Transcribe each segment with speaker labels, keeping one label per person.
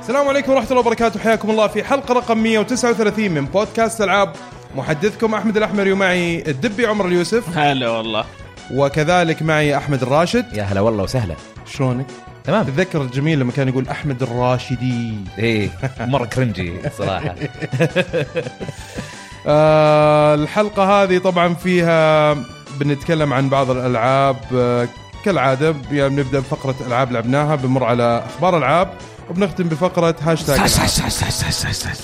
Speaker 1: السلام عليكم ورحمة الله وبركاته حياكم الله في حلقة رقم 139 من بودكاست ألعاب محدثكم أحمد الأحمري ومعي الدبي عمر اليوسف
Speaker 2: هلا والله
Speaker 1: وكذلك معي أحمد الراشد
Speaker 3: يا هلا والله وسهلا
Speaker 1: شلونك؟
Speaker 3: تمام
Speaker 1: تتذكر الجميل لما كان يقول أحمد الراشدي
Speaker 3: ايه مره كرنجي صراحه
Speaker 1: آه الحلقة هذه طبعا فيها بنتكلم عن بعض الألعاب آه كالعادة يعني بنبدأ بفقرة ألعاب لعبناها بمر على أخبار ألعاب وبنختم بفقرة هاشتاج ألعاب.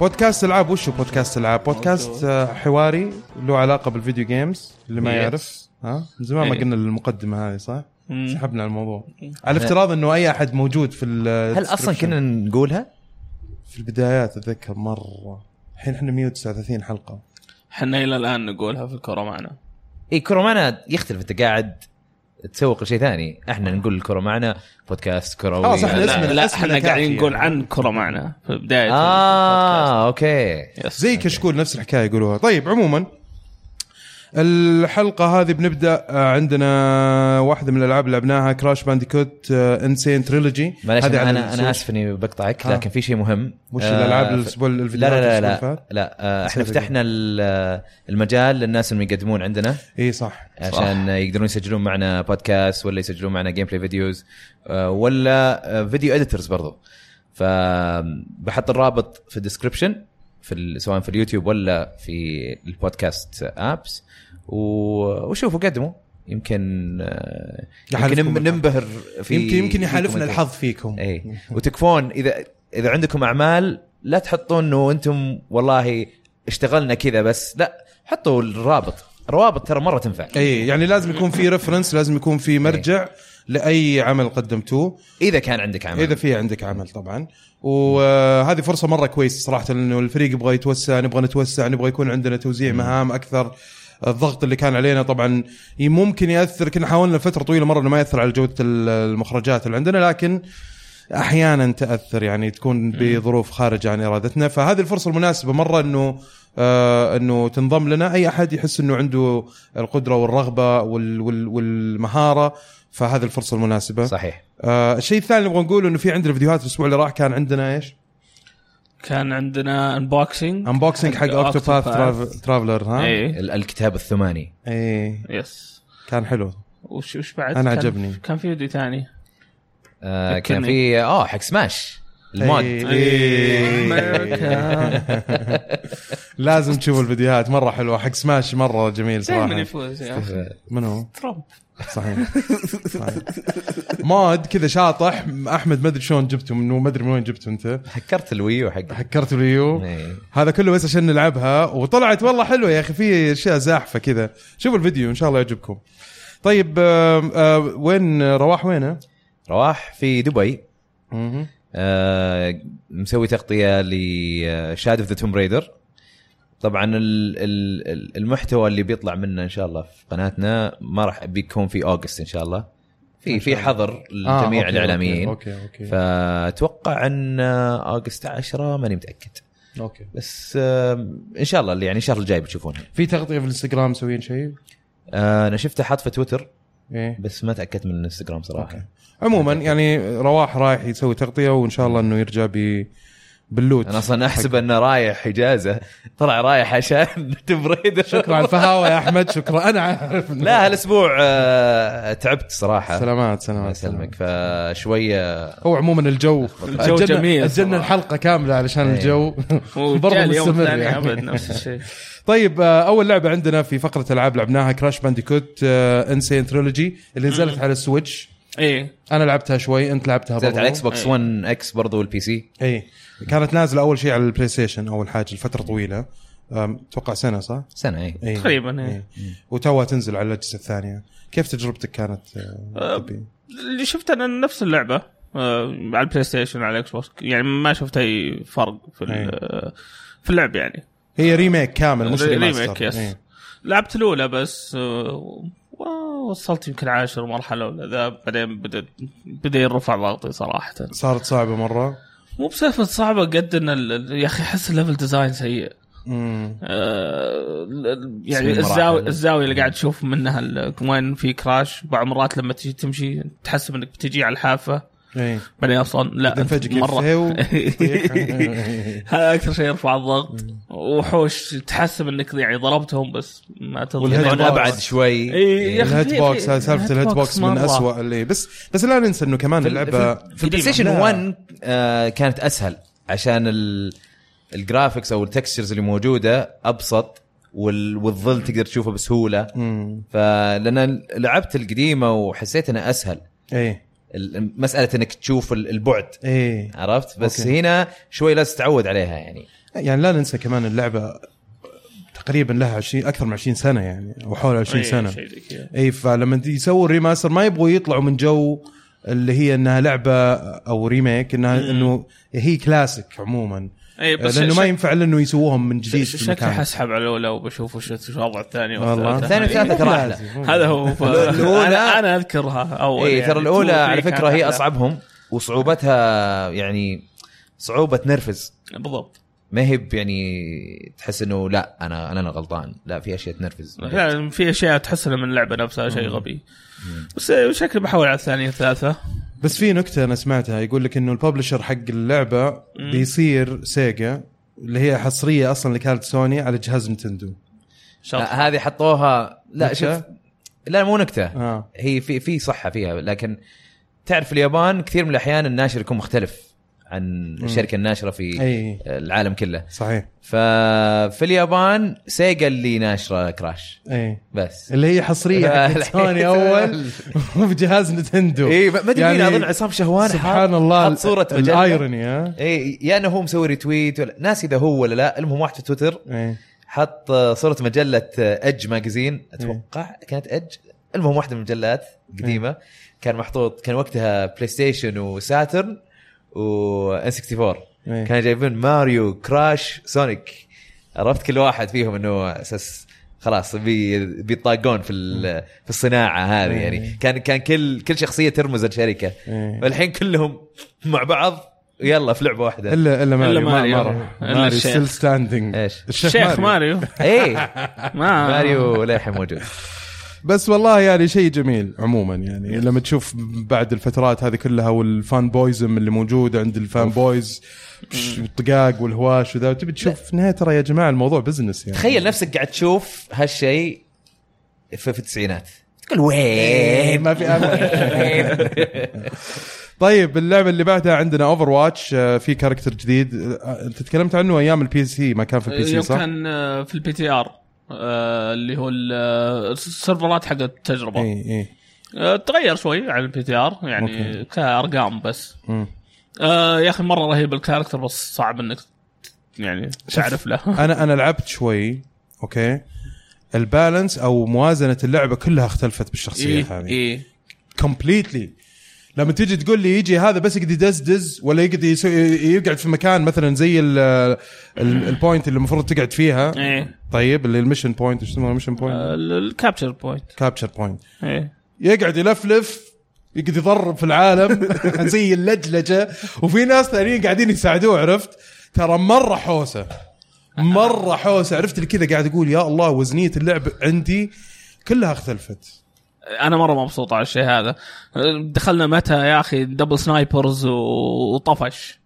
Speaker 1: بودكاست العاب وشو بودكاست العاب؟ بودكاست آه، حواري له علاقه بالفيديو جيمز اللي ما
Speaker 2: Yes.
Speaker 1: يعرف ها من زمان ما
Speaker 2: إيه.
Speaker 1: قلنا المقدمه هذه صح؟
Speaker 2: مم.
Speaker 1: سحبنا على الموضوع على افتراض انه اي احد موجود في ال-
Speaker 3: هل اصلا
Speaker 1: description.
Speaker 3: كنا نقولها؟
Speaker 1: في البدايات اتذكر مره الحين احنا 139 حلقه
Speaker 2: احنا الى الان نقولها في الكوره معنا
Speaker 3: اي كره معنا إيه، يختلف انت قاعد تسوق لشيء ثاني احنا نقول الكره معنا بودكاست كروي
Speaker 1: آه، صح، احنا اسمنا-
Speaker 2: لا, لا
Speaker 1: اسمنا
Speaker 2: احنا
Speaker 1: كافي
Speaker 2: قاعدين نقول
Speaker 1: يعني.
Speaker 2: عن كره معنا في بدايه البودكاست.
Speaker 3: آه. اه اوكي
Speaker 2: يس.
Speaker 1: زي كشكول نفس الحكايه يقولوها طيب عموما الحلقة هذه بنبدا آه، عندنا واحدة من الالعاب اللي لعبناها آه، كراش بانديكوت انسين تريلوجي
Speaker 3: معلش انا انا, أنا اسف اني بقطعك
Speaker 1: آه.
Speaker 3: لكن في شيء مهم
Speaker 1: وش
Speaker 3: آه،
Speaker 1: الالعاب
Speaker 3: ف-
Speaker 1: الاسبوع
Speaker 3: لا
Speaker 1: الفيديوهات
Speaker 3: لا لا
Speaker 1: الأسبوع اللي
Speaker 3: لا,
Speaker 1: فات؟
Speaker 3: لا آه، احنا
Speaker 1: سوري.
Speaker 3: فتحنا ال- المجال للناس انهم يقدمون عندنا
Speaker 1: اي إيه، صح
Speaker 3: عشان يقدرون يسجلون معنا بودكاست ولا يسجلون معنا جيم بلاي فيديوز آه، ولا آه، فيديو اديترز برضو فبحط الرابط في الديسكربشن في ال- سواء في اليوتيوب ولا في البودكاست ابس وشوفوا قدموا يمكن آه، يمكن
Speaker 1: يحالفكم
Speaker 3: نم-
Speaker 1: الحظ.
Speaker 3: ننبهر في إيه.
Speaker 1: يمكن يمكن
Speaker 3: فيكم
Speaker 1: يحالفنا
Speaker 3: أنتم.
Speaker 1: الحظ فيكم
Speaker 3: اي وتكفون اذا اذا عندكم اعمال لا تحطون انه انتم والله اشتغلنا كذا بس لا حطوا الرابط الروابط ترى مره تنفع
Speaker 1: اي يعني لازم يكون في ريفرنس لازم يكون
Speaker 3: إيه.
Speaker 1: في مرجع لاي عمل قدمتوه
Speaker 3: اذا كان عندك عمل
Speaker 1: اذا في عندك عمل طبعا وهذه فرصه مره كويسه صراحه لانه الفريق يبغى يتوسع نبغى نتوسع نبغى يكون عندنا توزيع مهام اكثر الضغط اللي كان علينا طبعا ي- ممكن ياثر كنا حاولنا فتره طويله مره انه ما ياثر على جوده ال- المخرجات اللي عندنا لكن احيانا تاثر يعني تكون بظروف خارجه عن ارادتنا فهذه الفرصه المناسبه مره انه آه انه تنضم لنا اي احد يحس انه عنده القدره والرغبه وال وال والمهاره فهذه الفرصه المناسبه
Speaker 3: صحيح
Speaker 1: آه الشيء الثاني اللي نبغى نقوله انه في عندنا فيديوهات الاسبوع اللي راح كان عندنا ايش؟
Speaker 2: كان عندنا انبوكسنج
Speaker 1: انبوكسنج حق اوكتوباث
Speaker 2: Octopath. إيه.
Speaker 1: ترافلر ها؟
Speaker 2: اي
Speaker 3: ال- الكتاب الثماني
Speaker 1: اي
Speaker 3: إيه.
Speaker 2: يس
Speaker 1: كان حلو
Speaker 2: وش وش بعد؟
Speaker 1: أنا
Speaker 2: كان-
Speaker 1: عجبني.
Speaker 2: كان في فيديو ثاني
Speaker 3: آه كان
Speaker 2: ذكرني.
Speaker 3: في اه حق سماش المود
Speaker 1: إيه. إيه. لازم تشوفوا الفيديوهات مره حلوه حق سماش مره جميل
Speaker 2: دائما
Speaker 1: صراحه
Speaker 2: يفوز يا أخي.
Speaker 1: من هو؟
Speaker 2: يعني. ترامب
Speaker 1: صحيح صحيح. مود كذا شاطح احمد ما ادري شلون جبته من ما ادري من وين جبته انت
Speaker 3: حكرت الويو حق
Speaker 1: حكرت الريو
Speaker 3: إيه.
Speaker 1: هذا كله بس عشان نلعبها وطلعت والله حلوه يا اخي في اشياء زاحفه كذا شوفوا الفيديو ان شاء الله يعجبكم طيب آم، آه، وين رواح وينه؟
Speaker 3: رواح في دبي
Speaker 1: مهم.
Speaker 3: آه مسوي آه، تغطيه لشاد اوف ذا توم ريدر طبعا ال- ال- ال- المحتوى اللي بيطلع منه ان شاء الله في قناتنا ما راح بيكون في اوغست ان شاء الله في في حظر
Speaker 1: آه،
Speaker 3: لجميع
Speaker 1: أوكي،
Speaker 3: الاعلاميين
Speaker 1: اوكي اوكي اوكي,
Speaker 3: فاتوقع ان اوغست 10 ماني متاكد
Speaker 1: أوكي.
Speaker 3: بس آم، ان شاء الله اللي يعني الشهر الجاي بتشوفونها
Speaker 1: في تغطيه في الانستغرام مسويين شيء؟
Speaker 3: آه، انا شفته حاط في تويتر
Speaker 1: ايه
Speaker 3: بس ما تاكدت من الانستغرام صراحه
Speaker 1: عموما يعني رواح رايح يسوي تغطيه وان شاء الله انه يرجع ب باللوت
Speaker 3: انا اصلا احسب انه رايح اجازه طلع رايح عشان تبريد
Speaker 1: شكرا على الفهاوه يا احمد شكرا انا عارف إنه-
Speaker 3: لا هالاسبوع آه، تعبت صراحه
Speaker 1: سلامات
Speaker 3: الله
Speaker 1: سلامات سلامات.
Speaker 3: يسلمك فشويه
Speaker 1: هو عموما الجو
Speaker 2: الجو
Speaker 1: أجلنا-
Speaker 2: جميل
Speaker 1: اجلنا
Speaker 2: صراحة.
Speaker 1: الحلقه كامله علشان
Speaker 3: أيوه.
Speaker 1: الجو برضه
Speaker 2: وجاء اليوم
Speaker 1: مستمر
Speaker 2: الثاني
Speaker 1: يعني.
Speaker 2: ابد نفس الشيء
Speaker 1: طيب آه، اول لعبه عندنا في فقره العاب لعبناها كراش بانديكوت انسين تريلوجي اللي نزلت على السويتش
Speaker 2: ايه
Speaker 1: انا لعبتها شوي انت لعبتها
Speaker 3: نزلت
Speaker 1: برضو
Speaker 3: على اكس بوكس
Speaker 2: أي.
Speaker 3: 1 اكس برضو والبي سي
Speaker 1: اي إيه. كانت نازله اول شيء على البلاي ستيشن اول حاجه لفتره طويله أم، اتوقع سنه صح؟
Speaker 3: سنه اي
Speaker 1: اي
Speaker 2: تقريباً، إيه. إي.
Speaker 1: وتوها تنزل على الاجهزه الثانيه كيف تجربتك كانت آه،
Speaker 2: أه،
Speaker 1: طبي؟
Speaker 2: اللي شفته انا نفس اللعبه آه، على البلاي ستيشن على الاكس بوكس يعني ما شفت اي فرق في
Speaker 1: أي.
Speaker 2: ال- آه، في اللعب يعني
Speaker 1: هي ريميك كامل إيه. مش
Speaker 2: ريميك
Speaker 1: ريماستر
Speaker 2: يس
Speaker 1: إيه.
Speaker 2: لعبت الاولى بس آه، وصلت يمكن عاشر مرحله ولا ذا بعدين بدا بدا يرفع ضغطي صراحه
Speaker 1: صارت صعبه مره
Speaker 2: مو بسالفه صعبه قد ان ال- ال- يا اخي احس الليفل ديزاين سيء
Speaker 1: امم
Speaker 2: آه، ال- ال- يعني
Speaker 3: تصميم
Speaker 2: الزاويه
Speaker 3: مراحل.
Speaker 2: الزاويه اللي قاعد تشوف منها ال- وين في كراش بعض المرات لما تجي تمشي تحسب انك بتجي على الحافه
Speaker 1: ايه
Speaker 2: بعدين اصلا لا
Speaker 1: تنفجر كيف إيه.
Speaker 2: مره
Speaker 1: سهو.
Speaker 2: هذا اكثر شيء يرفع الضغط وحوش تحسب انك يعني ضربتهم بس ما يعني
Speaker 1: والهيد
Speaker 3: يبغون
Speaker 1: بوكس.
Speaker 2: تضرب
Speaker 3: ابعد شوي
Speaker 2: إي، يا أخي
Speaker 1: الهيت
Speaker 2: في-
Speaker 1: بوكس
Speaker 2: في-
Speaker 1: سالفه
Speaker 2: الهيت
Speaker 1: الهيت
Speaker 2: بوكس
Speaker 1: بوكس من
Speaker 2: مرة.
Speaker 1: أسوأ اللي بس بس لا ننسى انه كمان اللعبه
Speaker 3: في البلاي ستيشن
Speaker 1: لا.
Speaker 3: 1 آه، كانت اسهل عشان ال- الجرافيكس او التكستشرز اللي موجوده ابسط وال- والظل تقدر تشوفه بسهوله
Speaker 1: امم
Speaker 3: فلان لعبت القديمه وحسيت انها اسهل
Speaker 1: ايه
Speaker 3: ال- مساله انك تشوف ال- البعد
Speaker 1: ايه
Speaker 3: عرفت بس
Speaker 1: أوكي.
Speaker 3: أوكي. هنا شوي لازم تتعود عليها يعني
Speaker 1: يعني لا ننسى كمان اللعبه تقريبا لها 20 اكثر من 20 سنه يعني او حول 20
Speaker 2: إي،
Speaker 1: سنه
Speaker 2: شيء زي كذا.
Speaker 1: اي فلما يسووا الريماستر ما يبغوا يطلعوا من جو اللي هي انها لعبه او ريميك انها
Speaker 2: مم.
Speaker 1: انه هي كلاسيك عموما
Speaker 2: اي بس
Speaker 1: لانه
Speaker 2: شك-
Speaker 1: ما ينفع الا انه يسووهم من
Speaker 2: شك-
Speaker 1: جديد في
Speaker 2: شكلي
Speaker 1: المكان
Speaker 2: حسحب على الاولى وبشوف وش وش الوضع الثاني
Speaker 1: والله يعني إيه،
Speaker 2: والثالثة.
Speaker 3: الثانية والثالثة ترى أحلى.
Speaker 1: لازم.
Speaker 2: هذا هو
Speaker 3: الأولى-
Speaker 2: انا انا اذكرها اول
Speaker 3: اي
Speaker 2: يعني.
Speaker 3: إيه، ترى الاولى
Speaker 2: تو-
Speaker 3: على
Speaker 2: ثري
Speaker 3: فكره
Speaker 2: كانت
Speaker 3: هي
Speaker 2: أحلى.
Speaker 3: اصعبهم وصعوبتها يعني صعوبه تنرفز
Speaker 2: بالضبط
Speaker 3: ما هي ب- يعني تحس انه لا انا انا اللي غلطان لا في اشياء تنرفز
Speaker 2: لا يعني في اشياء تحس إنها من اللعبه نفسها شيء غبي بس شكلي بحاول على الثانيه الثالثه
Speaker 1: بس في نكته انا سمعتها يقول لك انه الببلشر حق اللعبه
Speaker 2: مم.
Speaker 1: بيصير سيجا اللي هي حصريه اصلا اللي كانت سوني على جهاز نتندو
Speaker 2: شرط
Speaker 3: آه، هذه حطوها لا
Speaker 1: نكتة؟
Speaker 3: شوف لا مو نكته
Speaker 1: اه
Speaker 3: هي في في صحه فيها لكن تعرف اليابان كثير من الاحيان الناشر يكون مختلف عن الشركه الناشره في
Speaker 1: اي
Speaker 3: العالم كله
Speaker 1: صحيح
Speaker 3: ففي اليابان سيجا اللي ناشره كراش
Speaker 1: اي
Speaker 3: بس
Speaker 1: إيه. اللي هي حصريه حقت سوني اول وبجهاز نتندو
Speaker 3: اي ما ادري
Speaker 1: يعني
Speaker 3: مين اظن عصام شهوان إيه. حاط-
Speaker 1: سبحان الله آه.
Speaker 3: حط صوره وجهه
Speaker 1: الايروني ها
Speaker 3: اي يا انه هو مسوي ريتويت ولا ناسي اذا هو ولا لا المهم واحد في تويتر
Speaker 1: إيه.
Speaker 3: حط صوره مجله اج ماجازين اتوقع كانت اج المهم واحده من المجلات قديمه كان محطوط كان وقتها بلاي ستيشن وساترن وان 64
Speaker 1: إيه.
Speaker 3: كانوا جايبين ماريو كراش سونيك عرفت كل واحد فيهم انه اساس خلاص بي بيطاقون في ال- في الصناعه هذه
Speaker 1: إيه.
Speaker 3: يعني كان كان كل كل شخصيه ترمز لشركه
Speaker 1: إيه.
Speaker 3: والحين كلهم مع بعض يلا في لعبه واحده
Speaker 1: الا الا ماريو ما-
Speaker 2: ماريو.
Speaker 1: ما راح.
Speaker 2: إلا
Speaker 1: ماريو
Speaker 2: الشيخ.
Speaker 1: ستيل ستاندينج
Speaker 3: إيش؟
Speaker 2: الشيخ ماريو
Speaker 3: ايه
Speaker 2: ما
Speaker 3: ماريو للحين موجود
Speaker 1: بس والله يعني شيء جميل عموما يعني لما تشوف بعد الفترات هذه كلها والفان بويزم اللي موجود عند الفان بويز والطقاق والهواش وذا تبي تشوف في النهايه ترى يا جماعه الموضوع بزنس يعني
Speaker 3: تخيل نفسك قاعد تشوف هالشيء في, في التسعينات تقول وين
Speaker 1: إيه، ما في أمل. طيب اللعبه اللي بعدها عندنا اوفر واتش في كاركتر جديد آه، انت تكلمت عنه ايام البي سي ما كان في البي سي
Speaker 2: يوم
Speaker 1: صح؟
Speaker 2: كان آه، في البي تي ار اللي هو ال- آه، السيرفرات حق التجربه
Speaker 1: اي اي
Speaker 2: آه، تغير شوي عن البي تي ار يعني
Speaker 1: أوكي.
Speaker 2: كارقام بس
Speaker 1: مم.
Speaker 2: آه، يا اخي مره رهيب الكاركتر بس صعب انك يعني تعرف له
Speaker 1: انا انا لعبت شوي اوكي البالانس او موازنه اللعبه كلها اختلفت بالشخصيه
Speaker 2: اي
Speaker 1: هذه
Speaker 2: اي
Speaker 1: كومبليتلي لما تيجي تقول لي يجي هذا بس يقدر يدزدز ولا يقدر يسو- يقعد في مكان مثلا زي ال- ال- البوينت اللي المفروض تقعد فيها
Speaker 2: ايه
Speaker 1: طيب اللي المشن بوينت ايش يسمونه ميشن بوينت
Speaker 2: آه، ال- الكابتشر بوينت
Speaker 1: كابتشر بوينت
Speaker 2: ايه
Speaker 1: يقعد يلفلف يقعد يضرب في العالم زي اللجلجه وفي ناس ثانيين قاعدين يساعدوه عرفت ترى مره حوسه مره حوسه عرفت اللي كذا قاعد اقول يا الله وزنيه اللعب عندي كلها اختلفت
Speaker 2: انا مره مبسوط على الشيء هذا دخلنا متى يا اخي دبل سنايبرز و- وطفش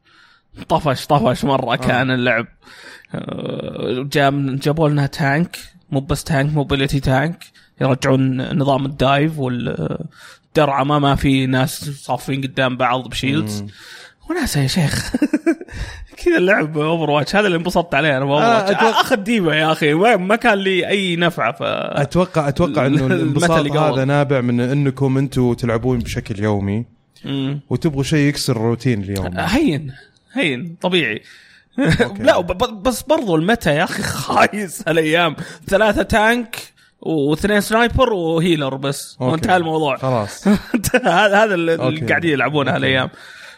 Speaker 2: طفش طفش مره كان اللعب آه، جاب جابوا لنا تانك مو بس تانك موبيليتي تانك يرجعون نظام الدايف والدرعه ما ما في ناس صافين قدام بعض بشيلدز وناس يا شيخ كذا اللعب اوفر واتش هذا اللي انبسطت عليه انا باوفر
Speaker 1: آه،
Speaker 2: واتش
Speaker 1: أتوقع-
Speaker 2: اخذ ديبه يا اخي ما ما كان لي اي نفعه ف
Speaker 1: اتوقع اتوقع انه
Speaker 2: المثل
Speaker 1: الانبساط
Speaker 2: اللي قبل.
Speaker 1: هذا نابع من انكم انتم تلعبون بشكل يومي
Speaker 2: مم.
Speaker 1: وتبغوا شيء يكسر الروتين اليوم
Speaker 2: أه، هين هين طبيعي لا وب- ب- بس برضو المتى يا اخي خايس هالايام ثلاثه تانك واثنين سنايبر وهيلر بس
Speaker 1: أوكي.
Speaker 2: وانتهى الموضوع
Speaker 1: خلاص
Speaker 2: هذا هذا اللي
Speaker 1: أوكي.
Speaker 2: قاعدين يلعبونه هالايام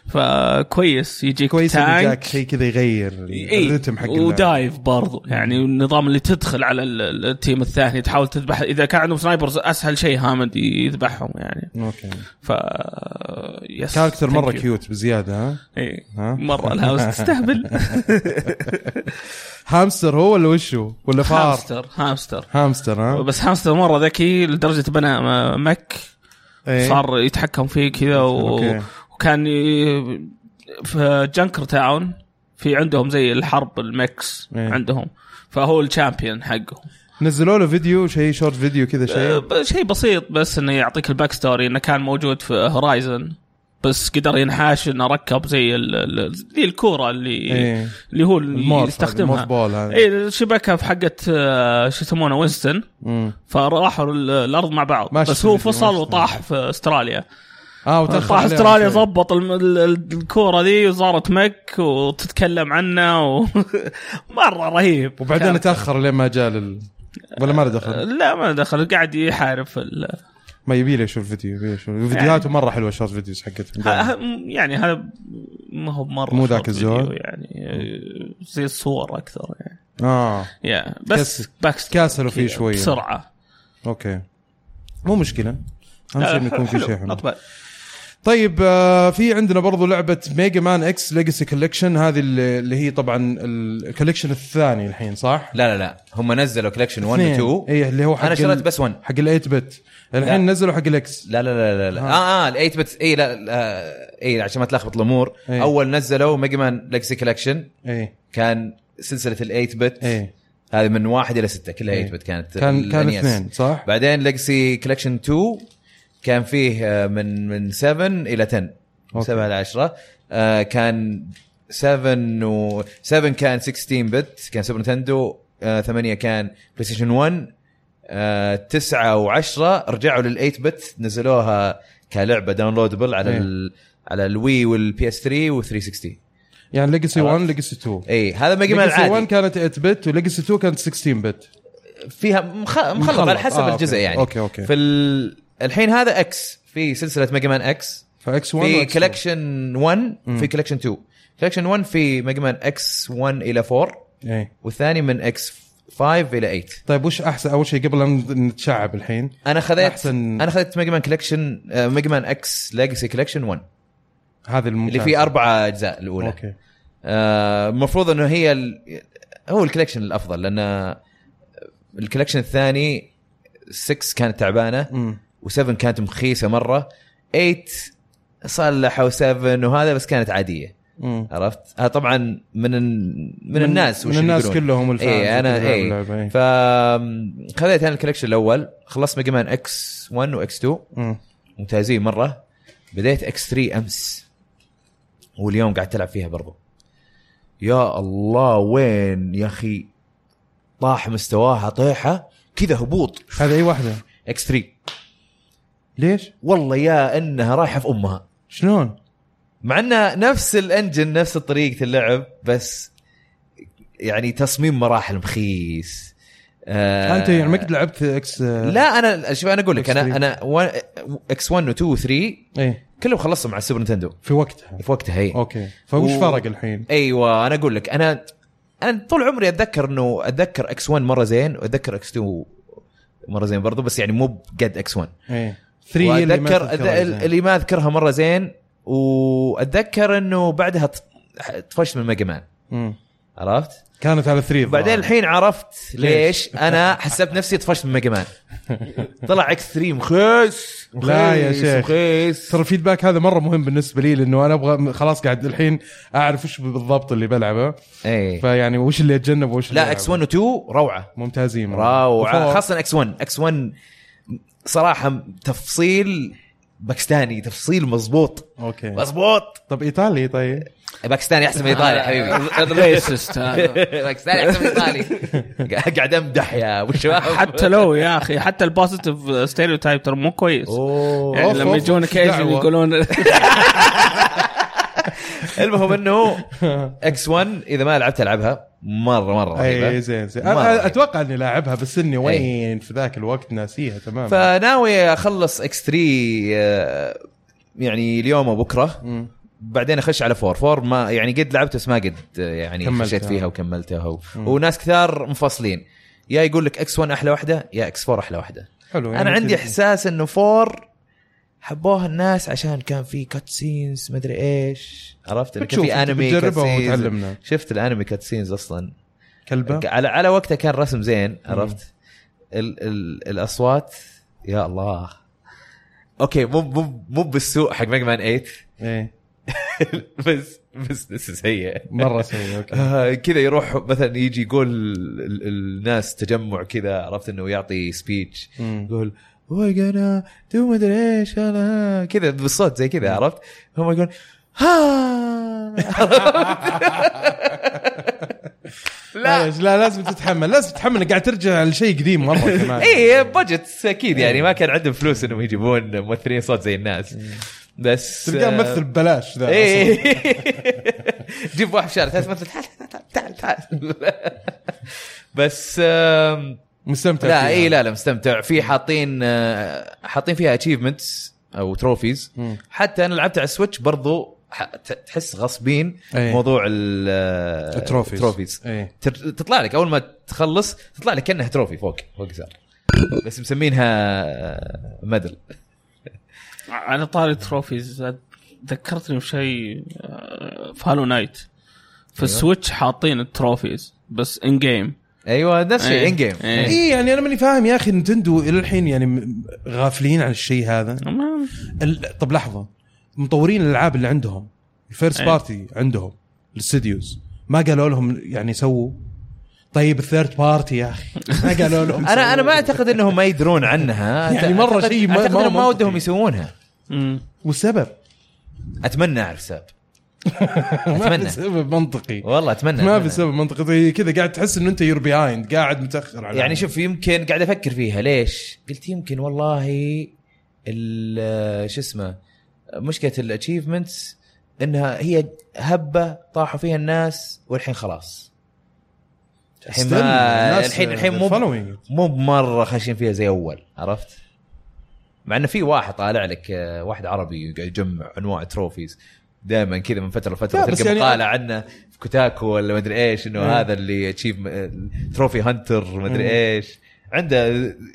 Speaker 2: فكويس يجيك
Speaker 1: كويس ان جاك
Speaker 2: تانك
Speaker 1: شيء كذا يغير الرتم حق اللعبة.
Speaker 2: ودايف برضو يعني النظام اللي تدخل على ال- ال- التيم الثاني تحاول تذبح اذا كان عندهم سنايبرز اسهل شيء هامد يذبحهم يعني
Speaker 1: اوكي
Speaker 2: ف يس
Speaker 1: كاركتر مره
Speaker 2: Thank you.
Speaker 1: كيوت بزياده ها
Speaker 2: إيه.
Speaker 1: ها؟
Speaker 2: مره الهاوس تستهبل
Speaker 1: هامستر هو ولا وشو ولا فار
Speaker 2: هامستر هامستر
Speaker 1: هامستر ها
Speaker 2: بس هامستر مره ذكي لدرجه بنى م- مك
Speaker 1: إيه.
Speaker 2: صار يتحكم فيه كذا و...
Speaker 1: أوكي.
Speaker 2: وكان ي... في جنكر تاون في عندهم زي الحرب المكس
Speaker 1: إيه.
Speaker 2: عندهم فهو الشامبيون حقهم
Speaker 1: نزلوا له فيديو شيء شورت فيديو كذا شيء
Speaker 2: أه، شيء بسيط بس انه يعطيك الباك ستوري انه كان موجود في هورايزن بس قدر ينحاش انه ركب زي ال... ال... زي الكوره اللي
Speaker 1: إيه.
Speaker 2: اللي هو
Speaker 1: المورف
Speaker 2: اللي
Speaker 1: هذا،
Speaker 2: يستخدمها
Speaker 1: المورف بول هذا.
Speaker 2: اي الشبكه في حقت آه، شو يسمونه وينستون
Speaker 1: مم.
Speaker 2: فراحوا ال- الارض مع بعض
Speaker 1: ماشي
Speaker 2: بس هو
Speaker 1: في الفيديو،
Speaker 2: فصل
Speaker 1: ماشي.
Speaker 2: وطاح في استراليا
Speaker 1: اه وتاخر
Speaker 2: طاح
Speaker 1: عليهم
Speaker 2: استراليا
Speaker 1: شوي.
Speaker 2: ضبط الم- ال- ال- الكوره ذي وصارت مك وتتكلم عنه و... مره رهيب
Speaker 1: وبعدين تاخر لين ما جاء لل ولا ما له دخل
Speaker 2: لا ما دخل قاعد يحارب في ال...
Speaker 1: ما يبي لي اشوف فيديو يبي لي اشوف فيديوهاته مره حلوه شورت فيديوز حقته
Speaker 2: ه- ه- يعني هذا ما هو مره
Speaker 1: طيب. مو ذاك
Speaker 2: short
Speaker 1: الزود.
Speaker 2: video يعني آه، زي الصور اكثر يعني
Speaker 1: اه
Speaker 2: يا بس
Speaker 1: كس-
Speaker 2: باك ستيب
Speaker 1: كاسلوا فيه
Speaker 2: كذا
Speaker 1: شوية.
Speaker 2: بسرعه
Speaker 1: اوكي مو مشكله اهم شيء انه يكون في شيء حلو
Speaker 2: not bad.
Speaker 1: طيب آه، في عندنا برضو لعبه ميجا مان اكس ليجاسي كوليكشن هذه اللي اللي هي طبعا الكوليكشن الثاني الحين صح؟
Speaker 3: لا لا لا هم نزلوا كولكشن 1
Speaker 1: اثنين.
Speaker 3: و 2
Speaker 1: ايه اللي هو حق
Speaker 3: انا شريت
Speaker 1: ال-
Speaker 3: بس 1
Speaker 1: حق ال 8 بت الحين
Speaker 3: لا.
Speaker 1: نزلوا حق الاكس
Speaker 3: لا لا لا لا, لا. اه اه الايت بت اي لا, لا اي عشان ما تلخبط الامور
Speaker 1: إيه.
Speaker 3: اول نزلوا ميجا مان ليجسي كولكشن
Speaker 1: ايه
Speaker 3: كان سلسله الايت بت
Speaker 1: ايه
Speaker 3: هذه من واحد الى سته كلها
Speaker 1: إيه.
Speaker 3: 8 بت كانت
Speaker 1: كان
Speaker 3: ال
Speaker 1: كان
Speaker 3: NES.
Speaker 1: اثنين صح؟
Speaker 3: بعدين ليجسي كولكشن 2 كان فيه آه، من من 7 الى 10 من
Speaker 1: أوكي.
Speaker 3: 7 الى 10 آه، كان 7 و 7 كان 16 بت كان سوبر نتندو 8 كان بلاي ستيشن 1 9 و10 رجعوا لل 8 بت نزلوها كلعبه داونلودبل على
Speaker 1: إيه.
Speaker 3: ال على الوي والبي اس 3 و 360
Speaker 1: يعني ليجاسي
Speaker 3: عرفت.
Speaker 1: 1 ليجاسي 2
Speaker 3: اي إيه، هذا ميجا مان
Speaker 1: ليجاسي 1
Speaker 3: عادي
Speaker 1: كانت 8 بت وليجاسي 2 كانت 16 بت
Speaker 3: فيها مخ- مخلط على حسب
Speaker 1: آه،
Speaker 3: الجزء
Speaker 1: أوكي.
Speaker 3: يعني
Speaker 1: اوكي اوكي
Speaker 3: في ال... الحين هذا اكس في سلسله ميجا مان اكس
Speaker 1: فاكس 1
Speaker 3: في
Speaker 1: وإكس 2.
Speaker 3: كولكشن 1
Speaker 1: مم.
Speaker 3: في كولكشن 2 كولكشن 1 في ميجا مان اكس 1 الى 4
Speaker 1: ايه
Speaker 3: والثاني من اكس 5 الى 8
Speaker 1: طيب وش احسن اول شيء قبل لا نتشعب الحين
Speaker 3: انا خذيت
Speaker 1: أحسن-
Speaker 3: احسن انا خذيت ميجا مان كولكشن آه، ميجا مان اكس ليجسي كولكشن 1
Speaker 1: هذا الممتاز
Speaker 3: اللي فيه اربع اجزاء الاولى
Speaker 1: اوكي
Speaker 3: آه، المفروض انه هي ال... هو الكولكشن الافضل لان الكولكشن الثاني 6 كانت تعبانه
Speaker 1: امم
Speaker 3: و7 كانت مخيسه مره 8 صلحوا 7 وهذا بس كانت عاديه
Speaker 1: أمم.
Speaker 3: عرفت؟ آه طبعا من من, من الناس
Speaker 1: من الناس
Speaker 3: يقولون.
Speaker 1: كلهم الفانز
Speaker 3: إيه، أنا
Speaker 1: اللي
Speaker 3: إيه.
Speaker 1: يلعبوا اللعبة، إيه.
Speaker 3: ف خذيت انا الكولكشن الاول خلصت ميجا مان اكس 1 واكس 2
Speaker 1: أمم.
Speaker 3: ممتازين مره بديت اكس 3 امس واليوم قاعد تلعب فيها برضو يا الله وين يا اخي طاح مستواها طيحه كذا هبوط
Speaker 1: هذا اي واحده
Speaker 3: اكس 3
Speaker 1: ليش؟
Speaker 3: والله يا انها رايحه في امها
Speaker 1: شلون؟
Speaker 3: مع انه نفس الانجن نفس طريقه اللعب بس يعني تصميم مراحل مخيس آه
Speaker 1: انت يعني ما قد لعبت آه، اكس
Speaker 3: لا انا شوف انا اقول لك
Speaker 1: X3.
Speaker 3: انا انا اكس 1 و 2 و 3
Speaker 1: ايه
Speaker 3: كلهم خلصتهم على السوبر نتندو
Speaker 1: في وقتها
Speaker 3: في وقتها هي
Speaker 1: اوكي فوش
Speaker 3: إيه. و-
Speaker 1: فرق الحين؟
Speaker 3: ايوه انا اقول لك انا انا طول عمري اتذكر انه اتذكر اكس 1 مره زين واتذكر اكس 2 مره زين برضو بس يعني مو بقد اكس 1
Speaker 1: ايه 3 اللي ما
Speaker 3: واتذكر
Speaker 1: تذكرها
Speaker 3: أد-
Speaker 1: زين.
Speaker 3: اللي ما اذكرها مره زين واتذكر انه بعدها ط- طفشت من ميجا مان
Speaker 1: أمم.
Speaker 3: عرفت؟
Speaker 1: كانت على 3
Speaker 3: بعدين الحين عرفت
Speaker 1: ليش؟
Speaker 3: ليش انا حسبت نفسي طفشت من ميجا مان طلع اكس 3 مخيس مخيس
Speaker 1: لا يا شيخ.
Speaker 3: مخيس
Speaker 1: ترى الفيدباك هذا مره مهم بالنسبه لي لانه انا ابغى خلاص قاعد الحين اعرف وش بالضبط اللي بلعبه
Speaker 3: ايه
Speaker 1: فيعني وش اللي اتجنبه وش اللي
Speaker 3: لا اكس 1 و 2 روعه
Speaker 1: ممتازين
Speaker 3: روعه
Speaker 1: وفوق.
Speaker 3: خاصه اكس 1 اكس 1 صراحه تفصيل باكستاني تفصيل مزبوط
Speaker 1: اوكي
Speaker 3: مزبوط
Speaker 1: طب ايطالي طيب
Speaker 3: باكستاني احسن من ايطالي حبيبي إيه.
Speaker 2: الريسست هذا
Speaker 3: باكستاني احسن من ايطالي قاعد امدح يا ابو الشباب
Speaker 2: حتى لو يا اخي حتى البوزيتيف ستيريو تايب ترى مو كويس
Speaker 3: أوه.
Speaker 2: يعني
Speaker 1: أوف،
Speaker 2: لما
Speaker 1: أوف،
Speaker 2: يجون
Speaker 1: إيش
Speaker 2: كاجن
Speaker 1: دعوة؟
Speaker 2: يقولون
Speaker 3: المهم انه اكس 1 اذا ما لعبت العبها مره مره
Speaker 1: اي
Speaker 3: رهيبه
Speaker 1: زين زين
Speaker 3: مرة
Speaker 1: انا
Speaker 3: رهيبة.
Speaker 1: اتوقع اني لاعبها بس
Speaker 3: إيه.
Speaker 1: اني وين في ذاك الوقت ناسيها تماما
Speaker 3: فناوي اخلص اكس 3 آه، يعني اليوم وبكره
Speaker 1: مم.
Speaker 3: بعدين اخش على فور فور ما يعني قد لعبت بس ما قد يعني
Speaker 1: كملتها.
Speaker 3: خشيت فيها وكملتها و...
Speaker 1: مم.
Speaker 3: وناس كثار منفصلين يا يقول لك اكس 1 احلى واحده يا اكس 4 احلى واحده
Speaker 1: حلو يعني
Speaker 3: انا عندي
Speaker 1: كذا.
Speaker 3: احساس انه فور حبوها الناس عشان كان في كات سينز مدري ايش عرفت إنه كان
Speaker 1: بتشوف
Speaker 3: في انمي
Speaker 1: بتجربها
Speaker 3: كاتسينز
Speaker 1: وتعلمنا
Speaker 3: شفت الانمي كات سينز اصلا
Speaker 1: كلبه
Speaker 3: على على وقتها كان رسم زين عرفت ال ال الاصوات يا الله اوكي مو مو مو بالسوء حق ميجا مان 8
Speaker 1: ايه
Speaker 3: بس بس لسه سيء
Speaker 1: مره سيء اوكي
Speaker 3: آه، كذا يروح مثلا يجي يقول ال- ال- الناس تجمع كذا عرفت انه يعطي سبيتش
Speaker 1: مم.
Speaker 3: يقول وي انا تو مدري ايش انا آه، كذا بالصوت زي كذا عرفت هم يقول ها
Speaker 1: لا لا لازم تتحمل لازم تتحمل قاعد ترجع لشيء قديم مره كمان
Speaker 3: اي بجت اكيد إيه،
Speaker 1: إيه.
Speaker 3: يعني ما كان عندهم فلوس انهم يجيبون ممثلين صوت زي الناس بس آه،
Speaker 1: تلقاه ممثل ببلاش ذا
Speaker 3: اي جيب واحد شعر ثلاث مثل تعال تعال تعال تعال بس آم،
Speaker 1: مستمتع
Speaker 3: لا
Speaker 1: فيها.
Speaker 3: اي لا لا مستمتع في حاطين آه، حاطين فيها اتشيفمنتس او تروفيز
Speaker 1: مم.
Speaker 3: حتى انا لعبت على السويتش برضو ح- ت- تحس غصبين
Speaker 1: إيه.
Speaker 3: موضوع ال- آه،
Speaker 1: التروفيز
Speaker 3: التروفيز
Speaker 1: اي
Speaker 3: تر- تطلع لك اول ما تخلص تطلع لك كانها تروفي فوق فوق سار بس آه، مسمينها ميدل
Speaker 2: على طاري تروفيز ذكرتني بشيء آه، في هالو نايت في
Speaker 1: أيوه.
Speaker 2: السويتش حاطين التروفيز بس ان جيم
Speaker 3: ايوه نفس الشيء
Speaker 2: إيه.
Speaker 3: ان جيم
Speaker 2: إيه.
Speaker 1: اي يعني انا ماني فاهم يا اخي نتندو الى الحين يعني م- غافلين عن الشيء هذا ال- طب لحظه مطورين الالعاب اللي عندهم الفيرست
Speaker 3: إيه.
Speaker 2: أي.
Speaker 1: بارتي عندهم الاستديوز ما قالوا لهم يعني سووا طيب الثيرد بارتي يا اخي ما قالوا لهم
Speaker 3: انا انا ما اعتقد انهم ما يدرون عنها
Speaker 1: يعني مرة
Speaker 3: أعتقد-
Speaker 1: شيء ما-
Speaker 3: اعتقد
Speaker 1: ما-
Speaker 3: انهم ما
Speaker 1: ما-
Speaker 3: ودهم يسوونها
Speaker 2: أمم.
Speaker 1: والسبب
Speaker 3: اتمنى اعرف سبب
Speaker 1: ما
Speaker 3: أتمنى.
Speaker 1: في سبب منطقي
Speaker 3: والله اتمنى
Speaker 1: ما
Speaker 3: أتمنى.
Speaker 1: في سبب منطقي زي كذا قاعد تحس انه انت يور بيهايند قاعد متاخر على
Speaker 3: يعني شوف يمكن قاعد افكر فيها ليش؟ قلت يمكن والله ال- شو اسمه مشكله الاتشيفمنتس انها هي هبه طاحوا فيها الناس والحين خلاص الحين
Speaker 1: استنى،
Speaker 3: ما
Speaker 1: الناس-
Speaker 3: الحين الحين مو
Speaker 1: following it.
Speaker 3: مو بمره خاشين فيها زي اول عرفت؟ مع انه في واحد طالع لك آه، واحد عربي قاعد يجمع انواع تروفيز دائما كذا من فتره لفتره
Speaker 1: لا، بس
Speaker 3: تلقى
Speaker 1: يعني- إيه.
Speaker 3: مقاله عنه في كوتاكو ولا مدري ايش انه
Speaker 1: مم.
Speaker 3: هذا اللي آه، تشيف تروفي هانتر
Speaker 1: مم.
Speaker 3: مدري ايش عنده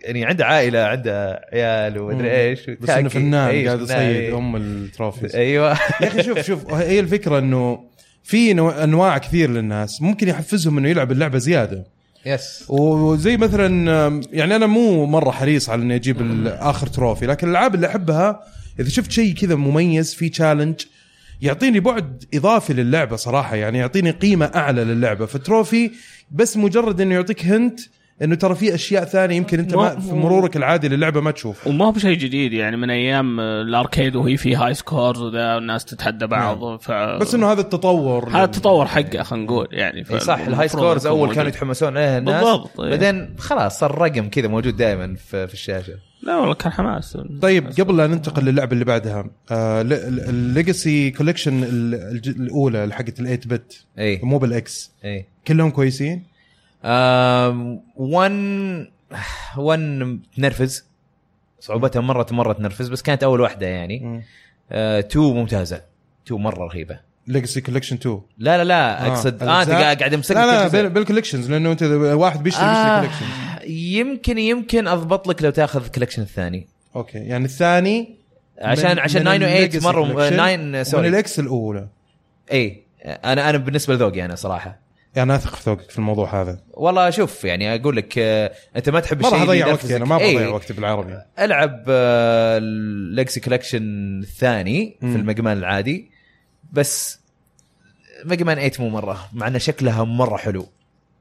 Speaker 3: يعني عنده عائله عنده عيال
Speaker 1: مم.
Speaker 3: ومدري ايش
Speaker 1: إيه. بس انه
Speaker 3: وتاكي.
Speaker 1: فنان
Speaker 3: أي،
Speaker 1: قاعد
Speaker 3: إيه، فنان،
Speaker 1: يصيد
Speaker 3: أي.
Speaker 1: ام التروفيز
Speaker 3: ايوه
Speaker 1: يا اخي شوف شوف هي الفكره انه في نوع- انواع كثير للناس ممكن يحفزهم انه يلعب اللعبه زياده
Speaker 3: يس
Speaker 1: وزي مثلا أم، يعني انا مو مره حريص على اني اجيب ال- اخر تروفي لكن الالعاب اللي احبها اذا شفت شيء كذا مميز في تشالنج يعطيني بعد اضافي للعبه صراحه يعني يعطيني قيمه اعلى للعبه فالتروفي بس مجرد انه يعطيك هنت انه ترى في اشياء ثانيه يمكن انت ما في مرورك العادي للعبه ما تشوفها
Speaker 2: وما هو بشيء جديد يعني من ايام آه، الاركيد وهي في هاي سكورز وذا والناس تتحدى بعض ف
Speaker 1: بس انه هذا التطور
Speaker 2: هذا التطور حقه خلينا نقول يعني ف-
Speaker 3: اي صح الهاي
Speaker 2: المفروض
Speaker 3: سكورز
Speaker 2: يكون
Speaker 3: اول
Speaker 2: موجود.
Speaker 3: كانوا يتحمسون عليها الناس
Speaker 2: بالضبط، إيه.
Speaker 3: بعدين خلاص صار رقم كذا موجود دائما في, في الشاشه
Speaker 2: لا والله كان حماس
Speaker 1: طيب قبل لا ننتقل للعبه اللي بعدها آه، الليجاسي كوليكشن الاولى حقت ال 8 بت
Speaker 3: اي
Speaker 1: مو بالاكس
Speaker 3: اي
Speaker 1: كلهم كويسين
Speaker 3: آم، ون ون تنرفز صعوبتها مره مره تنرفز بس كانت اول واحده يعني آه، تو ممتازه تو مره رهيبه
Speaker 1: ليجاسي كوليكشن 2
Speaker 3: لا لا لا اقصد آه انت
Speaker 1: الأجزاء؟
Speaker 3: قاعد قاعد امسك لك
Speaker 1: لا
Speaker 3: الجزء.
Speaker 1: لا بالكوليكشنز لانه انت إذا واحد بيشتري آه.
Speaker 3: آه
Speaker 1: كوليكشن
Speaker 3: يمكن يمكن اضبط لك لو تاخذ الكولكشن الثاني
Speaker 1: اوكي يعني الثاني
Speaker 3: عشان
Speaker 1: من-
Speaker 3: عشان oh
Speaker 1: من ال
Speaker 3: 9 و8
Speaker 1: Legacy
Speaker 3: مره
Speaker 1: Collection
Speaker 3: 9
Speaker 1: ومن
Speaker 3: سوري
Speaker 1: الاكس الاولى
Speaker 3: اي انا انا بالنسبه لذوقي انا صراحه
Speaker 1: يعني انا اثق في ذوقك في الموضوع هذا
Speaker 3: والله شوف يعني اقول لك آه، انت ما تحب
Speaker 1: ما
Speaker 3: الشيء
Speaker 1: راح
Speaker 3: اللي
Speaker 1: اضيع
Speaker 3: ينرفزك.
Speaker 1: وقتي انا ما
Speaker 3: إيه.
Speaker 1: بضيع وقتي بالعربي
Speaker 3: العب آه، الليجسي كولكشن الثاني
Speaker 1: مم.
Speaker 3: في المجمان العادي بس مجمان 8 مو مره مع ان شكلها مره حلو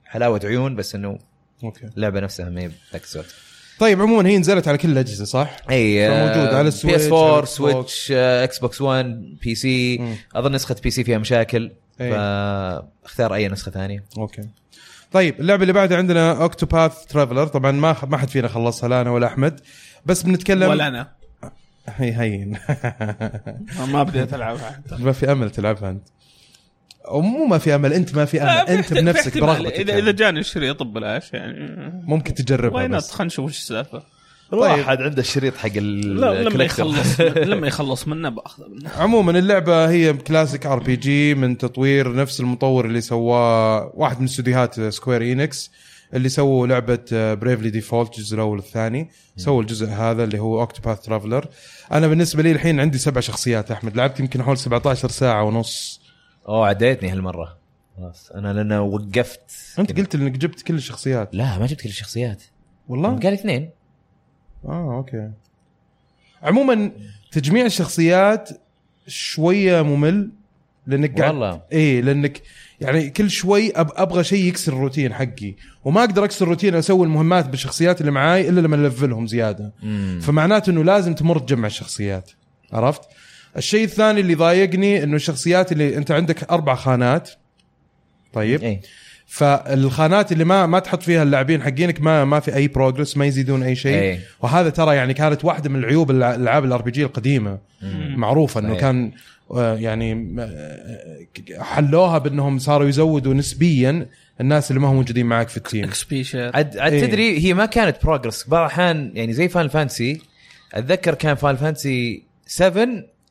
Speaker 3: حلاوه عيون بس انه
Speaker 1: اوكي
Speaker 3: اللعبه نفسها ما هي بذاك الصوت
Speaker 1: طيب عموما هي نزلت على كل الاجهزه صح؟
Speaker 3: اي
Speaker 1: فموجود على السويتش،
Speaker 3: بي اس
Speaker 1: على
Speaker 3: 4
Speaker 1: الإكس
Speaker 3: سويتش آه، اكس بوكس 1 بي سي
Speaker 1: مم.
Speaker 3: اظن نسخه بي سي فيها مشاكل
Speaker 1: إي.
Speaker 3: فاختار اي نسخه ثانيه
Speaker 1: اوكي طيب اللعبه اللي بعدها عندنا اوكتوباث ترافلر طبعا ما ما حد فينا خلصها لا انا ولا احمد بس بنتكلم
Speaker 2: ولا انا
Speaker 1: هي هين
Speaker 2: ما بديت العبها
Speaker 1: ما في امل تلعبها انت أو مو ما في امل انت ما في امل انت بنفسك برغبتك
Speaker 2: اذا اذا
Speaker 1: يعني.
Speaker 2: جاني الشريط ببلاش يعني
Speaker 1: ممكن تجربها
Speaker 3: طيب،
Speaker 2: وين
Speaker 1: بس
Speaker 2: خلينا نشوف ايش السالفه
Speaker 1: طيب.
Speaker 3: الواحد عنده الشريط حق ال-
Speaker 2: لا لما
Speaker 3: collector.
Speaker 2: يخلص لما يخلص منه باخذه منه
Speaker 1: عموما اللعبه هي كلاسيك ار بي جي من تطوير نفس المطور اللي سواه واحد من استديوهات سكوير اينكس اللي سووا لعبه بريفلي ديفولت الجزء الاول والثاني سووا الجزء هذا اللي هو اوكتوباث ترافلر انا بالنسبه لي الحين عندي سبع شخصيات احمد لعبت يمكن حول 17 ساعه ونص
Speaker 3: اوه عديتني هالمره خلاص انا لان وقفت
Speaker 1: انت قلت انك جبت كل الشخصيات
Speaker 3: لا ما جبت كل الشخصيات
Speaker 1: والله
Speaker 3: قال اثنين
Speaker 1: اه اوكي عموما تجميع الشخصيات شويه ممل لانك قاعد
Speaker 3: والله
Speaker 1: ايه لانك يعني كل شوي أب ابغى شيء يكسر الروتين حقي وما اقدر اكسر الروتين اسوي المهمات بالشخصيات اللي معاي الا لما الفلهم زياده
Speaker 3: مم.
Speaker 1: فمعناته انه لازم تمر تجمع الشخصيات عرفت الشيء الثاني اللي ضايقني انه الشخصيات اللي انت عندك اربع خانات طيب
Speaker 3: ايه
Speaker 1: فالخانات اللي ما ما تحط فيها اللاعبين حقينك ما ما في اي بروجرس ما يزيدون اي شيء
Speaker 3: إيه.
Speaker 1: وهذا ترى يعني كانت واحده من العيوب الع- الالعاب الار بي جي القديمه
Speaker 3: مم. إيه.
Speaker 1: معروفه انه
Speaker 3: صحيح.
Speaker 1: كان آه، يعني آه، حلوها بانهم صاروا يزودوا نسبيا الناس اللي ما هم موجودين معك في
Speaker 3: إيه.
Speaker 1: التيم
Speaker 2: اكس بي شير
Speaker 3: عاد عاد
Speaker 1: إيه.
Speaker 3: تدري هي ما كانت بروجرس بعض الاحيان يعني زي فان فانسي اتذكر كان فان فانسي 7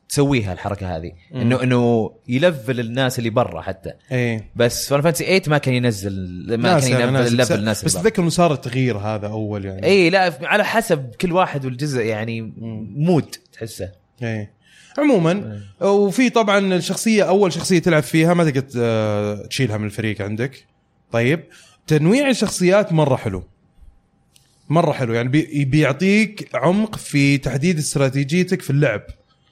Speaker 3: تسويها الحركه هذه
Speaker 1: مم.
Speaker 3: انه انه يلفل الناس اللي برا حتى
Speaker 1: ايه
Speaker 3: بس فان فانسي 8 ما كان ينزل ما
Speaker 1: ناس
Speaker 3: كان
Speaker 1: يعني ناس.
Speaker 3: ينزل
Speaker 1: بس-
Speaker 3: لفل الناس
Speaker 1: بس
Speaker 3: اللي برا.
Speaker 1: اتذكر انه صار التغيير هذا اول يعني
Speaker 3: اي لا على حسب كل واحد والجزء يعني مود تحسه
Speaker 1: ايه عموما
Speaker 3: إيه.
Speaker 1: وفي طبعا الشخصيه اول شخصيه تلعب فيها ما تقدر آه، تشيلها من الفريق عندك طيب تنويع الشخصيات مره حلو مره حلو يعني بي- بيعطيك عمق في تحديد استراتيجيتك في اللعب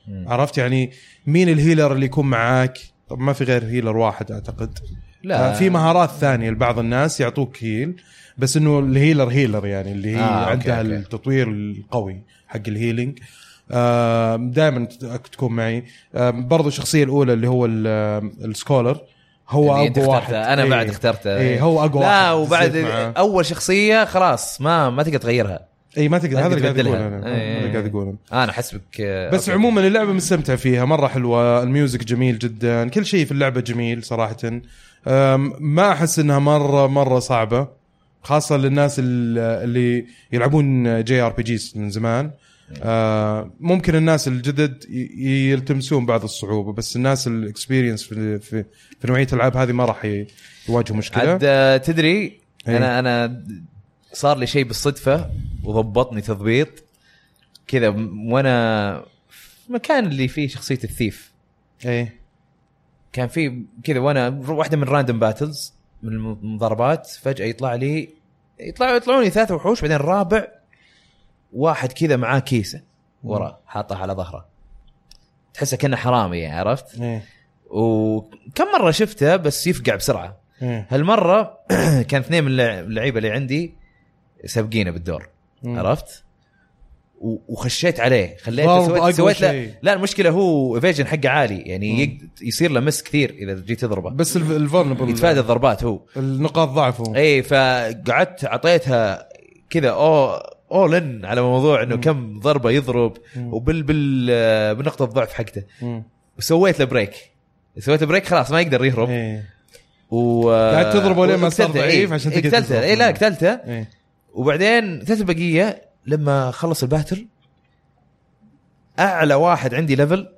Speaker 3: مم.
Speaker 1: عرفت يعني مين الهيلر اللي يكون معاك طب ما في غير هيلر واحد اعتقد
Speaker 3: لا
Speaker 1: آه، في مهارات ثانيه لبعض الناس يعطوك هيل بس انه الهيلر هيلر يعني اللي هي
Speaker 3: آه،
Speaker 1: آه،
Speaker 3: أوكي،
Speaker 1: عندها
Speaker 3: أوكي.
Speaker 1: التطوير القوي حق الهيلينج آه، دائما تكون معي آه، برضو الشخصيه الاولى اللي هو ال- آه، السكولر هو
Speaker 3: اللي أنت
Speaker 1: اقوى واحد
Speaker 3: اخترته. انا بعد
Speaker 1: إيه.
Speaker 3: اخترته
Speaker 1: إيه، هو اقوى واحد
Speaker 3: لا وبعد
Speaker 1: تصير معاه.
Speaker 3: اول شخصيه خلاص ما ما تقدر تغيرها
Speaker 1: اي ما تقدر
Speaker 3: ما
Speaker 1: هذا اللي قاعد
Speaker 3: تقدر
Speaker 1: اقوله
Speaker 3: تبدلها.
Speaker 1: انا
Speaker 3: إيه.
Speaker 1: هذا اللي قاعد اقوله
Speaker 3: آه، انا حسبك آه،
Speaker 1: بس
Speaker 3: أوكي.
Speaker 1: عموما اللعبه مستمتع فيها مره حلوه الميوزك جميل جدا كل شيء في اللعبه جميل صراحه أم، ما احس انها مره مره صعبه خاصه للناس ال- اللي يلعبون جي ار بي جيز من زمان أه، ممكن الناس الجدد ي- يلتمسون بعض الصعوبه بس الناس الاكسبيرينس في في, في نوعيه الالعاب هذه ما راح ي- يواجهوا مشكله
Speaker 3: عاد آه، تدري
Speaker 1: إيه.
Speaker 3: انا انا صار لي شيء بالصدفه وضبطني تضبيط كذا م- وانا في مكان اللي فيه شخصيه الثيف
Speaker 1: ايه
Speaker 3: كان في كذا وانا واحده من راندوم باتلز من المضاربات فجاه يطلع لي يطلع يطلعون لي ثلاث وحوش بعدين الرابع واحد كذا معاه كيسه وراه حاطها على ظهره تحسه كانه حرامي يعني عرفت
Speaker 1: ايه
Speaker 3: وكم مره شفته بس يفقع بسرعه
Speaker 1: ايه
Speaker 3: هالمره كان اثنين من اللع- اللعيبه اللي عندي سابقينه بالدور
Speaker 1: مم.
Speaker 3: عرفت؟ و- وخشيت عليه خليته
Speaker 1: ضرب
Speaker 3: سويت,
Speaker 1: أقوى
Speaker 3: سويت له
Speaker 1: شيء.
Speaker 3: لا المشكله هو ايفيجن حقه عالي يعني
Speaker 1: مم.
Speaker 3: يقد- يصير له مس كثير اذا جيت تضربه
Speaker 1: بس الفولنبل
Speaker 3: يتفادى إيه. الضربات هو
Speaker 1: النقاط ضعفه
Speaker 3: اي فقعدت اعطيتها كذا او اول ان على موضوع انه
Speaker 1: مم.
Speaker 3: كم ضربه يضرب
Speaker 1: مم.
Speaker 3: وبال بال آه، بنقطه الضعف حقته
Speaker 1: مم.
Speaker 3: وسويت له بريك سويت بريك خلاص ما يقدر يهرب
Speaker 1: ايه
Speaker 3: و
Speaker 1: قاعد تضربه لين ما صار
Speaker 3: وقتلته،
Speaker 1: ضعيف
Speaker 3: إيه.
Speaker 1: عشان
Speaker 3: إيه،
Speaker 1: تقدر
Speaker 3: قتلته
Speaker 1: تضربه.
Speaker 3: اي لا قتلته
Speaker 1: ايه
Speaker 3: وبعدين ثلاث بقيه لما خلص الباتل اعلى واحد عندي ليفل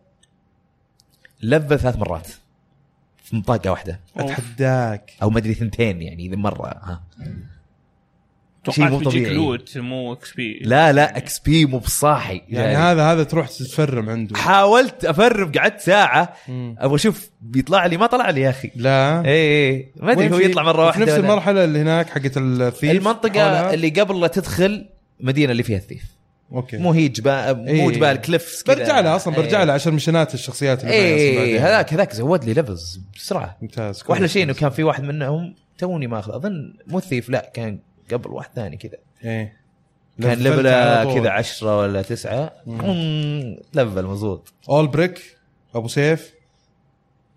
Speaker 3: لفل ثلاث مرات في طاقه واحده
Speaker 1: اتحداك
Speaker 3: او ما ادري ثنتين يعني اذا مره ها. شيء
Speaker 2: توقعت
Speaker 3: مو
Speaker 2: بيجيك
Speaker 3: طبيعي.
Speaker 2: لوت مو اكس بي
Speaker 3: لا لا اكس بي مو بصاحي
Speaker 1: يعني هذا هذا تروح تتفرم عنده
Speaker 3: حاولت افرم قعدت ساعه
Speaker 1: مم.
Speaker 3: ابغى اشوف بيطلع لي ما طلع لي يا اخي
Speaker 1: لا
Speaker 3: اي اي إيه. ما ادري
Speaker 1: وين
Speaker 3: هو
Speaker 1: في-
Speaker 3: يطلع مره واحده
Speaker 1: في نفس
Speaker 3: ولا-
Speaker 1: المرحله اللي هناك حقت الثيف
Speaker 3: المنطقه
Speaker 1: حولها.
Speaker 3: اللي قبل لا تدخل مدينه اللي فيها الثيف
Speaker 1: اوكي
Speaker 3: مو هي جبال مو
Speaker 1: إيه.
Speaker 3: جبال كليفس كذا.
Speaker 1: برجع لها اصلا برجع
Speaker 3: إيه.
Speaker 1: لها عشان مشينات الشخصيات اللي معي أصلاً
Speaker 3: اي
Speaker 1: بعدين.
Speaker 3: إيه، هذاك هذاك زود لي ليفلز بسرعه
Speaker 1: ممتاز كويس.
Speaker 3: واحلى شيء انه كان في واحد منهم توني ما اخذ اظن مو ثيف لا كان قبل واحد ثاني كذا
Speaker 1: ايه
Speaker 3: كان
Speaker 1: لفلت على
Speaker 3: ليفله
Speaker 1: طول.
Speaker 3: كذا عشرة ولا تسعة مم، ليفل مزود
Speaker 1: اول بريك ابو سيف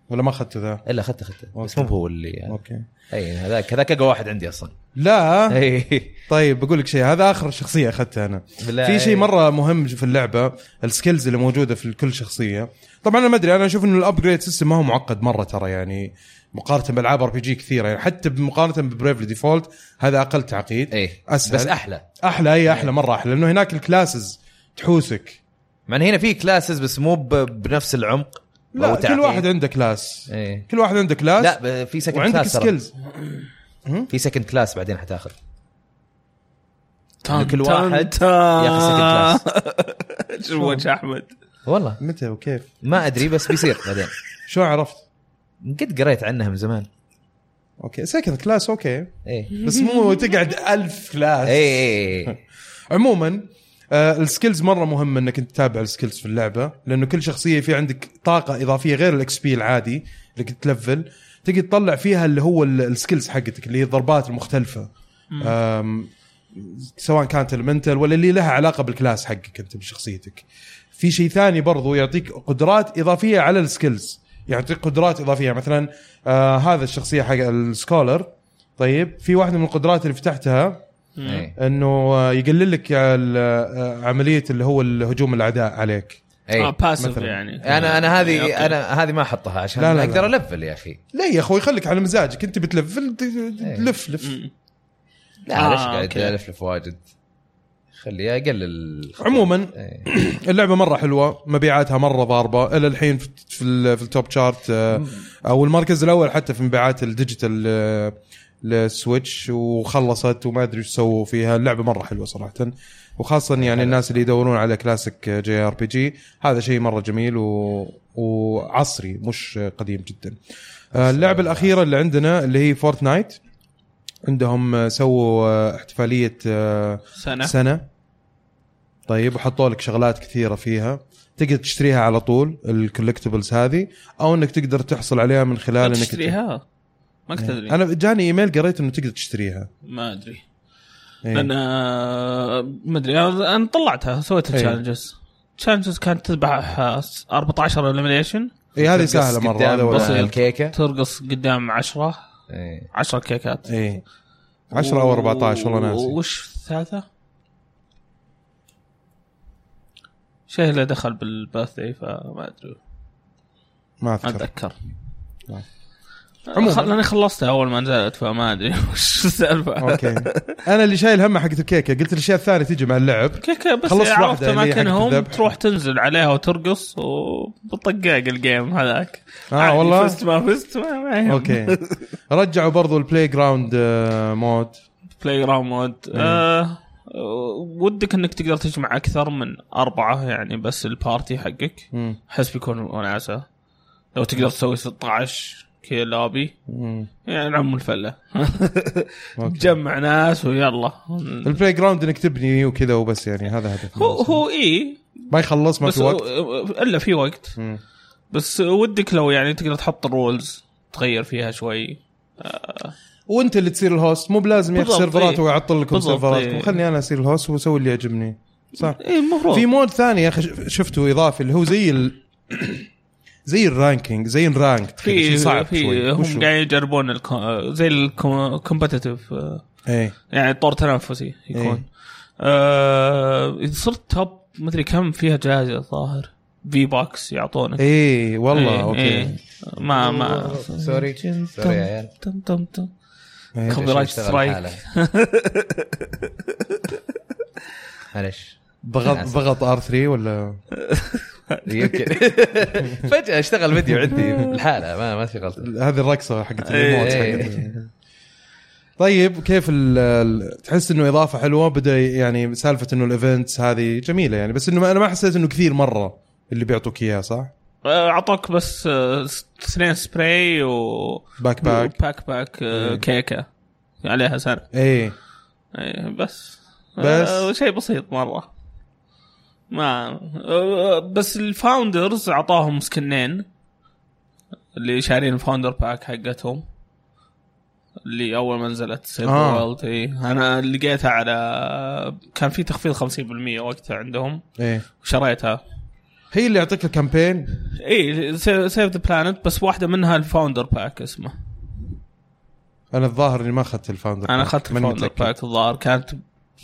Speaker 1: ولا ما اخذته ذا
Speaker 3: الا اخذته اخذته بس
Speaker 1: أوكي. آه.
Speaker 3: مو هو اللي يعني.
Speaker 1: اوكي
Speaker 3: اي هذاك هذاك اقوى واحد عندي اصلا
Speaker 1: لا
Speaker 3: إيه. اي
Speaker 1: طيب بقول لك شيء هذا اخر شخصيه اخذتها انا
Speaker 3: بالله.
Speaker 1: في شيء مره مهم في اللعبه السكيلز اللي موجوده في كل شخصيه طبعا انا ما ادري انا اشوف انه الابجريد سيستم ما هو معقد مره ترى يعني مقارنه بالعاب ار بي جي كثيره يعني حتى مقارنه ببريفلي ديفولت هذا اقل تعقيد
Speaker 3: ايه
Speaker 1: أسهل.
Speaker 3: بس احلى
Speaker 1: احلى اي
Speaker 3: إيه.
Speaker 1: احلى مره احلى لانه هناك الكلاسز تحوسك
Speaker 3: مع إن هنا في كلاسز بس مو ب- بنفس العمق
Speaker 1: لا
Speaker 3: أو
Speaker 1: كل
Speaker 3: تعقيد.
Speaker 1: واحد عنده كلاس
Speaker 3: ايه
Speaker 1: كل واحد عنده كلاس
Speaker 3: لا ب- في سكند
Speaker 1: وعندك
Speaker 3: كلاس ترى.
Speaker 1: سكيلز
Speaker 3: في سكند كلاس بعدين حتاخذ
Speaker 2: تن-
Speaker 3: كل
Speaker 2: تن-
Speaker 3: واحد
Speaker 2: تن.
Speaker 3: ياخذ
Speaker 1: آه.
Speaker 3: سكند كلاس
Speaker 2: شوف وجه احمد
Speaker 3: والله
Speaker 1: متى وكيف
Speaker 3: ما ادري بس بيصير بعدين
Speaker 1: شو عرفت
Speaker 3: قد قريت عنها من زمان
Speaker 1: اوكي سكند كلاس اوكي
Speaker 3: ايه
Speaker 1: بس مو تقعد ألف كلاس
Speaker 3: ايه إيه.
Speaker 1: عموما آه السكيلز مره مهم انك انت تتابع السكيلز في اللعبه لانه كل شخصيه في عندك طاقه اضافيه غير الاكس بي العادي اللي كنت تلفل تقدر تطلع فيها اللي هو ال- السكيلز حقتك اللي هي الضربات المختلفه آم، سواء كانت المنتل ولا اللي لها علاقه بالكلاس حقك انت بشخصيتك في شيء ثاني برضو يعطيك قدرات اضافيه على السكيلز يعطيك قدرات اضافيه مثلا آه هذا الشخصيه حق السكولر طيب في واحده من القدرات اللي فتحتها
Speaker 3: ايه
Speaker 1: انه آه، يقلل لك ال- آه، عمليه اللي هو الهجوم الاعداء عليك
Speaker 2: اه
Speaker 3: ايه
Speaker 2: باسف
Speaker 1: إيه، مثلاً.
Speaker 2: يعني
Speaker 3: انا انا هذه
Speaker 2: أوكي.
Speaker 3: انا هذه ما احطها عشان
Speaker 1: لا،
Speaker 3: لا
Speaker 1: لا،
Speaker 3: لا
Speaker 1: لا.
Speaker 3: اقدر الفل يا اخي
Speaker 1: لا يا اخوي خليك على مزاجك انت بتلفل ت- لف لف
Speaker 2: مم.
Speaker 3: لا
Speaker 2: آه،
Speaker 3: ليش قاعد
Speaker 2: أوكي.
Speaker 3: الفلف واجد خليه اقلل
Speaker 1: عموما
Speaker 3: إيه.
Speaker 1: اللعبه مره حلوه مبيعاتها مره ضاربه الى الحين في في, ال- في التوب شارت آه، او المركز الاول حتى في مبيعات الديجيتال آه، للسويتش وخلصت وما ادري ايش سووا فيها اللعبه مره حلوه صراحه وخاصه يعني الناس اللي يدورون على كلاسيك آه، جي ار بي جي هذا شيء مره جميل و... وعصري مش قديم جدا آه، اللعبه الاخيره اللي عندنا اللي هي فورتنايت عندهم آه، سووا آه، احتفاليه آه،
Speaker 2: سنه
Speaker 1: سنه طيب وحطوا لك شغلات كثيره فيها تقدر تشتريها على طول الكولكتبلز هذه او انك تقدر تحصل عليها من خلال
Speaker 2: لا
Speaker 1: انك
Speaker 2: تشتريها ما كنت ادري
Speaker 1: انا جاني ايميل قريت انه تقدر تشتريها
Speaker 2: ما ادري
Speaker 1: إيه.
Speaker 2: لان آه، ما ادري انا أنا طلعتها سويت
Speaker 1: إيه.
Speaker 2: تشالنجز تشالنجز كانت تذبح آه، 14 اليمينيشن
Speaker 1: اي إيه، هذه
Speaker 3: ترقص
Speaker 1: سهله مره
Speaker 3: قدام
Speaker 1: هذا ولا-
Speaker 2: بسيط.
Speaker 3: الكيكه
Speaker 2: ترقص قدام 10
Speaker 3: إيه.
Speaker 2: 10 كيكات
Speaker 1: اي 10 او 14 والله ناسي
Speaker 2: وش الثالثه؟ شيء له دخل بالباث فما ادري
Speaker 1: ما
Speaker 2: ما
Speaker 1: اذكر
Speaker 2: اتذكر
Speaker 1: نعم.
Speaker 2: عموما خل... لاني خلصتها اول ما نزلت فما ادري وش السالفه
Speaker 1: اوكي انا اللي شايل همه حقت الكيكه قلت الاشياء الثانيه تجي مع اللعب
Speaker 2: كيكة بس يعني
Speaker 1: خلصت واحدة
Speaker 2: عرفت
Speaker 1: اللي هي حقت
Speaker 2: اماكنهم
Speaker 1: الذبح.
Speaker 2: تروح تنزل عليها وترقص وبطقاق الجيم هذاك
Speaker 1: آه،
Speaker 2: عادي،
Speaker 1: والله؟
Speaker 2: فزت ما فزت ما, ما يهم.
Speaker 1: اوكي رجعوا برضو البلاي جراوند آه، مود
Speaker 2: بلاي جراوند مود آه ودك انك تقدر تجمع اكثر من اربعه يعني بس البارتي حقك
Speaker 1: مم.
Speaker 2: احس بيكون وناسه لو تقدر تسوي 16 كذا لابي
Speaker 1: مم.
Speaker 2: يعني عم الفله
Speaker 1: أوكي.
Speaker 2: تجمع ناس ويلا
Speaker 1: البلاي جراوند انك تبني وكذا وبس يعني هذا
Speaker 2: هو
Speaker 1: هدف
Speaker 2: هو اي
Speaker 1: ما يخلص ما
Speaker 2: بس
Speaker 1: في وقت
Speaker 2: الا في وقت
Speaker 1: مم.
Speaker 2: بس ودك لو يعني تقدر تحط الرولز تغير فيها شوي
Speaker 1: وانت اللي تصير الهوست مو بلازم يا اخي
Speaker 2: بالضبط،
Speaker 1: سيرفرات
Speaker 2: إيه.
Speaker 1: ويعطل لكم
Speaker 2: بالضبط،
Speaker 1: سيرفراتكم
Speaker 2: إيه.
Speaker 1: خلني انا اصير الهوست واسوي اللي يعجبني صح
Speaker 2: اي إيه، المفروض
Speaker 1: في مود ثاني يا اخي ش- شفته اضافي اللي هو زي ال... زي الرانكينج زي الرانك
Speaker 2: في
Speaker 1: صعب
Speaker 2: في
Speaker 1: شوي
Speaker 2: هم
Speaker 1: وش هو؟
Speaker 2: قاعدين يجربون الكو... زي الكومبتيتيف
Speaker 1: ايه
Speaker 2: يعني طور تنافسي يكون
Speaker 1: إيه.
Speaker 2: إيه. آه صرت توب مدري كم فيها جائزه الظاهر في بوكس يعطونك
Speaker 1: ايه والله إيه. اوكي
Speaker 2: إيه.
Speaker 1: إيه.
Speaker 2: ما ما
Speaker 3: سوري سوري يا عيال
Speaker 2: تم تم تم
Speaker 1: إيه.
Speaker 2: كوبي رايت
Speaker 3: اشتغل
Speaker 2: سترايك.
Speaker 3: حاله. معلش
Speaker 1: بغط بغط ار 3 ولا
Speaker 3: يمكن فجاه اشتغل فيديو عندي بالحاله ما ما في غلطه
Speaker 1: هذه الرقصه حقت
Speaker 2: إيه.
Speaker 1: الريموت حقت طيب كيف ال- ال... تحس انه اضافه حلوه بدا يعني سالفه انه الايفنتس هذه جميله يعني بس انه ما- انا ما حسيت انه كثير مره اللي بيعطوك اياه صح؟
Speaker 2: آه، اعطوك بس آه، اثنين سبراي و
Speaker 1: باك باك
Speaker 2: باك باك
Speaker 3: إيه.
Speaker 2: آه، كيكه عليها سنه
Speaker 1: ايه
Speaker 2: إيه، بس
Speaker 1: بس؟
Speaker 2: آه، شيء بسيط مره ما آه، بس الفاوندرز اعطاهم سكنين اللي شارين الفاوندر باك حقتهم اللي اول ما نزلت سيف
Speaker 1: آه.
Speaker 2: وورلد اي انا لقيتها على كان في تخفيض 50% وقتها عندهم
Speaker 1: ايه
Speaker 2: وشريتها
Speaker 1: هي اللي يعطيك الكامبين
Speaker 2: اي سيف ذا بلانت بس واحده منها الفاوندر باك اسمه
Speaker 1: انا الظاهر اني ما اخذت الفاوندر
Speaker 2: انا
Speaker 1: باك.
Speaker 2: اخذت
Speaker 1: ماني
Speaker 2: الفاوندر
Speaker 1: متأكد.
Speaker 2: باغ الظاهر كانت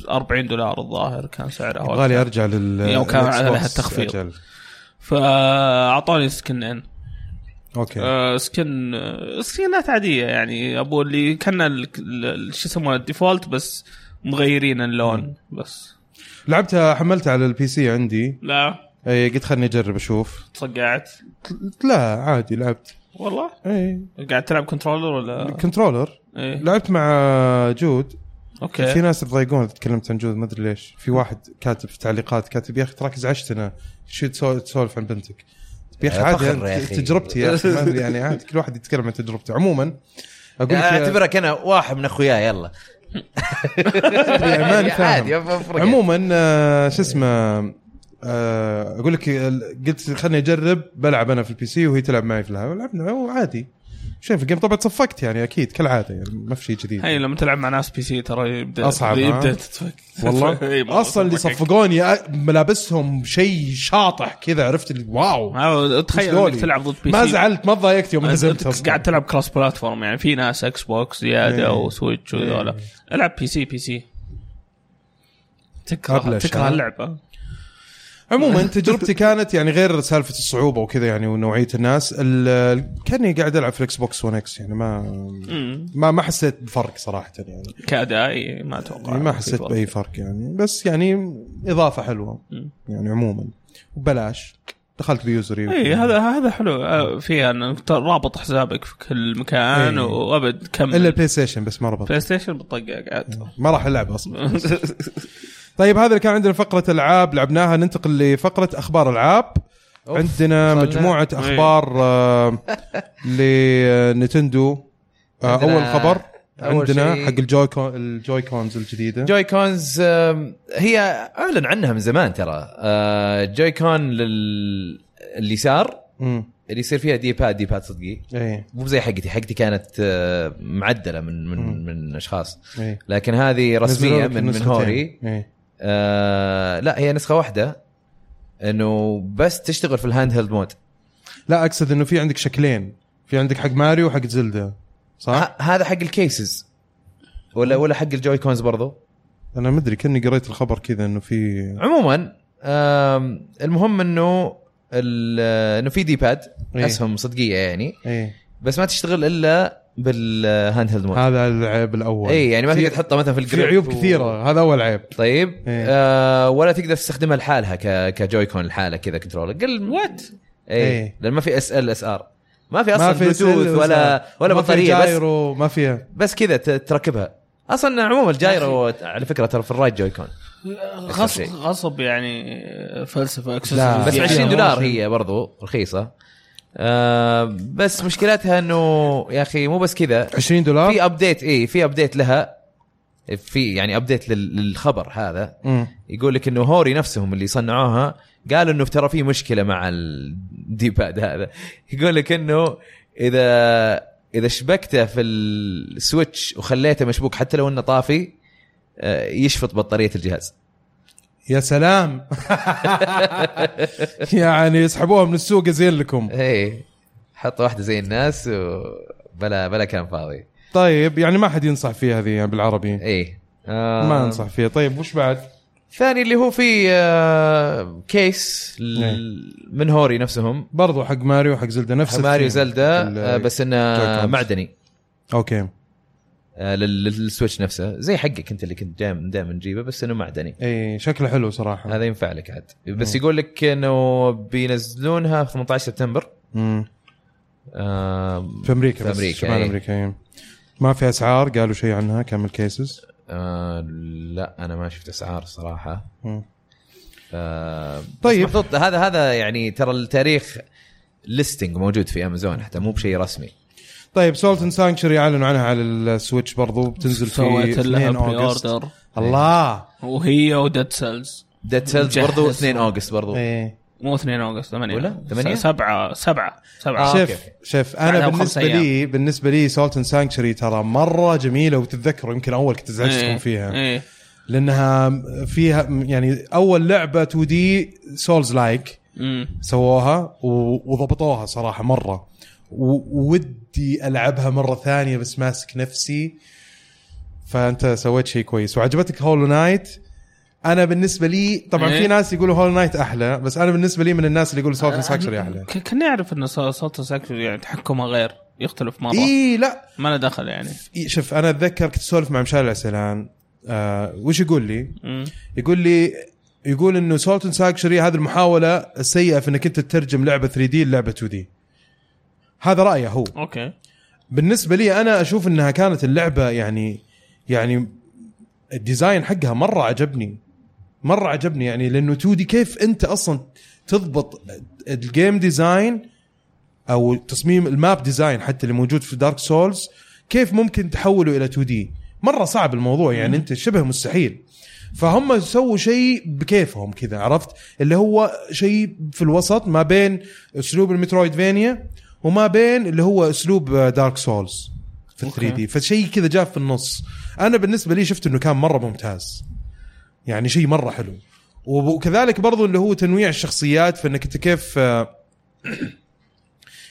Speaker 2: 40 دولار الظاهر كان سعرها وقتها.
Speaker 1: يبغالي ارجع لل
Speaker 2: يوم كان
Speaker 1: للإكس
Speaker 2: عليها
Speaker 1: بوكس
Speaker 2: التخفيض.
Speaker 1: أجل. إيه.
Speaker 2: فاعطوني سكنين
Speaker 1: اوكي
Speaker 2: آه، سكن آه، سكنات عاديه يعني ابو اللي كان ال- ال- شو يسمونه الديفولت بس مغيرين اللون بس
Speaker 1: لعبتها حملتها على البي سي عندي
Speaker 2: لا
Speaker 1: اي قلت خلني اجرب اشوف
Speaker 2: تصقعت
Speaker 1: لا عادي لعبت
Speaker 2: والله
Speaker 1: اي
Speaker 2: قاعد تلعب كنترولر ولا
Speaker 1: كنترولر
Speaker 2: ايه
Speaker 1: لعبت مع جود في
Speaker 2: اوكي
Speaker 1: ناس يتضايقون اذا تكلمت عن جود ما ادري ليش في واحد كاتب في تعليقات كاتب يا اخي تراك ازعجتنا شو تسو- تسولف عن بنتك طيب يا اخي
Speaker 3: يا
Speaker 1: عادي
Speaker 3: فخر يعني يا
Speaker 1: أنت-
Speaker 3: أخي.
Speaker 1: تجربتي يا اخي ما أدري يعني عادي كل واحد يتكلم عن تجربته عموما اقول لك يا-
Speaker 3: آه، اعتبرك انا واحد من اخوياي يلا
Speaker 1: ماني فاهم.
Speaker 3: يعني عادي أفرق.
Speaker 1: عموما آه، شو اسمه آه، اقول لك آه، قلت خلني اجرب بلعب انا في البي سي وهي تلعب معي في الهواء لعبنا وعادي شيء في الجيم طبعا تصفقت يعني اكيد كالعاده يعني ما في شيء
Speaker 2: هي
Speaker 1: جديد
Speaker 2: لما تلعب مع ناس بي سي ترى يبدا
Speaker 1: أصعب، ها؟
Speaker 2: يبدا تتفك إيه،
Speaker 1: والله
Speaker 2: إي مرة
Speaker 1: اصلا اللي
Speaker 2: تتفكك.
Speaker 1: صفقوني آه، ملابسهم شيء شاطح كذا عرفت اللي واو
Speaker 2: آه، تخيل
Speaker 1: وش
Speaker 2: انك
Speaker 1: دولي؟
Speaker 2: تلعب ضد بي سي
Speaker 1: ما زعلت ما تضايقت يوم هزمت
Speaker 2: انت قاعد تلعب كروس بلاتفورم يعني في ناس اكس بوكس
Speaker 1: إيه.
Speaker 2: زياده وسويتش وذولا العب بي سي بي سي تكره
Speaker 1: أبلش،
Speaker 2: تكره
Speaker 1: ها؟
Speaker 2: اللعبه
Speaker 1: عموما تجربتي كانت يعني غير سالفه الصعوبه وكذا يعني ونوعيه الناس ال- كاني قاعد العب في الاكس بوكس 1 اكس يعني ما
Speaker 2: أمم.
Speaker 1: ما ما حسيت بفرق صراحه يعني
Speaker 2: كاداء إيه، ما اتوقع
Speaker 1: يعني ما
Speaker 2: في
Speaker 1: حسيت
Speaker 2: فرق.
Speaker 1: باي فرق يعني بس يعني اضافه حلوه
Speaker 2: مم.
Speaker 1: يعني عموما وبلاش دخلت بيوزري
Speaker 2: اي إيه، هذا هذا حلو آه، فيها انك ت- رابط حسابك في كل مكان
Speaker 1: إيه.
Speaker 2: وابد
Speaker 1: الا
Speaker 2: كمل
Speaker 1: البلاي ستيشن بس ما ربط
Speaker 2: بلاي ستيشن بتطقع قاعد
Speaker 1: ما راح العب اصلا طيب هذا اللي كان عندنا فقره العاب لعبناها ننتقل لفقره اخبار العاب
Speaker 3: أوف،
Speaker 1: عندنا
Speaker 3: وصلنا.
Speaker 1: مجموعه
Speaker 2: إيه.
Speaker 1: اخبار آه، لنتندو آه،
Speaker 3: عندنا-
Speaker 1: اول خبر
Speaker 3: أول
Speaker 1: عندنا
Speaker 3: شيء-
Speaker 1: حق الجوي كون الجوي كونز الجديده
Speaker 3: جوي كونز آم، هي اعلن عنها من زمان ترى آه، جوي كون لل... اليسار
Speaker 1: مم.
Speaker 3: اللي يصير فيها دي باد دي باد صدقي
Speaker 1: ايه
Speaker 3: مو زي حقتي حقتي كانت آه، معدله من من
Speaker 1: مم.
Speaker 3: من اشخاص
Speaker 1: ايه
Speaker 3: لكن هذه رسميه
Speaker 1: نزلوا لك
Speaker 3: من من
Speaker 1: نسختين.
Speaker 3: هوري
Speaker 1: ايه
Speaker 3: آه، لا هي نسخه واحده انه بس تشتغل في الهاند هيلد مود
Speaker 1: لا اقصد انه في عندك شكلين في عندك حق ماريو وحق زلدا صح؟
Speaker 3: ه- هذا حق الكيسز ولا ولا حق الجوي كونز برضو
Speaker 1: انا مدري كاني قريت الخبر كذا انه في
Speaker 3: عموما آم، المهم انه ال- انه في دي باد
Speaker 1: إيه.
Speaker 3: اسهم صدقيه يعني
Speaker 1: ايه
Speaker 3: بس ما تشتغل الا بالهاند هيلد مود
Speaker 1: هذا العيب الاول
Speaker 3: اي يعني ما
Speaker 1: في-
Speaker 3: تقدر تحطها مثلا في الجريب
Speaker 1: في عيوب
Speaker 3: و-
Speaker 1: كثيره هذا اول عيب
Speaker 3: طيب
Speaker 1: إيه.
Speaker 3: آه ولا تقدر تستخدمها لحالها ك كجوي كون لحالها كذا كنترولر قل
Speaker 2: وات
Speaker 3: اي
Speaker 1: إيه.
Speaker 3: لان ما في اس ال اس ار ما في اصلا
Speaker 1: في سل
Speaker 3: بلوتوث ولا ولا
Speaker 1: ما في
Speaker 3: بطاريه بس
Speaker 1: جايرو ما فيها
Speaker 3: بس كذا ت- تركبها اصلا عموما الجايرو على فكره ترى في الرايت جوي كون
Speaker 2: غصب
Speaker 3: شيء.
Speaker 2: غصب يعني فلسفه
Speaker 1: لا،
Speaker 2: اكسسوارز
Speaker 3: بس
Speaker 1: يعني
Speaker 3: 20 دولار
Speaker 1: ماشي.
Speaker 3: هي برضو رخيصه آه بس مشكلتها انه يا اخي مو بس كذا
Speaker 1: 20 دولار
Speaker 3: في ابديت اي في ابديت لها في يعني ابديت لل- للخبر هذا
Speaker 1: مم.
Speaker 3: يقول لك انه هوري نفسهم اللي صنعوها قالوا انه ترى في مشكله مع الدي باد هذا يقول لك انه اذا اذا شبكته في السويتش وخليته مشبوك حتى لو انه طافي آه، يشفط بطاريه الجهاز
Speaker 1: يا سلام يعني يسحبوها من السوق زين لكم
Speaker 3: اي إيه، حط واحده زي الناس وبلا بلا كلام فاضي
Speaker 1: طيب يعني ما حد ينصح فيها هذه يعني بالعربي
Speaker 3: اي آه
Speaker 1: ما انصح فيها طيب وش بعد؟
Speaker 3: ثاني اللي هو في آه كيس ل-
Speaker 1: إيه.
Speaker 3: من هوري نفسهم
Speaker 1: برضو حق ماريو حق زلدا نفس
Speaker 3: ماريو
Speaker 1: الثيم.
Speaker 3: زلدا
Speaker 1: ال-
Speaker 3: آه بس انه
Speaker 1: جوي-كونز.
Speaker 3: معدني
Speaker 1: اوكي
Speaker 3: آه، لل- للسويتش نفسه زي حقك انت اللي كنت دائما دائما تجيبه بس انه معدني
Speaker 1: اي شكله حلو صراحه
Speaker 3: هذا ينفع لك عاد بس
Speaker 1: مم.
Speaker 3: يقول لك انه بينزلونها في 18 سبتمبر
Speaker 1: مم.
Speaker 3: آم،
Speaker 1: في امريكا
Speaker 3: في
Speaker 1: بس
Speaker 3: أمريكا،
Speaker 1: شمال
Speaker 3: أي.
Speaker 1: امريكا أي. ما في اسعار قالوا شيء عنها كم الكيسز
Speaker 3: آه، لا انا ما شفت اسعار صراحه
Speaker 1: مم.
Speaker 3: آه، بس
Speaker 1: طيب.
Speaker 3: محطوط هذا هذا يعني ترى التاريخ ليستنج موجود في امازون حتى مو بشيء رسمي
Speaker 1: طيب سولتن سانكشري اعلنوا عنها على السويتش برضو بتنزل في
Speaker 2: سويت لها
Speaker 1: 2
Speaker 2: بري
Speaker 1: اوغست
Speaker 2: اوردر
Speaker 1: الله
Speaker 2: وهي وديد سيلز
Speaker 3: ديد سيلز
Speaker 2: مجهز.
Speaker 3: برضو 2 اوغست برضو
Speaker 1: ايه
Speaker 2: مو 2 اوغست 8
Speaker 3: ولا؟ ثمانية؟
Speaker 2: 7 7 7
Speaker 3: آه، أوكي،
Speaker 1: شوف
Speaker 3: أوكي.
Speaker 1: شوف
Speaker 2: بعدها
Speaker 1: انا
Speaker 2: بخمس
Speaker 1: بالنسبه
Speaker 2: أيام.
Speaker 1: لي بالنسبه لي سولتن سانكشري ترى مره جميله وتتذكروا يمكن اول
Speaker 2: إيه،
Speaker 1: كنت ازعجتكم فيها
Speaker 2: ايه
Speaker 1: لانها فيها يعني اول لعبه 2 دي سولز لايك
Speaker 2: مم.
Speaker 1: سووها و- وضبطوها صراحه مره و- ودي العبها مره ثانيه بس ماسك نفسي فانت سويت شيء كويس وعجبتك هولو نايت انا بالنسبه لي طبعا
Speaker 2: إيه.
Speaker 1: في ناس يقولوا هول نايت احلى بس انا بالنسبه لي من الناس اللي يقولوا سولتنس اكشلي احلى
Speaker 2: ك- كنا نعرف ان سولتس اكشلي يعني تحكمه غير يختلف مره
Speaker 1: اي إيه، لا
Speaker 2: ما له دخل يعني
Speaker 1: إيه، شوف انا اتذكر كنت اسولف مع مشاري العسلان آه وش يقول لي؟
Speaker 2: مم.
Speaker 1: يقول لي يقول انه سولت اند ساكشري هذه المحاوله السيئه في انك انت تترجم لعبه 3 دي للعبه 2 دي هذا رايه هو
Speaker 2: اوكي
Speaker 1: بالنسبه لي انا اشوف انها كانت اللعبه يعني يعني الديزاين حقها مره عجبني مره عجبني يعني لانه 2 دي كيف انت اصلا تضبط الجيم ديزاين او تصميم الماب ديزاين حتى اللي موجود في دارك سولز كيف ممكن تحوله الى 2 دي مره صعب الموضوع يعني انت شبه مستحيل فهم سووا شيء بكيفهم كذا عرفت اللي هو شيء في الوسط ما بين اسلوب المترويدفانيا وما بين اللي هو اسلوب آه، دارك سولز في 3
Speaker 2: أوكي.
Speaker 1: دي فشيء كذا جاء في النص انا بالنسبه لي شفت انه كان مره ممتاز يعني شيء مره حلو وكذلك برضو اللي هو تنويع الشخصيات فانك انت كيف آه،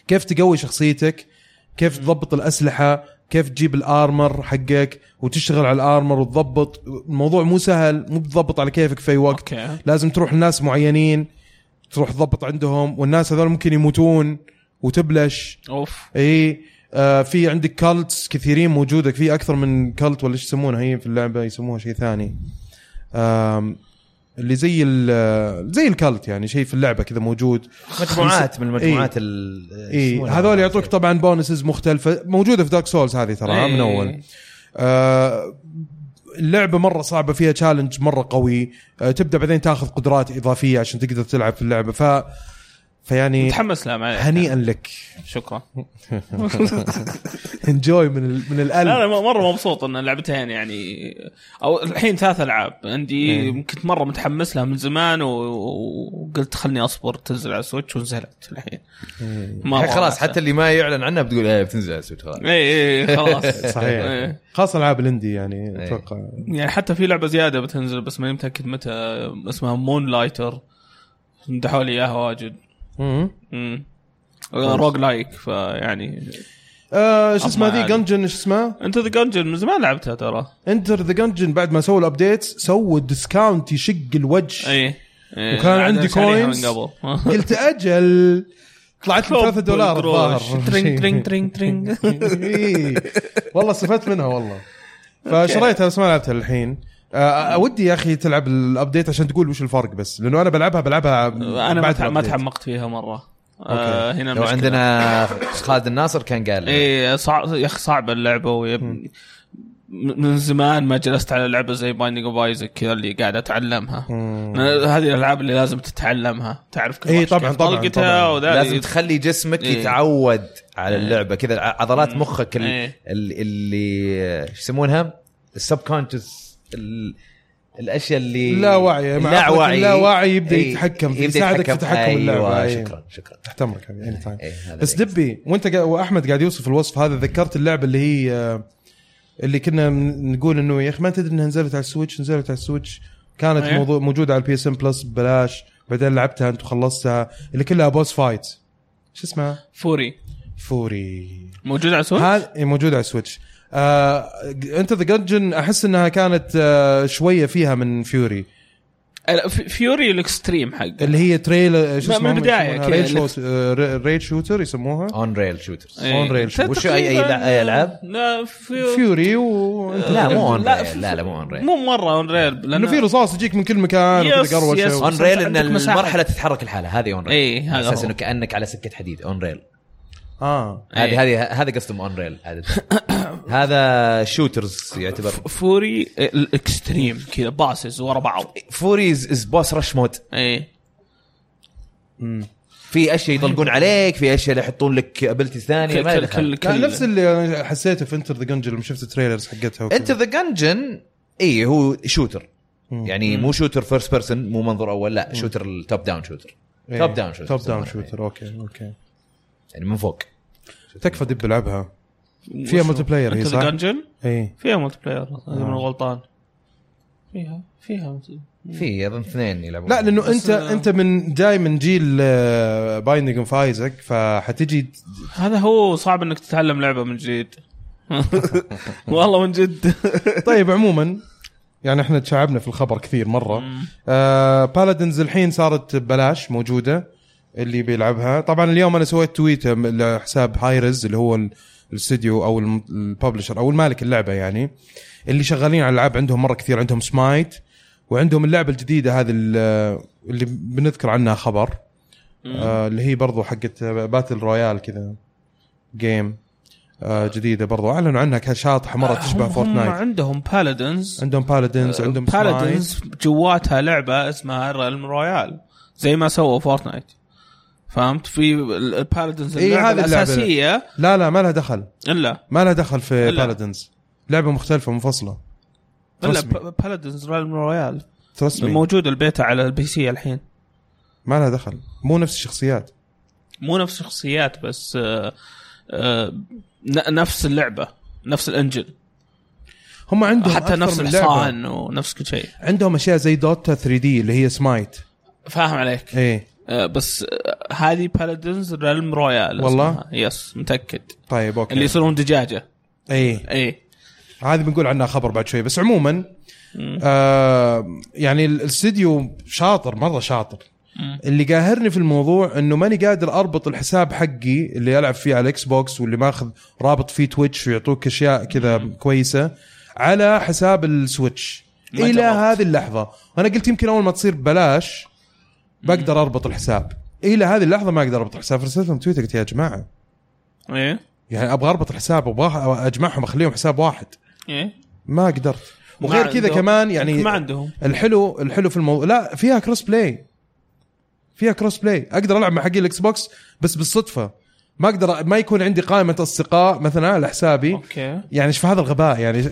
Speaker 1: كيف تقوي شخصيتك كيف تضبط الاسلحه كيف تجيب الارمر حقك وتشتغل على الارمر وتضبط الموضوع مو سهل مو بتضبط على كيفك في اي وقت
Speaker 2: اوكي
Speaker 1: لازم تروح لناس معينين تروح تضبط عندهم والناس هذول ممكن يموتون وتبلش
Speaker 2: اوف
Speaker 1: اي آه في عندك كالتس كثيرين موجوده في اكثر من كالت ولا ايش يسمونها هي في اللعبه يسموها شيء ثاني آم، اللي زي ال- زي الكالت يعني شيء في اللعبه كذا موجود
Speaker 3: مجموعات من المجموعات ال
Speaker 1: اي
Speaker 3: يسمونها
Speaker 1: إيه. هذول يعطوك طبعا بونسز مختلفه موجوده في دارك سولز هذه ترى
Speaker 2: إيه.
Speaker 1: من اول آه، اللعبه مره صعبه فيها تشالنج مره قوي آه، تبدا بعدين تاخذ قدرات اضافيه عشان تقدر تلعب في اللعبه ف فيعني
Speaker 2: متحمس لها معليش
Speaker 1: هنيئا لك
Speaker 2: شكرا
Speaker 1: انجوي من ال- من القلب
Speaker 2: لا انا مره مبسوط ان لعبتين يعني او الحين ثلاث العاب عندي
Speaker 1: إيه.
Speaker 2: كنت مره متحمس لها من زمان و- و- وقلت خلني اصبر تنزل على السويتش ونزلت الحين مرة
Speaker 3: الحين خلاص
Speaker 2: واحدة.
Speaker 3: حتى اللي ما يعلن عنها بتقول ايه بتنزل على السويتش خلاص
Speaker 2: اي اي إيه، خلاص
Speaker 1: صحيح
Speaker 2: إيه.
Speaker 1: خاصه العاب الاندي يعني
Speaker 3: إيه.
Speaker 1: اتوقع
Speaker 2: يعني حتى في لعبه زياده بتنزل بس ماني متاكد متى اسمها مون لايتر مدحوا لي اياها واجد
Speaker 1: مم.
Speaker 2: امم روج لايك فيعني
Speaker 1: آه، شو اسمه ذي
Speaker 2: عادي.
Speaker 1: جنجن شو اسمه
Speaker 2: انت ذا جنجن من زمان لعبتها ترى
Speaker 1: انتر ذا جنجن بعد ما سووا الابديتس سووا ديسكاونت يشق الوجه
Speaker 2: اي إي.
Speaker 1: وكان
Speaker 2: عاد
Speaker 1: عندي
Speaker 2: شاريها
Speaker 1: coins.
Speaker 2: من قبل
Speaker 1: قلت اجل طلعت لي 3 دولار الظاهر
Speaker 2: ترينج ترينج ترينج ترينج
Speaker 1: إيه. والله استفدت منها والله فشريتها بس ما لعبتها الحين آه، ودي يا اخي تلعب الابديت عشان تقول وش الفرق بس لانه انا بلعبها بلعبها
Speaker 2: انا ما
Speaker 1: بعد
Speaker 2: تع- ما
Speaker 1: الأبديت.
Speaker 2: تعمقت فيها مره آه هنا
Speaker 3: لو
Speaker 2: المشكلة.
Speaker 3: عندنا خالد الناصر كان قال
Speaker 1: إيه.
Speaker 2: اي صعب إيه، يا اخي صعبه اللعبه ويب... م- من زمان ما جلست على لعبه زي بايندينج اوف ايزك كذا اللي قاعد اتعلمها
Speaker 1: مم.
Speaker 2: أنا- هذه الالعاب اللي لازم تتعلمها تعرف كيف
Speaker 1: إيه،
Speaker 2: وحش
Speaker 1: طبعاً،
Speaker 2: كيف
Speaker 1: طبعاً،
Speaker 2: طلقتها
Speaker 1: طبعاً.
Speaker 2: وذا-
Speaker 3: لازم تخلي جسمك
Speaker 2: إيه.
Speaker 3: يتعود على اللعبه كذا ع- عضلات مخك ال-
Speaker 2: إيه.
Speaker 3: ال- اللي ايش يسمونها؟ السب كونشس الاشياء اللي
Speaker 1: لا وعي، مع
Speaker 3: لا
Speaker 1: عقلك
Speaker 3: وعي
Speaker 1: اللاوعي يبدأ
Speaker 3: إيه،
Speaker 1: يتحكم فيه،
Speaker 3: يبدأ
Speaker 1: يساعدك في
Speaker 3: يتحكم-
Speaker 1: تحكم اللعبة،
Speaker 3: ايوه
Speaker 1: إيه.
Speaker 3: شكرا شكرا
Speaker 1: تحت امرك يعني تايم
Speaker 3: إيه، هذا
Speaker 1: بس
Speaker 3: اللي-
Speaker 1: دبي وانت قا... واحمد قاعد يوصف الوصف هذا ذكرت اللعبه اللي هي آه، اللي كنا من- نقول انه يا اخي ما تدري انها نزلت على السويتش نزلت على السويتش كانت
Speaker 2: إيه.
Speaker 1: موضوع موجوده على البي اس ام بلس ببلاش بعدين لعبتها انت وخلصتها اللي كلها بوس فايت شو اسمها؟
Speaker 2: فوري
Speaker 1: فوري
Speaker 2: موجود على سويتش؟
Speaker 1: هذه إيه، موجوده على السويتش آه انت ذا جنجن احس انها كانت آه شويه فيها من فيوري
Speaker 2: لا، في- فيوري الاكستريم حق
Speaker 1: اللي هي تريل شو
Speaker 2: ما-
Speaker 1: اسمها
Speaker 2: من البداية كذا اللي-
Speaker 1: ريد شوتر يسموها
Speaker 3: اون ريل شوترز
Speaker 2: إيه.
Speaker 1: on rail.
Speaker 3: وشو أي- أي لع- أي ألعاب؟
Speaker 2: لا فيوري
Speaker 1: فيوري و
Speaker 3: لا مو اون
Speaker 2: لا،
Speaker 3: ريل لا لا مو اون ريل
Speaker 2: مو مره اون ريل
Speaker 1: لانه في رصاص يجيك من كل مكان
Speaker 2: يس-
Speaker 1: وكذا قروشه
Speaker 2: يس.
Speaker 1: و-
Speaker 3: اون ريل ان
Speaker 2: عندك مساحة.
Speaker 3: المرحله تتحرك لحالها هذه اون ريل
Speaker 2: إيه، هذا
Speaker 3: على اساس
Speaker 2: هو.
Speaker 3: انه كانك على سكه حديد اون ريل
Speaker 1: اه
Speaker 3: هذه
Speaker 2: إيه.
Speaker 3: هذه هذا قصدهم اون ريل عاده هذا شوترز يعتبر
Speaker 2: فوري الاكستريم إيه، كذا باسز ورا بعض
Speaker 1: إيه.
Speaker 2: إيه.
Speaker 3: فوريز از بوس رش مود
Speaker 2: اي
Speaker 3: في اشياء يطلقون عليك في اشياء يحطون لك ابيلتيز ثانيه ما
Speaker 2: كل
Speaker 3: لها دخل.
Speaker 2: كل
Speaker 1: يعني لا
Speaker 2: كل
Speaker 1: نفس اللي انا حسيته في انتر ذا جنجل لما شفت التريلرز حقتها وكذا.
Speaker 3: انت ذا جنجن اي إيه، هو شوتر يعني مو شوتر فيرست بيرسون مو منظور اول لا شوتر التوب داون شوتر
Speaker 1: إيه.
Speaker 3: توب داون شوتر
Speaker 1: توب داون
Speaker 3: يسمونه.
Speaker 1: شوتر اوكي اوكي
Speaker 3: يعني من فوق
Speaker 1: تكفى دب العبها فيها
Speaker 2: وشو؟
Speaker 1: multiplayer هي،
Speaker 2: أنت
Speaker 1: صح؟
Speaker 2: ذا جنجن
Speaker 1: اي
Speaker 2: فيها ملتي بلاير
Speaker 1: آه.
Speaker 2: اذا من غلطان فيها فيها
Speaker 3: في اظن اثنين يلعبون
Speaker 1: لا لانه
Speaker 2: بس
Speaker 1: انت
Speaker 2: أنا-
Speaker 1: انت من جاي من جيل آه، بايندينج اوف ايزك فحتجي
Speaker 2: هذا هو صعب انك تتعلم لعبه من جديد والله من جد
Speaker 1: طيب عموما يعني احنا تشعبنا في الخبر كثير مره آه بالادنز الحين صارت ببلاش موجوده اللي بيلعبها طبعا اليوم انا سويت تويت لحساب هايرز اللي هو ال- الاستديو او الم- الببلشر او المالك اللعبه يعني اللي شغالين على الالعاب عندهم مره كثير عندهم سمايت وعندهم اللعبه الجديده هذه ال- اللي بنذكر عنها خبر آه اللي هي برضو حقت باتل رويال كذا جيم آه جديده برضو اعلنوا عنها كشاطحه مره تشبه
Speaker 2: هم- هم
Speaker 1: فورتنايت
Speaker 2: عندهم بالادنز
Speaker 1: عندهم بالادنز
Speaker 2: آه،
Speaker 1: عندهم سمايت
Speaker 2: بالادنز جواتها لعبه اسمها ريلم رويال زي ما سووا فورتنايت فهمت في البالادنز
Speaker 1: إيه،
Speaker 2: اللعبه
Speaker 1: هذه اللعبة.
Speaker 2: الاساسيه
Speaker 1: لا لا ما لها دخل
Speaker 2: الا
Speaker 1: ما لها دخل في
Speaker 2: لا.
Speaker 1: بالادنز لعبه مختلفه منفصله رسمي.
Speaker 2: الا بالادنز ريلم رويال
Speaker 1: ترست مي
Speaker 2: موجود البيتا على البي سي الحين
Speaker 1: ما لها دخل مو نفس الشخصيات
Speaker 2: مو نفس شخصيات بس آه، آه، ن- نفس اللعبه نفس الانجن
Speaker 1: هم عندهم
Speaker 2: حتى
Speaker 1: أكثر
Speaker 2: نفس
Speaker 1: من لعبة.
Speaker 2: الحصان ونفس كل شيء
Speaker 1: عندهم اشياء زي دوتا 3 دي اللي هي سمايت
Speaker 2: فاهم عليك
Speaker 1: ايه
Speaker 2: آه، بس آه، هذه بالادنز ريلم رويال
Speaker 1: والله؟
Speaker 2: يس متاكد
Speaker 1: طيب اوكي
Speaker 2: اللي يصيرون إيه. دجاجه
Speaker 1: ايه
Speaker 2: اي
Speaker 1: هذه بنقول عنها خبر بعد شوي بس عموما آه يعني ال- الاستديو شاطر مره شاطر
Speaker 2: مم.
Speaker 1: اللي قاهرني في الموضوع انه ماني قادر اربط الحساب حقي اللي العب فيه على الاكس بوكس واللي ماخذ رابط فيه تويتش ويعطوك اشياء كذا كويسه على حساب السويتش
Speaker 2: ما
Speaker 1: الى
Speaker 2: جربت.
Speaker 1: هذه اللحظه انا قلت يمكن اول ما تصير ببلاش بقدر اربط الحساب الى هذه اللحظه ما اقدر اربط الحساب فرسلت لهم تويتر قلت يا جماعه
Speaker 2: ايه
Speaker 1: يعني ابغى اربط الحساب ابغى اجمعهم اخليهم حساب واحد
Speaker 2: ايه
Speaker 1: ما قدرت
Speaker 2: ما
Speaker 1: وغير كذا
Speaker 2: عندهم-
Speaker 1: كمان يعني
Speaker 2: ما عندهم
Speaker 1: الحلو الحلو في الموضوع لا فيها كروس بلاي فيها كروس بلاي اقدر العب مع حقي الاكس بوكس بس بالصدفه ما اقدر ما يكون عندي قائمه اصدقاء مثلا على حسابي
Speaker 2: اوكي
Speaker 1: يعني شوف هذا الغباء يعني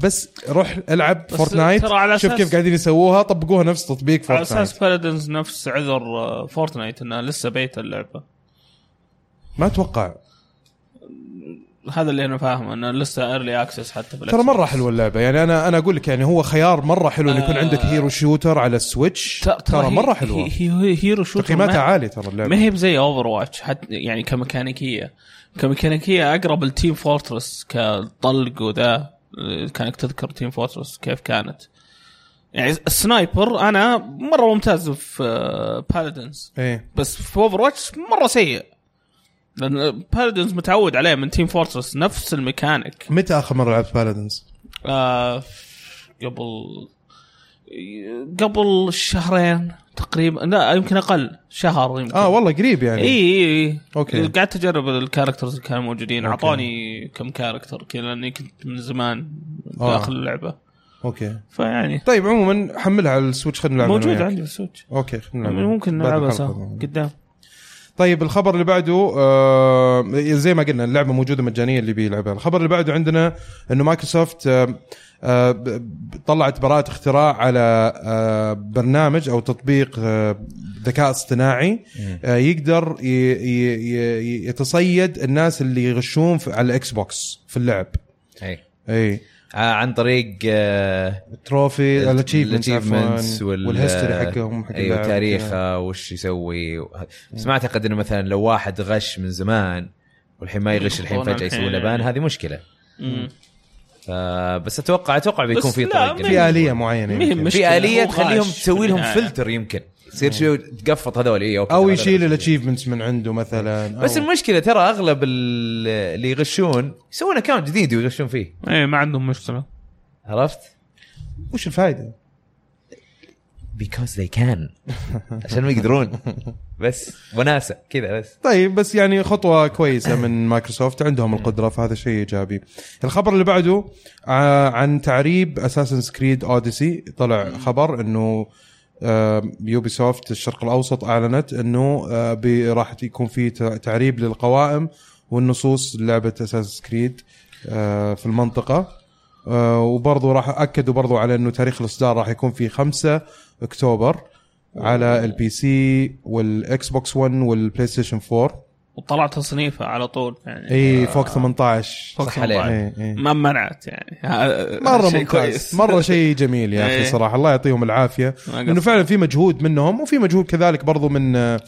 Speaker 1: بس روح العب
Speaker 2: بس
Speaker 1: فورتنايت
Speaker 2: ترى على
Speaker 1: شوف
Speaker 2: أساس-
Speaker 1: كيف قاعدين يسووها طبقوها نفس تطبيق
Speaker 2: على
Speaker 1: فورتنايت
Speaker 2: اساس بالادنز نفس عذر آه، فورتنايت انها لسه بيتا اللعبه
Speaker 1: ما اتوقع
Speaker 2: هذا اللي انا فاهمه انها لسه ايرلي اكسس حتى بالأكس
Speaker 1: ترى مره
Speaker 2: بوكس.
Speaker 1: حلوه اللعبه يعني انا انا اقول لك يعني هو خيار مره حلو ان يكون
Speaker 2: آه.
Speaker 1: عندك هيرو شوتر على السويتش ترى
Speaker 2: هي-
Speaker 1: مره حلوه
Speaker 2: هي هي هيرو شوتر
Speaker 1: تقييماتها
Speaker 2: ما-
Speaker 1: عاليه ترى
Speaker 2: ما
Speaker 1: اللعبه
Speaker 2: هي بزي اوفر واتش حتى يعني كميكانيكيه كميكانيكيه اقرب لتيم فورترس كطلق وذا آه، كانك تذكر تيم فورترس كيف كانت يعني السنايبر انا مره ممتاز في بالادنز
Speaker 1: ايه
Speaker 2: بس في اوفر واتش مره سيء لان بالادنز متعود عليه من تيم فورترس نفس الميكانيك
Speaker 1: متى اخر مره لعبت بالادنز؟
Speaker 2: آه قبل قبل شهرين تقريبا لا يمكن اقل شهر يمكن
Speaker 1: اه والله قريب يعني
Speaker 2: اي اي اي
Speaker 1: أوكي.
Speaker 2: قعدت اجرب الكاركترز اللي كانوا موجودين
Speaker 1: أوكي.
Speaker 2: اعطوني كم كاركتر كذا لاني كنت من زمان
Speaker 1: آه.
Speaker 2: داخل اللعبه
Speaker 1: اوكي
Speaker 2: فيعني
Speaker 1: طيب عموما حملها على السويتش خلينا نلعبها
Speaker 2: موجود
Speaker 1: أنا وياك.
Speaker 2: عندي في السويتش
Speaker 1: اوكي خلينا نلعبها.
Speaker 2: ممكن
Speaker 1: بعد
Speaker 2: نلعبها
Speaker 1: الحلقة.
Speaker 2: سوا قدام
Speaker 1: طيب الخبر اللي بعده آه زي ما قلنا اللعبه موجوده مجانيه اللي بيلعبها الخبر اللي بعده عندنا انه مايكروسوفت آه آه ب- ب- طلعت براءه اختراع على آه برنامج او تطبيق آه ذكاء اصطناعي آه يقدر ي- ي- ي- يتصيد الناس اللي يغشون في على الاكس بوكس في اللعب إيه.
Speaker 3: اي
Speaker 1: اي
Speaker 3: إيه. آه، عن طريق آه،
Speaker 1: التروفي الاتشيفمنتس
Speaker 3: achievements وال-
Speaker 1: والهيستوري حقهم حق
Speaker 3: ايوه
Speaker 1: اللاعب.
Speaker 3: تاريخه وش يسوي و- بس ما اعتقد انه مثلا لو واحد غش من زمان والحين ما يغش الحين
Speaker 2: يخبرنا
Speaker 3: فجاه
Speaker 2: الحين.
Speaker 3: يسوي له بان هذه مشكله
Speaker 2: مم.
Speaker 3: آه، بس اتوقع اتوقع بيكون
Speaker 2: بس
Speaker 3: في
Speaker 2: لا،
Speaker 3: طريقه
Speaker 2: ما
Speaker 3: قريبة.
Speaker 1: في اليه معينه
Speaker 2: مهم
Speaker 1: يمكن.
Speaker 2: مشكلة،
Speaker 3: في اليه
Speaker 2: هو
Speaker 3: تخليهم
Speaker 2: غاش
Speaker 3: تسوي لهم
Speaker 2: بالنهاية.
Speaker 3: فلتر يمكن يصير شو تقفط هذول إيه، اي
Speaker 1: او يشيل الاتشيفمنتس من عنده مثلا أو-
Speaker 3: بس المشكله ترى اغلب ال- اللي يغشون يسوون اكونت جديد ويغشون فيه
Speaker 2: ايه ما عندهم مشكله
Speaker 3: عرفت؟
Speaker 1: وش الفائده؟
Speaker 3: بيكوز ذي كان عشان ما يقدرون بس وناسه كذا بس
Speaker 1: طيب بس يعني خطوه كويسه من مايكروسوفت عندهم القدره فهذا شيء ايجابي. الخبر اللي بعده آه، عن تعريب اساسن كريد اوديسي طلع خبر انه يوبي سوفت الشرق الاوسط اعلنت انه آه، بي- راح يكون في تع- تعريب للقوائم والنصوص لعبه اساسن كريد في المنطقه آه، وبرضه راح اكدوا برضه على انه تاريخ الاصدار راح يكون في 5 اكتوبر على البي سي والاكس بوكس 1 والبلاي ستيشن 4
Speaker 2: وطلع تصنيفها على طول يعني
Speaker 1: اي فوق 18
Speaker 2: فوق
Speaker 3: صح عليك.
Speaker 2: 18.
Speaker 1: إيه، إيه.
Speaker 2: ما منعت يعني ها-
Speaker 1: مره
Speaker 2: شيء
Speaker 1: ممتاز مره شيء جميل يا اخي
Speaker 2: إيه.
Speaker 1: صراحه الله يعطيهم العافيه
Speaker 2: ما قصر.
Speaker 1: انه فعلا في مجهود منهم وفي مجهود كذلك برضو من آه،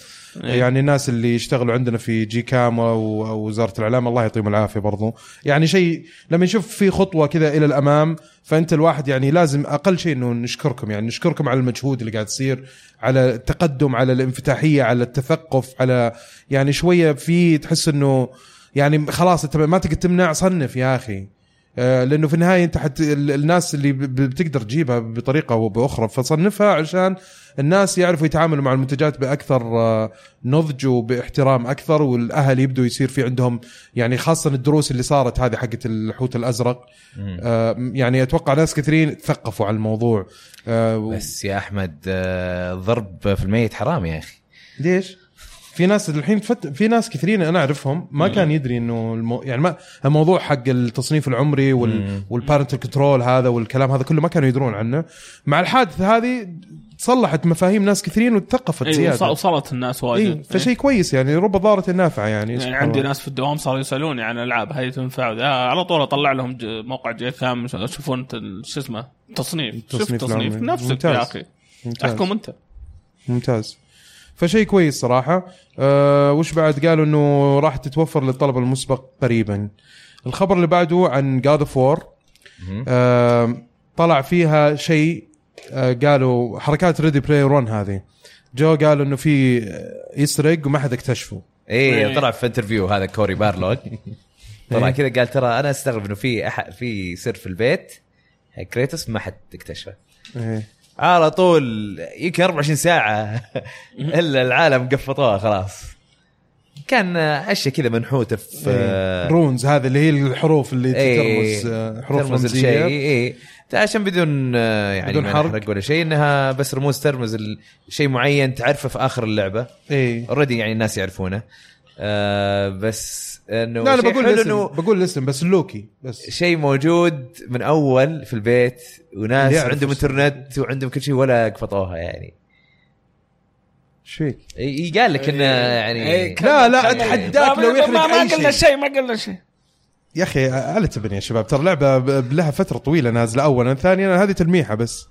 Speaker 2: إيه.
Speaker 1: يعني الناس اللي يشتغلوا عندنا في جي كام و- ووزاره الاعلام الله يعطيهم العافيه برضو يعني شيء لما نشوف في خطوه كذا الى الامام فانت الواحد يعني لازم اقل شيء انه نشكركم يعني نشكركم على المجهود اللي قاعد يصير على التقدم على الانفتاحيه على التثقف على يعني شويه في تحس انه يعني خلاص انت ما تقدر تمنع صنف يا اخي آه، لانه في النهايه انت حت ال- الناس اللي ب- ب- بتقدر تجيبها بطريقه او باخرى فصنفها عشان الناس يعرفوا يتعاملوا مع المنتجات باكثر آه، نضج وباحترام اكثر والاهل يبدوا يصير في عندهم يعني خاصه الدروس اللي صارت هذه حقت الحوت الازرق آه، يعني اتوقع ناس كثيرين تثقفوا على الموضوع آه، و-
Speaker 3: بس يا احمد آه، ضرب في الميت حرام يا اخي
Speaker 1: ليش؟ في ناس الحين فت... في ناس كثيرين انا اعرفهم ما
Speaker 2: مم.
Speaker 1: كان يدري انه المو... يعني ما الموضوع حق التصنيف العمري وال...
Speaker 3: مم.
Speaker 1: والبارنتال كنترول هذا والكلام هذا كله ما كانوا يدرون عنه مع الحادثه هذه صلحت مفاهيم ناس كثيرين وتثقفت
Speaker 2: اي وص-
Speaker 1: زياده
Speaker 2: وصلت الناس
Speaker 1: اي
Speaker 2: واجد إيه.
Speaker 1: فشيء كويس يعني رب ضاره نافعه يعني,
Speaker 2: يعني
Speaker 1: سبحان
Speaker 2: عندي
Speaker 1: الله.
Speaker 2: ناس في الدوام صاروا يسالوني عن العاب هذه تنفع وذا. على طول اطلع لهم ج- موقع جي كام شوفون ت- شو اسمه تصنيف شوف
Speaker 1: التصنيف
Speaker 2: تصنيف
Speaker 1: العمري.
Speaker 2: نفسك
Speaker 1: ممتاز.
Speaker 2: يا احكي
Speaker 1: ممتاز.
Speaker 2: احكم انت
Speaker 1: ممتاز فشيء كويس صراحة أه وش بعد قالوا انه راح تتوفر للطلب المسبق قريبا الخبر اللي بعده عن جاد اوف وور
Speaker 3: مهم.
Speaker 1: آه، طلع فيها شيء أه قالوا حركات ريدي بلاي رون هذه جو قالوا انه في يسرق وما حد اكتشفه
Speaker 3: ايه
Speaker 2: إيه.
Speaker 3: طلع في انترفيو هذا كوري بارلوج طلع
Speaker 1: إيه.
Speaker 3: كذا قال ترى انا استغرب انه في أح- في سر في البيت حق كريتوس ما حد اكتشفه
Speaker 1: إيه.
Speaker 3: على طول يمكن 24 ساعه الا العالم قفطوها خلاص كان اشياء كذا منحوته في إيه،
Speaker 1: إيه. رونز هذه اللي هي الحروف اللي إيه. ترمز آه، حروف
Speaker 3: الشيء
Speaker 1: رمزية
Speaker 3: اي عشان بدون آه، يعني
Speaker 1: بدون
Speaker 3: بدون
Speaker 1: حرق.
Speaker 3: حرق ولا شيء انها بس رموز ترمز ال- شيء معين تعرفه في اخر اللعبه
Speaker 1: اي
Speaker 3: اوريدي يعني الناس يعرفونه آه بس انه
Speaker 1: لا انا
Speaker 3: شيء
Speaker 1: بقول
Speaker 3: حلو
Speaker 1: الاسم
Speaker 3: انه
Speaker 1: بقول الاسم بس لوكي بس
Speaker 3: شيء موجود من اول في البيت وناس
Speaker 1: اللي يعرف
Speaker 3: عندهم
Speaker 1: اسمه.
Speaker 3: انترنت وعندهم كل شيء ولا قفطوها يعني
Speaker 1: ايش فيك؟
Speaker 3: إي- إي قال لك انه يعني
Speaker 1: إيه، لا لا اتحداك لو يخرج
Speaker 2: ما,
Speaker 1: أي
Speaker 2: ما قلنا
Speaker 1: شيء
Speaker 2: شيء ما قلنا شيء
Speaker 1: يا اخي على تبني يا شباب ترى لعبه ب- لها فتره طويله نازله اولا ثانيا هذه تلميحه بس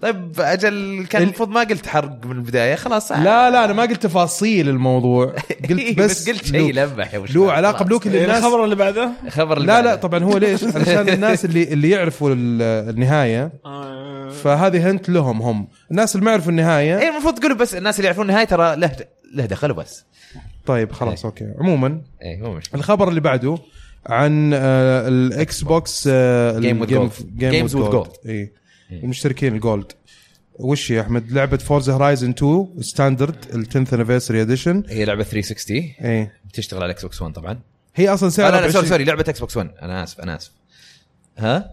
Speaker 3: طيب اجل كان
Speaker 1: ال-
Speaker 3: المفروض ما قلت حرق من البدايه خلاص
Speaker 1: لا لا انا ما قلت تفاصيل الموضوع
Speaker 3: إي،
Speaker 1: قلت بس,
Speaker 3: قلت شيء
Speaker 1: له,
Speaker 3: لمح يا وش
Speaker 1: له
Speaker 3: بعد،
Speaker 1: علاقه
Speaker 3: خلاص.
Speaker 1: بلوك اللي الناس
Speaker 2: إيه، الخبر اللي بعده
Speaker 3: خبر اللي
Speaker 1: لا طيب. لا
Speaker 3: بعده.
Speaker 1: طبعا هو ليش علشان الناس اللي اللي يعرفوا ال- النهايه
Speaker 2: آه،
Speaker 1: فهذه هنت لهم هم الناس اللي ما يعرفوا النهايه
Speaker 3: ايه المفروض تقولوا بس الناس اللي يعرفون النهايه ترى له له دخل وبس
Speaker 1: طيب خلاص
Speaker 3: إيه.
Speaker 1: اوكي عموما
Speaker 3: ايه مو مشكله
Speaker 1: الخبر اللي بعده عن آه، الاكس بوكس آه،
Speaker 3: Game with
Speaker 1: الجيم-
Speaker 3: Gold. إيه.
Speaker 1: Game
Speaker 3: Games
Speaker 1: with
Speaker 3: with
Speaker 1: Gold. اي المشتركين الجولد وش يا احمد لعبه فورز هورايزن 2 ستاندرد ال 10th انيفرساري اديشن
Speaker 3: هي لعبه 360
Speaker 1: اي
Speaker 3: بتشتغل على اكس بوكس 1 طبعا
Speaker 1: إيه. هي اصلا
Speaker 3: لا
Speaker 1: سعرها
Speaker 3: لا, لا سوري
Speaker 1: 20
Speaker 3: سوري لعبه اكس بوكس 1 انا اسف انا اسف ها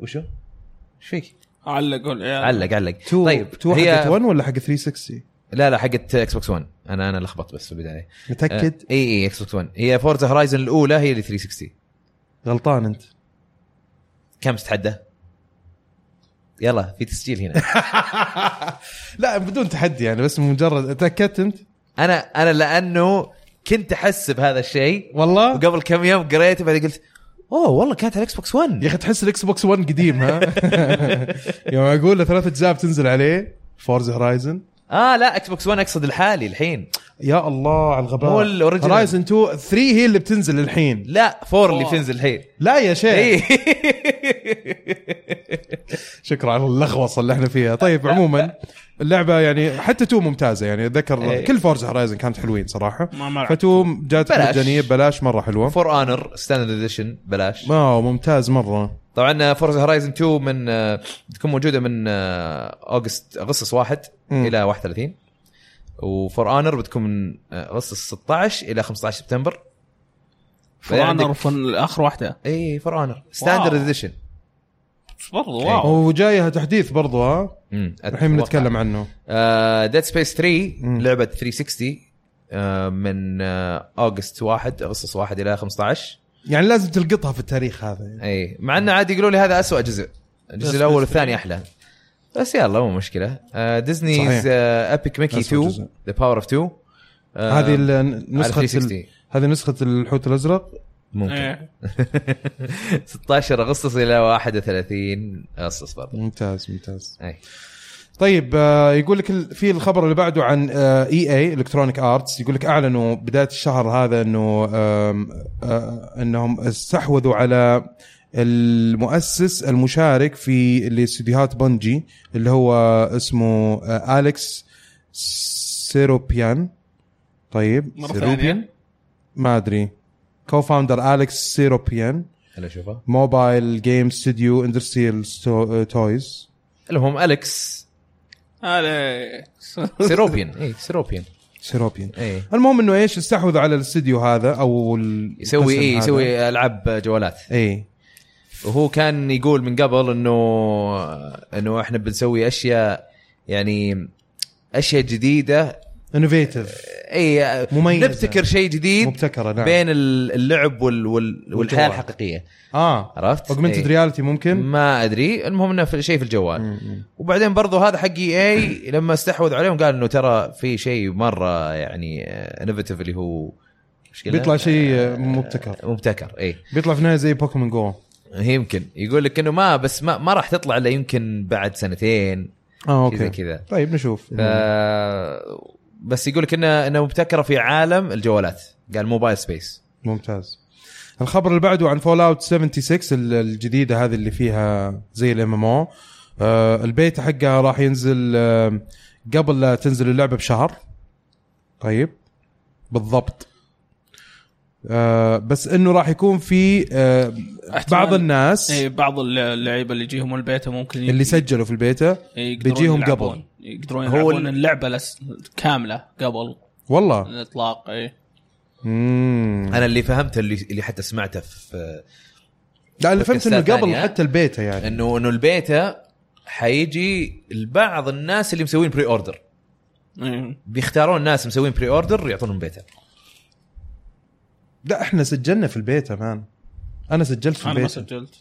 Speaker 3: وشو؟ ايش فيك؟
Speaker 2: علقوا العيال
Speaker 3: علق علق
Speaker 1: تو
Speaker 3: طيب
Speaker 1: تو حقت 1 ولا حقت 360
Speaker 3: لا لا حقت اكس بوكس 1 انا انا لخبطت بس في البدايه
Speaker 1: متاكد
Speaker 3: آه، اي اي اكس بوكس 1 هي فورزا هورايزن الاولى هي اللي 360 آه.
Speaker 1: غلطان انت
Speaker 3: كم تتحدى؟ يلا في تسجيل هنا
Speaker 1: لا بدون تحدي يعني بس مجرد تاكدت انت
Speaker 3: انا انا لانه كنت احس بهذا الشيء
Speaker 1: والله
Speaker 3: وقبل كم يوم قريته بعدين قلت اوه والله كانت على الاكس بوكس 1
Speaker 1: يا اخي تحس الاكس بوكس 1 قديم ها يوم اقول له ثلاث اجزاء بتنزل عليه فورز هورايزن
Speaker 3: اه لا اكس بوكس 1 اقصد الحالي الحين
Speaker 1: يا الله على الغباء
Speaker 3: مو الأوريجينال.
Speaker 1: هورايزن 2 3 هي اللي بتنزل الحين
Speaker 3: لا 4 اللي
Speaker 2: أوه.
Speaker 3: بتنزل الحين
Speaker 1: لا يا شيخ
Speaker 3: اي
Speaker 1: شكرا على اللخوصه اللي احنا فيها طيب عموما اللعبه يعني حتى تو ممتازه يعني اتذكر
Speaker 3: إيه.
Speaker 1: كل فورز هورايزن كانت حلوين صراحه
Speaker 2: ما- ما لعبت.
Speaker 1: فتو جات
Speaker 3: بلاش.
Speaker 1: مجانيه ببلاش مره حلوه
Speaker 3: فور اونر ستاندرد اديشن بلاش
Speaker 1: اه ممتاز مره
Speaker 3: طبعا فورزا هورايزن 2 من آه، تكون موجوده من آه، اوغست اغسطس 1
Speaker 1: مم.
Speaker 3: الى 31 وفور اونر بتكون من آه، اغسطس 16 الى 15 سبتمبر
Speaker 2: فرانر
Speaker 1: يعني
Speaker 3: عندك-
Speaker 2: فن اخر واحده
Speaker 3: اي فور اونر ستاندرد
Speaker 2: واو.
Speaker 3: اديشن
Speaker 2: بس برضو واو
Speaker 1: وجايها تحديث برضو ها الحين بنتكلم عنه
Speaker 3: ديد سبيس 3
Speaker 1: مم.
Speaker 3: لعبه 360 آه، من آه، اوغست 1 اغسطس 1 الى 15
Speaker 1: يعني لازم تلقطها في التاريخ هذا يعني.
Speaker 3: اي مع انه عادي يقولوا لي هذا أسوأ جزء الجزء الاول والثاني احلى بس يلا مو مشكله آه،
Speaker 1: صحيح.
Speaker 3: ديزنيز ابيك ميكي
Speaker 1: أسوأ
Speaker 3: 2
Speaker 1: جزء.
Speaker 3: ذا باور اوف 2 آه،
Speaker 1: هذه ال-
Speaker 3: على
Speaker 1: نسخه ال-
Speaker 3: 360
Speaker 1: هذه نسخه الحوت الازرق
Speaker 3: ممكن
Speaker 2: إيه.
Speaker 3: 16 اغسطس الى 31 اغسطس برضه
Speaker 1: ممتاز ممتاز
Speaker 3: اي
Speaker 1: طيب آه، يقول لك ال- في الخبر اللي بعده عن آه، اي اي الكترونيك ارتس يقول لك اعلنوا بدايه الشهر هذا انه آم، آه، انهم استحوذوا على المؤسس المشارك في الاستديوهات بنجي اللي هو اسمه آه، اليكس سيروبيان طيب
Speaker 2: مره
Speaker 3: سيروبيان
Speaker 2: ثانيه
Speaker 1: ما ادري كو فاوندر اليكس سيروبيان
Speaker 3: هلا شوفها
Speaker 1: موبايل جيم ستوديو اندستريال آه، تويز
Speaker 3: المهم اليكس
Speaker 2: اليكس
Speaker 3: سيروبيان اي سيروبيان
Speaker 1: سيروبيان
Speaker 3: اي
Speaker 1: المهم انه ايش استحوذوا على الاستديو هذا او ال-
Speaker 3: يسوي اي
Speaker 1: القسم هذا. إيه.
Speaker 3: يسوي العاب جوالات
Speaker 1: اي
Speaker 3: وهو كان يقول من قبل انه انه احنا بنسوي اشياء يعني اشياء جديده
Speaker 1: انوفيتف
Speaker 3: اي
Speaker 1: مميزة.
Speaker 3: إيه، نبتكر شيء جديد
Speaker 1: مبتكره نعم
Speaker 3: إيه، بين ال- اللعب وال وال والحياه
Speaker 1: والجوال.
Speaker 3: الحقيقيه
Speaker 1: اه
Speaker 3: عرفت؟
Speaker 1: اوجمنتد
Speaker 3: إيه.
Speaker 1: رياليتي ممكن
Speaker 3: ما ادري المهم انه في- شيء في الجوال وبعدين برضو هذا حق اي اي لما استحوذ عليهم قال انه ترى في شيء مره يعني انوفيتيف اللي هو إيش قلنا؟
Speaker 1: بيطلع شيء آه، مبتكر
Speaker 3: مبتكر اي
Speaker 1: بيطلع في النهايه زي بوكيمون جو
Speaker 3: يمكن يقول لك انه ما بس ما, ما راح تطلع الا يمكن بعد سنتين
Speaker 1: اه
Speaker 3: شيء زي
Speaker 1: اوكي
Speaker 3: كذا آه،
Speaker 1: طيب نشوف
Speaker 3: ف... بس يقول لك انه انه مبتكره في عالم الجوالات قال موبايل سبيس
Speaker 1: ممتاز الخبر اللي بعده عن فول اوت 76 ال- الجديده هذه اللي فيها زي الام ام او آه، البيت حقها راح ينزل آه، قبل لا تنزل اللعبه بشهر طيب بالضبط آه بس انه راح يكون في آه
Speaker 2: احتمال- إيه.
Speaker 1: بعض الناس
Speaker 2: اي بعض اللعيبه اللي يجيهم البيتا ممكن ي- إيه،
Speaker 1: اللي سجلوا في البيتا
Speaker 2: يقدرون
Speaker 1: بيجيهم
Speaker 2: يلعبون.
Speaker 1: قبل.
Speaker 2: يقدرون
Speaker 3: هو
Speaker 2: يلعبون
Speaker 3: ال-
Speaker 2: اللعبه لس... كامله قبل إيه.
Speaker 1: والله
Speaker 2: الاطلاق اي
Speaker 1: مم.
Speaker 3: انا اللي فهمته اللي اللي حتى سمعته في
Speaker 1: لا اللي فهمت انه
Speaker 3: بودكاستات
Speaker 1: قبل
Speaker 3: ثانية.
Speaker 1: حتى البيتا يعني
Speaker 3: انه انه البيتا حيجي لبعض الناس اللي مسوين بري اوردر
Speaker 2: إي.
Speaker 1: إيه.
Speaker 3: بيختارون ناس مسوين بري اوردر يعطونهم بيتا
Speaker 1: لا احنا سجلنا في البيتا مان انا سجلت في
Speaker 2: انا ما
Speaker 1: البيتا
Speaker 2: سجلت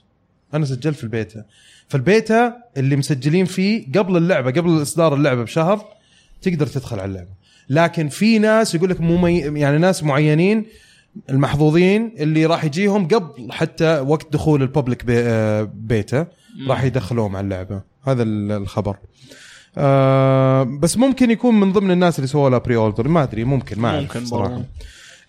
Speaker 1: انا سجلت في البيتا فالبيتا اللي مسجلين فيه قبل اللعبه قبل اصدار اللعبه بشهر تقدر تدخل على اللعبه لكن في ناس يقول لك ممي... يعني ناس معينين المحظوظين اللي راح يجيهم قبل حتى وقت دخول الببليك بي... آه، بيتا
Speaker 2: مم.
Speaker 1: راح يدخلوهم على اللعبه هذا ال- الخبر آه بس ممكن يكون من ضمن الناس اللي سووا لها بري اوردر ما ادري ممكن ما آه،
Speaker 2: ممكن
Speaker 1: اعرف صراحه
Speaker 2: برضو.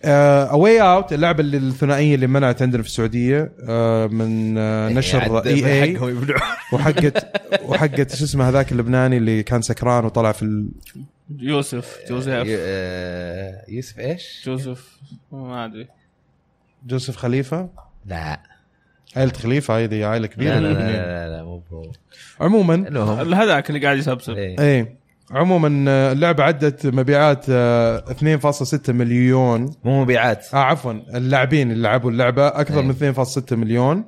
Speaker 1: اواي اوت اللعبه اللي- الثنائيه اللي منعت عندنا في السعوديه آه من آه
Speaker 3: يعني
Speaker 1: نشر إيه؟ اي اي
Speaker 3: حقهم يبلعون
Speaker 1: وحقت وحقت شو اسمه هذاك اللبناني اللي كان سكران وطلع في ال...
Speaker 2: يوسف
Speaker 3: ي-
Speaker 2: جوزيف
Speaker 3: آه، يوسف ايش؟
Speaker 2: جوزيف ما ادري
Speaker 1: جوزيف خليفه
Speaker 3: لا
Speaker 1: عائله خليفه هذه عائله كبيره
Speaker 3: لا لا لا
Speaker 1: لبنان.
Speaker 3: لا, لا مو هو
Speaker 1: عموما
Speaker 3: المهم
Speaker 2: هذاك اللي قاعد يسبسب
Speaker 3: إيه.
Speaker 1: ايه عموما آه، اللعبه عدت مبيعات آه، 2.6 مليون
Speaker 3: مو مبيعات
Speaker 1: آه عفوا اللاعبين اللي لعبوا اللعبه اكثر
Speaker 3: أي.
Speaker 1: من 2.6 مليون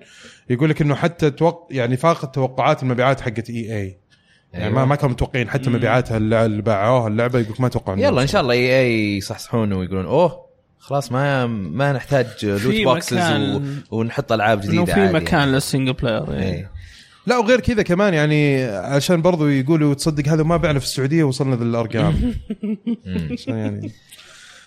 Speaker 1: يقول لك انه حتى توق... يعني فاقت توقعات المبيعات حقت اي اي يعني ما,
Speaker 3: أيوة.
Speaker 1: ما كانوا متوقعين حتى
Speaker 2: مم.
Speaker 1: مبيعاتها اللي اللي باعوها اللعبه يقول لك ما توقعوا إنه
Speaker 3: يعني يلا ان شاء الله اي اي يصحصحون ويقولون اوه خلاص ما ما نحتاج لوت
Speaker 2: في
Speaker 3: بوكسز و...
Speaker 2: مكان-
Speaker 3: ونحط العاب جديده
Speaker 2: انه في
Speaker 3: عادي
Speaker 2: مكان للسنجل بلاير
Speaker 3: يعني.
Speaker 2: إي.
Speaker 3: إيه.
Speaker 1: لا وغير كذا كمان يعني عشان برضو يقولوا تصدق هذا ما بعنا في السعوديه وصلنا للارقام
Speaker 3: مم.
Speaker 1: عشان يعني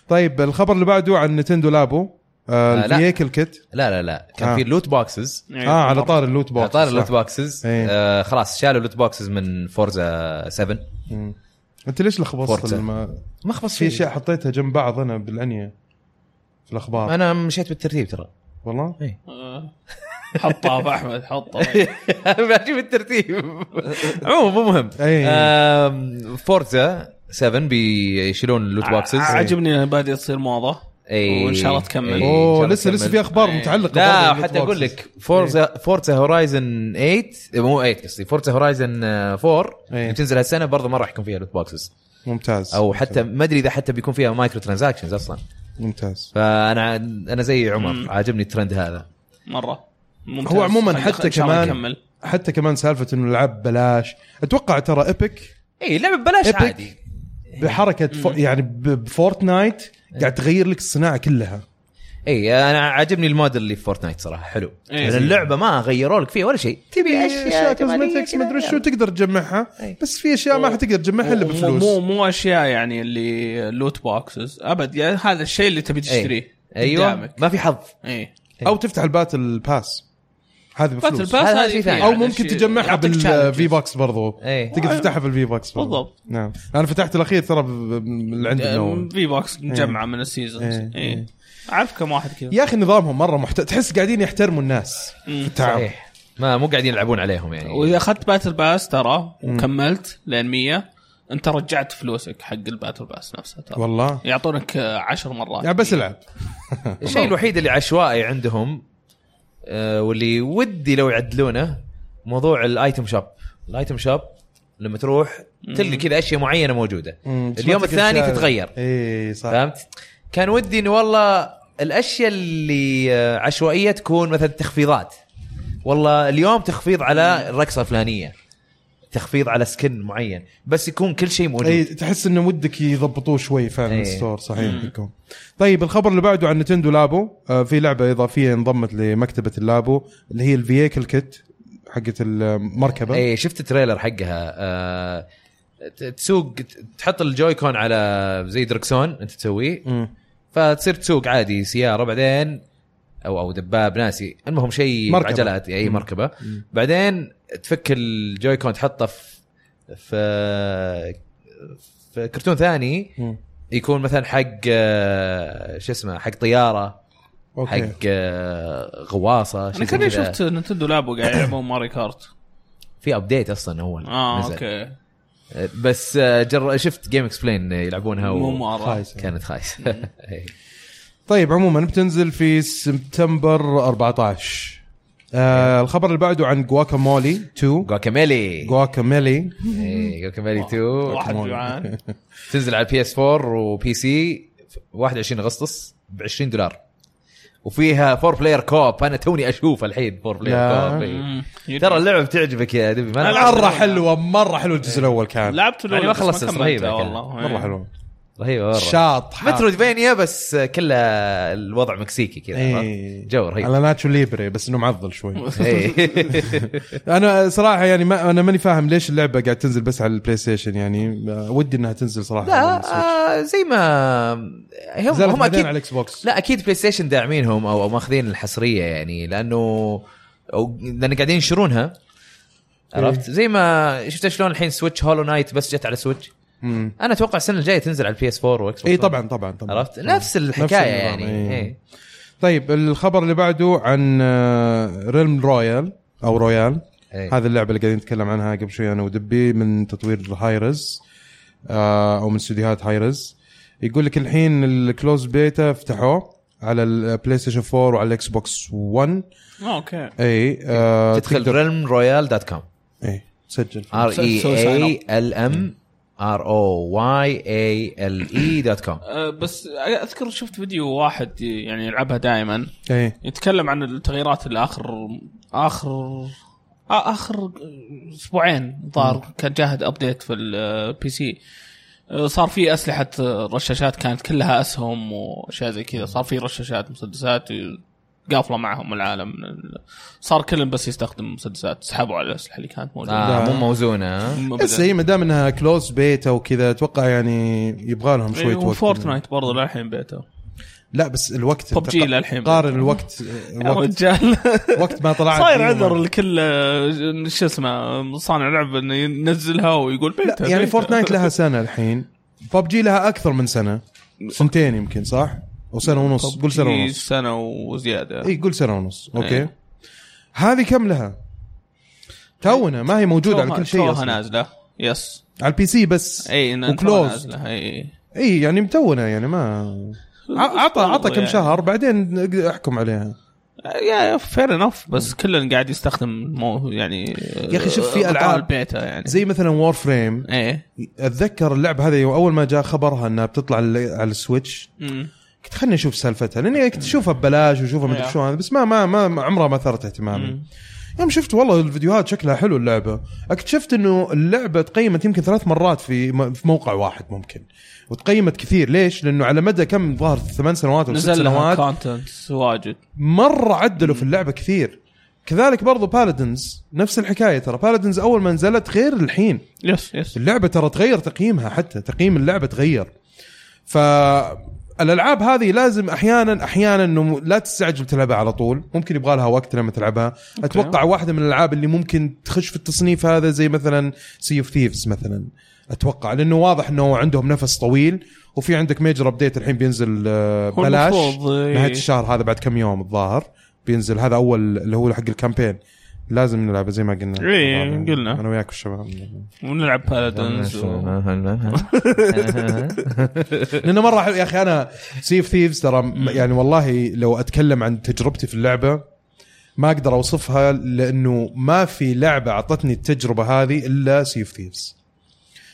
Speaker 1: طيب الخبر اللي بعده عن نتندو لابو آه
Speaker 3: آه، لا.
Speaker 1: الفييكل كيت
Speaker 3: لا لا لا كان
Speaker 1: آه.
Speaker 3: في لوت بوكسز
Speaker 2: إي.
Speaker 1: اه على طار اللوت بوكس
Speaker 3: طار اللوت
Speaker 1: صح.
Speaker 3: بوكسز
Speaker 1: إيه.
Speaker 3: آه خلاص شالوا اللوت بوكسز من فورزا 7
Speaker 1: مم. انت ليش لخبطت
Speaker 3: فورتزا.
Speaker 1: لما
Speaker 3: ما خبص
Speaker 1: في اشياء حطيتها جنب بعض انا بالعنيه في الاخبار
Speaker 3: انا مشيت بالترتيب ترى
Speaker 1: والله
Speaker 2: آه. حطها في احمد حطها
Speaker 3: ماشي بالترتيب عموما مو مهم
Speaker 1: إيه.
Speaker 3: آم، فورزا 7 بيشيلون اللوت بوكسز
Speaker 2: عجبني انها باديه تصير موضه
Speaker 3: إيه.
Speaker 2: وان آه، شاء الله
Speaker 3: إيه.
Speaker 2: تكمل
Speaker 3: إن شاء
Speaker 1: اوه
Speaker 3: الله
Speaker 1: لسه لسه
Speaker 3: نكمل.
Speaker 1: في اخبار
Speaker 2: إيه.
Speaker 1: متعلقه برضو
Speaker 3: لا
Speaker 1: باللوت
Speaker 3: حتى اقول
Speaker 1: بوكسز.
Speaker 3: لك
Speaker 1: إيه.
Speaker 3: فورزا فورزا هورايزن 8 إيه، مو 8 قصدي فورزا هورايزن 4
Speaker 1: إيه.
Speaker 3: اللي بتنزل هالسنه برضه ما راح يكون فيها لوت بوكسز
Speaker 1: ممتاز
Speaker 3: او حتى ما ادري اذا حتى بيكون فيها مايكرو ترانزاكشنز اصلا
Speaker 1: ممتاز
Speaker 3: فانا انا زي عمر عاجبني الترند هذا
Speaker 2: مره ممتاز.
Speaker 1: هو عموما
Speaker 2: خل-
Speaker 1: حتى
Speaker 2: إن شاء الله
Speaker 1: كمان
Speaker 2: نكمل.
Speaker 1: حتى كمان سالفه انه الالعاب بلاش اتوقع ترى ايبك
Speaker 3: اي لعبه ببلاش
Speaker 1: Epic.
Speaker 3: عادي
Speaker 1: بحركه فو يعني ب- بفورتنايت
Speaker 3: إيه.
Speaker 1: قاعد تغير لك الصناعه كلها
Speaker 3: اي انا إيه، عاجبني الموديل اللي في فورتنايت صراحه حلو
Speaker 2: إيه.
Speaker 3: لأن اللعبه ما غيروا لك فيها ولا شيء تبي اشياء
Speaker 1: كوزمتكس
Speaker 3: كوزمتكس
Speaker 1: مدري شو تقدر تجمعها
Speaker 3: أي.
Speaker 1: بس في اشياء ما حتقدر تجمعها الا
Speaker 2: مو-
Speaker 1: بفلوس
Speaker 2: مو مو اشياء يعني اللي لوت بوكسز ابد يعني هذا
Speaker 3: إيه.
Speaker 2: الشيء اللي تبي تشتريه
Speaker 3: ايوه
Speaker 2: قدامك إيه.
Speaker 3: ما في حظ
Speaker 2: اي
Speaker 1: او تفتح الباتل باس هذه
Speaker 2: باتل
Speaker 1: بفلوس
Speaker 2: باس
Speaker 3: هذا
Speaker 2: هذه
Speaker 3: شيء
Speaker 2: فيها
Speaker 3: ثاني.
Speaker 1: او
Speaker 2: يعني
Speaker 1: ممكن
Speaker 2: شيء-
Speaker 1: تجمعها
Speaker 2: يعطيك challenges.
Speaker 1: بالفي بوكس برضو
Speaker 3: اي
Speaker 1: تقدر تفتحها بالفي بوكس برضو.
Speaker 2: بالضبط.
Speaker 1: نعم انا فتحت الاخير ترى ب- ب- اللي عندي من أول.
Speaker 2: آه، في بوكس
Speaker 3: إيه.
Speaker 2: مجمعه من السيزونز
Speaker 1: إيه.
Speaker 2: اي اعرف كم واحد كذا
Speaker 1: يا اخي نظامهم مره محت... تحس قاعدين يحترموا الناس في التعامل
Speaker 3: صحيح إيه. ما مو قاعدين يلعبون عليهم يعني
Speaker 2: واذا اخذت باتل باس ترى وكملت لين 100 انت رجعت فلوسك حق الباتل باس نفسه ترى
Speaker 1: والله
Speaker 2: يعطونك آه، عشر مرات
Speaker 1: يعني بس العب
Speaker 3: الشيء الوحيد اللي عشوائي عندهم آه واللي ودي لو يعدلونه موضوع الايتم شوب الايتم شوب لما تروح تلقى كذا اشياء معينه موجوده اليوم الثاني تتغير
Speaker 1: اي إيه، صح
Speaker 3: فهمت كان ودي انه والله الاشياء اللي آه، عشوائيه تكون مثلا تخفيضات والله اليوم تخفيض على الرقصه الفلانيه تخفيض على سكن معين بس يكون كل شيء موجود إيه،
Speaker 1: اي تحس انه ودك يضبطوه شوي فعلا
Speaker 3: إي.
Speaker 1: الستور صحيح حقهم طيب الخبر اللي بعده عن نتندو لابو آه في لعبه اضافيه انضمت لمكتبه اللابو اللي هي الفييكل كيت حقت المركبه اي
Speaker 3: اي شفت التريلر حقها آه ت- تسوق ت- تحط الجوي كون على زي دركسون انت تسويه فتصير تسوق عادي سياره بعدين او او دباب ناسي المهم شيء
Speaker 1: مركبة.
Speaker 3: عجلات إيه، اي
Speaker 1: مم.
Speaker 3: مركبه
Speaker 1: مم.
Speaker 3: بعدين تفك الجوي كون تحطه في في في كرتون ثاني يكون مثلا حق آه، شو اسمه حق طياره
Speaker 1: اوكي
Speaker 3: حق آه، غواصه شيء
Speaker 2: انا
Speaker 3: زي
Speaker 2: كاني
Speaker 3: كذا.
Speaker 2: شفت نتندو لابو قاعد يلعبون ماري كارت
Speaker 3: في ابديت اصلا اول
Speaker 2: اه
Speaker 3: نزل.
Speaker 2: اوكي
Speaker 3: بس آه، جر... شفت جيم اكسبلين يلعبونها
Speaker 2: مو
Speaker 3: و...
Speaker 2: مره
Speaker 1: خايس.
Speaker 3: كانت إيه. خايسه
Speaker 1: طيب عموما بتنزل في سبتمبر 14 آه الخبر اللي بعده عن جواكامولي 2
Speaker 3: جواكاميلي إيه،
Speaker 1: جواكاميلي
Speaker 3: جواكاميلي 2
Speaker 2: واحد جوعان
Speaker 3: تنزل على البي اس 4 وبي سي 21 اغسطس ب 20 دولار وفيها فور بلاير كوب انا توني اشوف الحين فور بلاير
Speaker 1: لا.
Speaker 3: كوب إي.
Speaker 2: مم.
Speaker 3: إيه. ترى اللعبه بتعجبك يا دبي ما
Speaker 2: ألعب.
Speaker 3: انا
Speaker 1: مره حلوه مره حلوه
Speaker 3: إيه.
Speaker 1: الجزء الاول كان
Speaker 2: لعبت الأول
Speaker 3: يعني ما
Speaker 2: بس
Speaker 3: خلصت
Speaker 2: كملتها
Speaker 3: رهيبة كان.
Speaker 2: والله إيه.
Speaker 1: مره حلوه
Speaker 3: رهيبه مره
Speaker 1: شاطحه
Speaker 3: مترويدفينيا بس كلها الوضع مكسيكي كذا
Speaker 1: إيه.
Speaker 3: جو رهيب
Speaker 1: على ناتشو ليبري بس انه معضل شوي
Speaker 3: إيه.
Speaker 1: انا صراحه يعني ما انا ماني فاهم ليش اللعبه قاعد تنزل بس على البلاي ستيشن يعني آه، ودي انها تنزل صراحه على
Speaker 3: لا
Speaker 1: السويتش.
Speaker 3: آه زي ما هم
Speaker 1: نزلت
Speaker 3: هم
Speaker 1: بعدين
Speaker 3: اكيد
Speaker 1: على الاكس بوكس
Speaker 3: لا اكيد بلاي ستيشن داعمينهم او أو ماخذين الحصريه يعني لانه او لان قاعدين ينشرونها عرفت زي ما شفت شلون الحين سويتش هولو نايت بس جت على سويتش
Speaker 1: مم.
Speaker 3: انا اتوقع السنه الجايه تنزل على البي اس 4 واكس
Speaker 1: اي طبعا طبعا طبعا
Speaker 3: عرفت نفس الحكايه
Speaker 1: نفس النظام، إيه.
Speaker 3: يعني إيه.
Speaker 1: طيب الخبر اللي بعده عن آه، ريلم رويال او رويال
Speaker 3: إيه.
Speaker 1: هذه اللعبه اللي قاعدين نتكلم عنها قبل شوي انا ودبي من تطوير هايرز آه، او من استديوهات هايرز يقول لك الحين الكلوز بيتا فتحوه على البلاي ستيشن 4 وعلى الاكس بوكس 1
Speaker 2: آه، اوكي
Speaker 1: اي آه،
Speaker 3: تدخل آه. ريلم رويال دوت كوم
Speaker 1: اي سجل
Speaker 3: ار اي
Speaker 2: سو- سو-
Speaker 3: اي ال ام ار او واي اي ال اي دوت كوم
Speaker 2: أه، بس اذكر شفت فيديو واحد يعني يلعبها دائما
Speaker 1: اي
Speaker 2: يتكلم عن التغييرات اللي اخر اخر آه، اخر اسبوعين ظهر كان جاهد ابديت في البي سي آه، صار في اسلحه آه، رشاشات كانت كلها اسهم واشياء زي كذا صار في رشاشات مسدسات آه، قافله معهم العالم من ال- صار كلهم بس يستخدم مسدسات سحبوا على الاسلحه اللي كانت موجوده
Speaker 3: آه
Speaker 1: لا.
Speaker 3: مو موزونه
Speaker 2: م-
Speaker 1: بس هي ما دام انها كلوز بيتا وكذا اتوقع يعني يبغى لهم شويه وقت
Speaker 2: إيه، وفورتنايت برضه للحين بيته
Speaker 1: لا بس الوقت أنت
Speaker 2: PUBG للحين.
Speaker 1: قارن الوقت
Speaker 2: يا
Speaker 1: الوقت
Speaker 2: رجال
Speaker 1: وقت ما طلعت يعني
Speaker 2: صاير
Speaker 1: فيه
Speaker 2: عذر
Speaker 1: ما-
Speaker 2: لكل آه، شو اسمه صانع لعبه انه ينزلها ويقول بيتا
Speaker 1: لا يعني
Speaker 2: بيتا.
Speaker 1: فورتنايت لها سنه الحين ببجي لها اكثر من سنه سنتين يمكن صح؟ او سنه ونص قول سنه ونص
Speaker 2: PUBG
Speaker 1: إيه،
Speaker 2: سنه وزياده
Speaker 1: اي قول سنه ونص اوكي
Speaker 2: إيه.
Speaker 1: هذه كم لها؟ تونا ما هي موجوده على
Speaker 2: توها-
Speaker 1: كل شيء
Speaker 2: توها
Speaker 1: أصلاً.
Speaker 2: نازله يس
Speaker 1: على البي سي بس
Speaker 2: اي إيه، إن- إيه. توها
Speaker 1: وكلوز
Speaker 2: نازله اي
Speaker 1: اي يعني متونه يعني ما ع- عطى عطى كم
Speaker 2: يعني. آه،
Speaker 1: شهر بعدين احكم عليها
Speaker 2: يا فير انف بس كلنا قاعد يستخدم مو يعني يا
Speaker 1: أخي شوف في ألعاب
Speaker 2: بيتا يعني
Speaker 1: زي مثلا وور فريم
Speaker 2: ايه
Speaker 1: اتذكر اللعبه هذه اول ما جاء خبرها انها بتطلع على على السويتش
Speaker 2: أمم.
Speaker 1: قلت خلني اشوف سالفتها لاني كنت اشوفها ببلاش واشوفها مدري
Speaker 2: Yeah.
Speaker 1: شو هذا بس ما ما ما ما- عمرها ما اثرت اهتمامي يوم شفت والله الفيديوهات شكلها حلو اللعبه اكتشفت انه اللعبه تقيمت يمكن ثلاث مرات في م- في موقع واحد ممكن وتقيمت كثير ليش؟ لانه على مدى كم ظهر ثمان سنوات او ست
Speaker 2: نزل لها
Speaker 1: سنوات
Speaker 2: كونتنت واجد
Speaker 1: مره عدلوا في اللعبه كثير كذلك برضو بالادنز نفس الحكايه ترى بالادنز اول ما نزلت غير الحين
Speaker 2: يس يس
Speaker 1: اللعبه ترى تغير تقييمها حتى تقييم اللعبه تغير ف الالعاب هذه لازم احيانا احيانا انه لا تستعجل تلعبها على طول ممكن يبغى لها وقت لما تلعبها أوكي. اتوقع واحده من الالعاب اللي ممكن تخش في التصنيف هذا زي مثلا سي اوف ثيفز مثلا اتوقع لانه واضح انه عندهم نفس طويل وفي عندك ميجر ابديت الحين بينزل آه،
Speaker 2: هو
Speaker 1: بلاش
Speaker 2: المفروض، إيه.
Speaker 1: نهايه الشهر هذا بعد كم يوم الظاهر بينزل هذا اول اللي هو حق الكامبين لازم نلعبه زي ما قلنا
Speaker 2: إيه،
Speaker 1: طبعاً.
Speaker 2: قلنا.
Speaker 1: انا وياك والشباب
Speaker 2: ونلعب بارادونز و...
Speaker 1: لانه مره حلو يا اخي انا سي اوف ثيفز ترى م- يعني والله لو اتكلم عن تجربتي في اللعبه ما اقدر اوصفها لانه ما في لعبه اعطتني التجربه هذه الا سي اوف ثيفز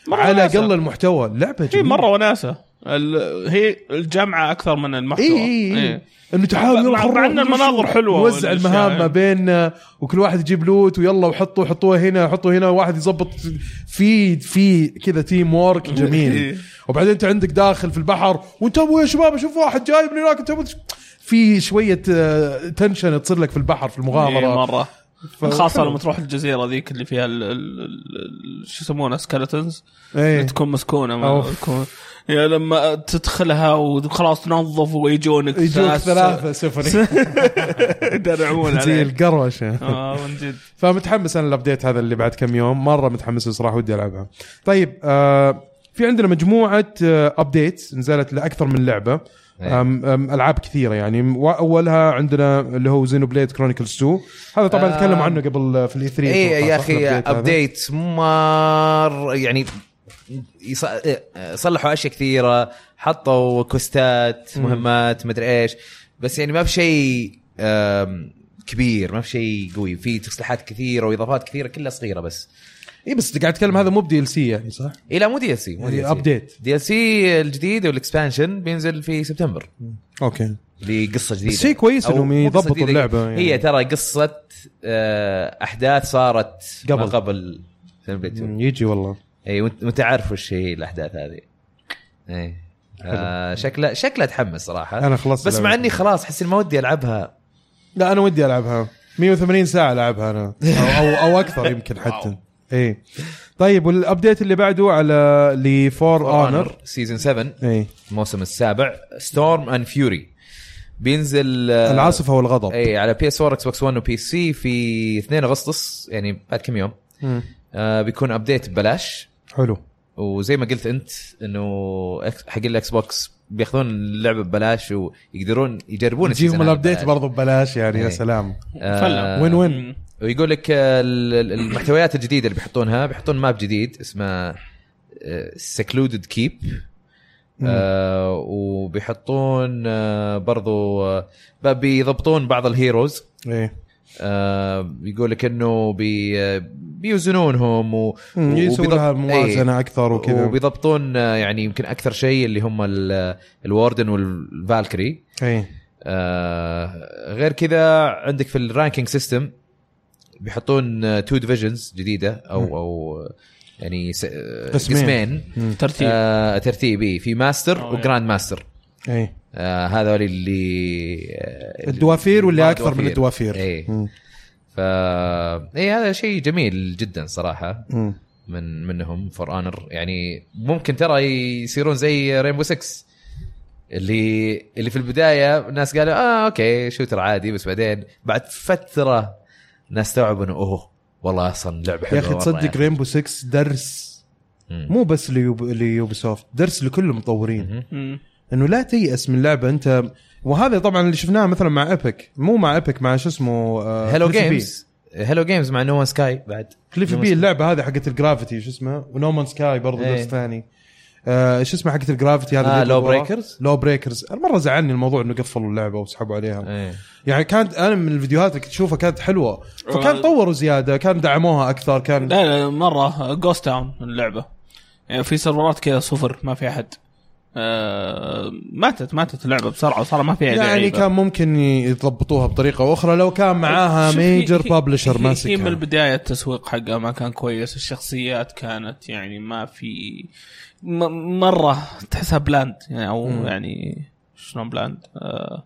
Speaker 2: مرة
Speaker 1: على
Speaker 2: وناسة.
Speaker 1: اقل المحتوى لعبه
Speaker 2: هي
Speaker 1: جميله
Speaker 2: مره وناسه إيه، ال... هي الجامعه اكثر من المحتوى
Speaker 1: اي اي إيه. انه تحاول
Speaker 2: مع-
Speaker 1: يلا
Speaker 2: مع
Speaker 1: خلونا
Speaker 2: إن المناظر حلوة
Speaker 1: نوزع
Speaker 2: والأشياء،
Speaker 1: المهام ما
Speaker 2: إيه.
Speaker 1: بيننا وكل واحد يجيب لوت ويلا وحطوا حطوها هنا حطوا هنا واحد يظبط في في كذا تيم وورك
Speaker 2: إيه.
Speaker 1: جميل وبعدين انت عندك داخل في البحر وانت يا شباب اشوف واحد جاي من هناك انتبهوا في شويه آه، تنشن تصير لك في البحر في
Speaker 2: إيه
Speaker 1: المغامره
Speaker 2: مره
Speaker 1: ف-
Speaker 2: خاصه
Speaker 1: حلو.
Speaker 2: لما تروح الجزيره ذيك اللي فيها ال... ال... ال... شو يسمونها سكلتنز
Speaker 1: إيه.
Speaker 2: تكون مسكونه ما
Speaker 1: أوف.
Speaker 2: تكون يا لما تدخلها وخلاص تنظف ويجونك
Speaker 1: يجوك ثلاثه سفري
Speaker 2: يدرعون
Speaker 1: زي
Speaker 2: عليك
Speaker 1: القروشه
Speaker 2: اه من جد
Speaker 1: فمتحمس انا الابديت هذا اللي بعد كم يوم مره متحمس الصراحه ودي العبها طيب آه في عندنا مجموعه آه ابديتس نزلت لاكثر من لعبه
Speaker 3: إيه.
Speaker 1: أم أم العاب كثيره يعني م- واولها عندنا اللي هو زينو بليد كرونيكلز 2 هذا طبعا
Speaker 3: آه.
Speaker 1: تكلموا عنه قبل آه، في الاي 3
Speaker 3: اي إيه يا اخي ابديت مار يعني يص- إيه، صلحوا اشياء كثيره حطوا كوستات مهمات مدري ايش بس يعني ما في شيء آم، كبير ما في شيء قوي في تصليحات كثيره واضافات كثيره كلها صغيره بس
Speaker 1: اي إيه، بس قاعد اتكلم هذا مو بدي ال سي يعني صح؟
Speaker 3: اي لا مو دي ال سي مو
Speaker 1: يعني update.
Speaker 3: دي ال سي الجديد والاكسبانشن بينزل في سبتمبر
Speaker 1: اوكي
Speaker 3: لقصه جديده
Speaker 1: بس شيء كويس
Speaker 3: أو
Speaker 1: إنهم
Speaker 3: مو قصة
Speaker 1: يضبطوا
Speaker 3: جديدة،
Speaker 1: اللعبة يعني.
Speaker 3: هي ترى قصه آه، احداث صارت
Speaker 1: قبل.
Speaker 3: قبل قبل سنة بلاي تو.
Speaker 1: مم، يجي والله
Speaker 3: اي وانت وأنت عارف إيه، وش هي الاحداث هذه اي آه شكلها شكلها اتحمس صراحه
Speaker 1: أنا خلصت
Speaker 3: بس مع
Speaker 1: اللعبة.
Speaker 3: اني خلاص احس اني ما ودي العبها
Speaker 1: لا انا ودي العبها 180 ساعه العبها انا او او, أو اكثر يمكن حتى اي طيب والابديت اللي بعده على لفور اونر
Speaker 3: سيزون 7
Speaker 1: اي
Speaker 3: الموسم السابع ستورم اند فيوري بينزل آه،
Speaker 1: العاصفه والغضب
Speaker 3: اي على بي اس 4 اكس بوكس 1 وبي سي في 2 اغسطس يعني بعد كم يوم
Speaker 1: مم.
Speaker 3: آه بيكون ابديت ببلاش
Speaker 1: حلو
Speaker 3: وزي ما قلت انت انه أكس- حق الاكس بوكس بياخذون اللعبه ببلاش ويقدرون
Speaker 1: تجيهم
Speaker 3: يجربون السيزون هذا
Speaker 1: الابديت
Speaker 3: ببلاش.
Speaker 1: برضو ببلاش يعني يا
Speaker 3: إيه.
Speaker 1: سلام
Speaker 2: فلا.
Speaker 1: وين وين
Speaker 3: ويقول لك ال- ال- المحتويات الجديده اللي بيحطونها بيحطون ماب جديد اسمه آه، سكلودد كيب آه، وبيحطون آه، برضو آه، بيضبطون بعض الهيروز
Speaker 1: ايه
Speaker 3: آه، يقول لك انه بي آه، بيوزنونهم و
Speaker 1: مم، يسوي
Speaker 3: وبيضب-
Speaker 1: لها موازنه
Speaker 3: إيه،
Speaker 1: اكثر وكذا
Speaker 3: وبيضبطون آه، يعني يمكن اكثر شيء اللي هم ال- الواردن والفالكري
Speaker 1: ايه
Speaker 3: آه، غير كذا عندك في الرانكينج سيستم بيحطون تو ديفيجنز جديده او او يعني س- آه،
Speaker 1: قسمين.
Speaker 3: قسمين
Speaker 2: ترتيب
Speaker 3: آه، ترتيب اي في ماستر
Speaker 2: أوه،
Speaker 3: وجراند ماستر
Speaker 1: ايه
Speaker 3: آه، هذول اللي آه،
Speaker 1: الدوافير واللي
Speaker 3: آه،
Speaker 1: أكثر من الدوافير.
Speaker 3: اي
Speaker 1: مم.
Speaker 3: ف اي هذا شيء جميل جدا صراحه
Speaker 1: مم.
Speaker 3: من منهم فور انر يعني ممكن ترى يصيرون زي رينبو 6 اللي اللي في البدايه الناس قالوا اه اوكي شوتر عادي بس بعدين بعد فتره الناس استوعبوا انه اوه والله اصلا لعبه
Speaker 1: يا
Speaker 3: حلوه
Speaker 1: اخي
Speaker 3: مرة
Speaker 1: تصدق
Speaker 3: يعني.
Speaker 1: رينبو 6 درس
Speaker 3: مم.
Speaker 1: مو بس ليوب- ليوبي سوفت درس لكل المطورين
Speaker 2: مم.
Speaker 1: انه لا تيأس من لعبه انت وهذا طبعا اللي شفناه مثلا مع ايبك مو مع ايبك مع شو اسمه آه،
Speaker 3: هلو
Speaker 1: كليفي
Speaker 3: جيمز هلو جيمز مع نو سكاي بعد
Speaker 1: بي. كليفي بي اللعبه هذه حقت الجرافيتي شو اسمها ونومان سكاي برضه
Speaker 3: إيه.
Speaker 1: درس ثاني آه شو اسمها حقت الجرافيتي هذا
Speaker 3: آه،
Speaker 1: اللي
Speaker 3: Law
Speaker 1: وراه.
Speaker 3: Breakers؟
Speaker 1: لو بريكرز مره زعلني الموضوع انه قفلوا اللعبه وسحبوا عليها
Speaker 3: إيه.
Speaker 1: يعني كانت انا من الفيديوهات اللي كنت اشوفها كانت حلوه
Speaker 2: آه.
Speaker 1: فكان طوروا زياده كان دعموها اكثر كان
Speaker 2: لا لا مره جوست تاون اللعبه يعني في سيرفرات كذا صفر ما في احد آه ماتت ماتت اللعبه بسرعه وصار ما فيها
Speaker 1: يعني
Speaker 2: لعيبة.
Speaker 1: كان ممكن يضبطوها بطريقه اخرى لو كان معاها
Speaker 2: شوف، هي-
Speaker 1: ميجر
Speaker 2: هي-
Speaker 1: ببلشر
Speaker 2: هي- هي من
Speaker 1: ماسكها
Speaker 2: البدايه التسويق حقها ما كان كويس الشخصيات كانت يعني ما في م- مره تحسها بلاند يعني او
Speaker 1: مم.
Speaker 2: يعني شلون بلاند آه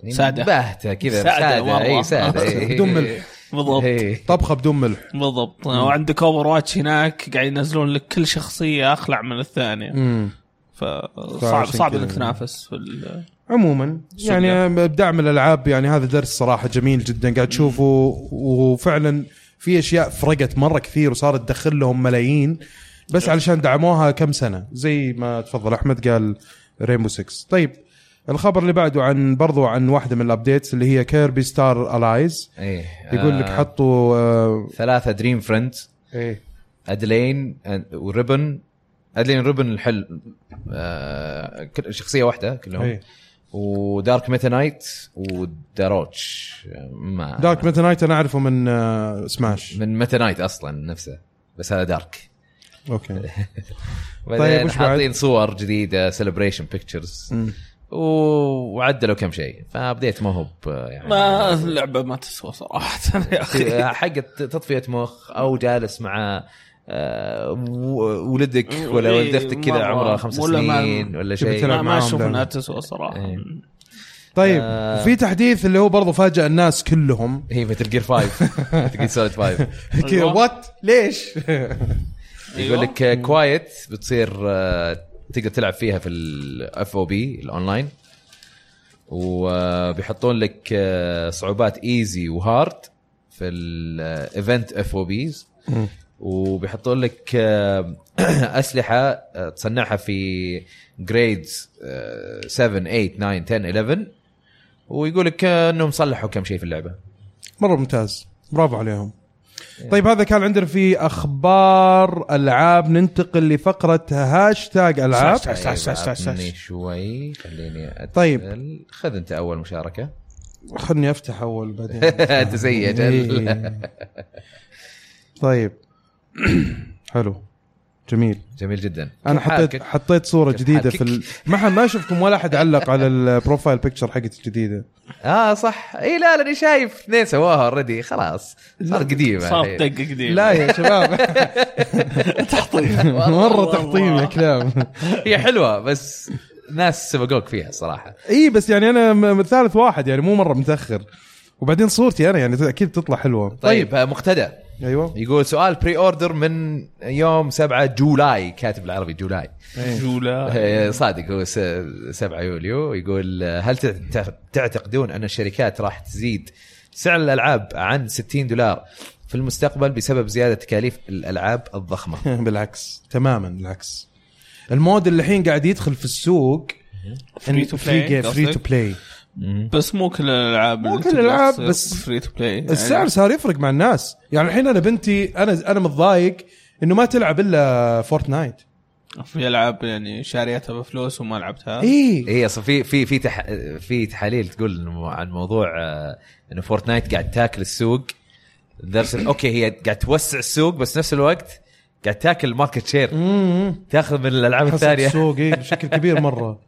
Speaker 3: يعني
Speaker 2: سادة.
Speaker 3: باهته كذا إيه،
Speaker 2: سادة
Speaker 3: ساده
Speaker 2: مرة.
Speaker 3: اي ساده إي.
Speaker 1: بدون ملح.
Speaker 2: بالضبط
Speaker 3: إي.
Speaker 1: طبخه بدون ملح
Speaker 2: بالضبط وعندك اوفر واتش هناك قاعد ينزلون لك كل شخصيه اخلع من الثانيه
Speaker 1: مم.
Speaker 2: ف- فصعب صعب
Speaker 1: كذا
Speaker 2: انك
Speaker 1: يعني.
Speaker 2: تنافس في ال-
Speaker 1: عموما
Speaker 2: سوق
Speaker 1: يعني بدعم الالعاب يعني هذا درس صراحه جميل جدا قاعد تشوفه وفعلا في اشياء فرقت مره كثير وصارت تدخل لهم ملايين بس علشان دعموها كم سنه زي ما تفضل احمد قال ريمبو 6 طيب الخبر اللي بعده عن برضو عن واحده من الابديتس اللي هي كيربي ستار الايز
Speaker 3: ايه
Speaker 1: يقول لك
Speaker 3: آه،
Speaker 1: حطوا آه
Speaker 3: ثلاثه دريم فريندز
Speaker 1: ايه
Speaker 3: ادلين أن- وريبن ادلين ريبن الحل آه كل- شخصيه واحده كلهم
Speaker 1: إيه.
Speaker 3: ودارك ميتا نايت وداروتش ما
Speaker 1: دارك ميتا نايت انا اعرفه من آه سماش
Speaker 3: من ميتا نايت اصلا نفسه بس هذا دارك
Speaker 1: اوكي
Speaker 3: بعدين
Speaker 1: طيب، وش بعد؟
Speaker 3: حاطين صور جديده سيلبريشن بيكتشرز
Speaker 1: مم.
Speaker 3: وعدلوا كم شيء فبديت ما هو ب- يعني
Speaker 2: ما اللعبه ما تسوى صراحه يا اخي
Speaker 3: حق تطفيه مخ او جالس مع آه، و- ولدك ولا
Speaker 2: إيه،
Speaker 3: ولدتك كذا
Speaker 2: مرة.
Speaker 3: عمره خمس
Speaker 2: ولا ما-
Speaker 3: سنين ولا
Speaker 1: تبي
Speaker 3: شيء
Speaker 1: تلعب
Speaker 2: ما- ما
Speaker 1: معاهم
Speaker 2: اشوف
Speaker 1: لعبة.
Speaker 2: انها تسوى صراحه
Speaker 3: إيه.
Speaker 1: طيب
Speaker 3: آه.
Speaker 1: في تحديث اللي هو برضو فاجأ الناس كلهم
Speaker 3: هي مثل جير 5 مثل جير سوليد 5
Speaker 1: كذا
Speaker 2: أيوة.
Speaker 1: وات ليش؟
Speaker 3: يقول لك كوايت بتصير آه، تقدر تلعب فيها في الاف او بي الاونلاين وبيحطون لك آه، صعوبات ايزي وهارد في آه، الايفنت اف او بيز وبيحطون لك آه، اسلحه آه، تصنعها في آه، جريدز 7 8 9 10 11 ويقول لك آه، انهم صلحوا كم شيء في اللعبه
Speaker 1: مره ممتاز برافو عليهم طيب هذا كان عندنا في اخبار العاب ننتقل لفقره هاشتاج العاب
Speaker 2: هاشتاج. ساش، ساش، ساش، ساش.
Speaker 3: عطني شوي خليني أدخل.
Speaker 1: طيب.
Speaker 3: خذ انت اول مشاركه طيب.
Speaker 1: خلني افتح اول بعدين
Speaker 3: انت زي اجل
Speaker 1: إيه. طيب حلو جميل
Speaker 3: جميل جدا
Speaker 1: انا
Speaker 3: كيف
Speaker 1: حطيت
Speaker 3: حالك؟
Speaker 1: حطيت صوره
Speaker 3: كيف
Speaker 1: جديده
Speaker 3: حالك؟
Speaker 1: في ال... ما ح- ما شفتكم ولا احد علق على البروفايل بيكتشر حقتي الجديده
Speaker 3: اه صح اي لا لاني شايف اثنين سواها اوريدي خلاص صار قديمه
Speaker 2: صار
Speaker 3: الحين.
Speaker 2: دق قديم
Speaker 1: لا يا شباب
Speaker 2: تحطيم
Speaker 1: مره تحطيم يا كلام
Speaker 3: هي حلوه بس ناس سبقوك فيها صراحه
Speaker 1: اي بس يعني انا م- م- ثالث واحد يعني مو مره متاخر وبعدين صورتي انا يعني اكيد تطلع حلوه
Speaker 3: طيب, آه، مقتدى
Speaker 1: ايوه
Speaker 3: يقول سؤال بري اوردر من يوم 7 جولاي كاتب بالعربي جولاي
Speaker 1: إيه.
Speaker 2: جوله
Speaker 3: آه، صادق هو س- 7 يوليو يقول آه، هل تعت- تعتقدون ان الشركات راح تزيد سعر الالعاب عن 60 دولار في المستقبل بسبب زياده تكاليف الالعاب الضخمه؟
Speaker 1: بالعكس تماما العكس المود اللي الحين قاعد يدخل في السوق
Speaker 2: Free to play،
Speaker 1: فري
Speaker 2: قصدك؟
Speaker 1: تو بلاي
Speaker 2: بس مو كل الالعاب
Speaker 1: مو كل الألعاب، بس
Speaker 2: فري تو بلاي
Speaker 3: يعني
Speaker 1: السعر صار يفرق مع الناس يعني الحين انا بنتي انا انا متضايق انه ما تلعب الا فورتنايت
Speaker 2: في العاب يعني شاريتها بفلوس وما
Speaker 3: آه.
Speaker 2: لعبتها
Speaker 1: اي
Speaker 3: هي اصلا إيه في في في تح في تحاليل تقول إنه عن موضوع آه، انه فورتنايت قاعد تاكل السوق لدرجه إن- اوكي هي قاعد توسع السوق بس نفس الوقت قاعد تاكل ماركت شير تاخذ من الالعاب
Speaker 1: ثانيه
Speaker 3: الثانيه
Speaker 1: السوق اي بشكل كبير مره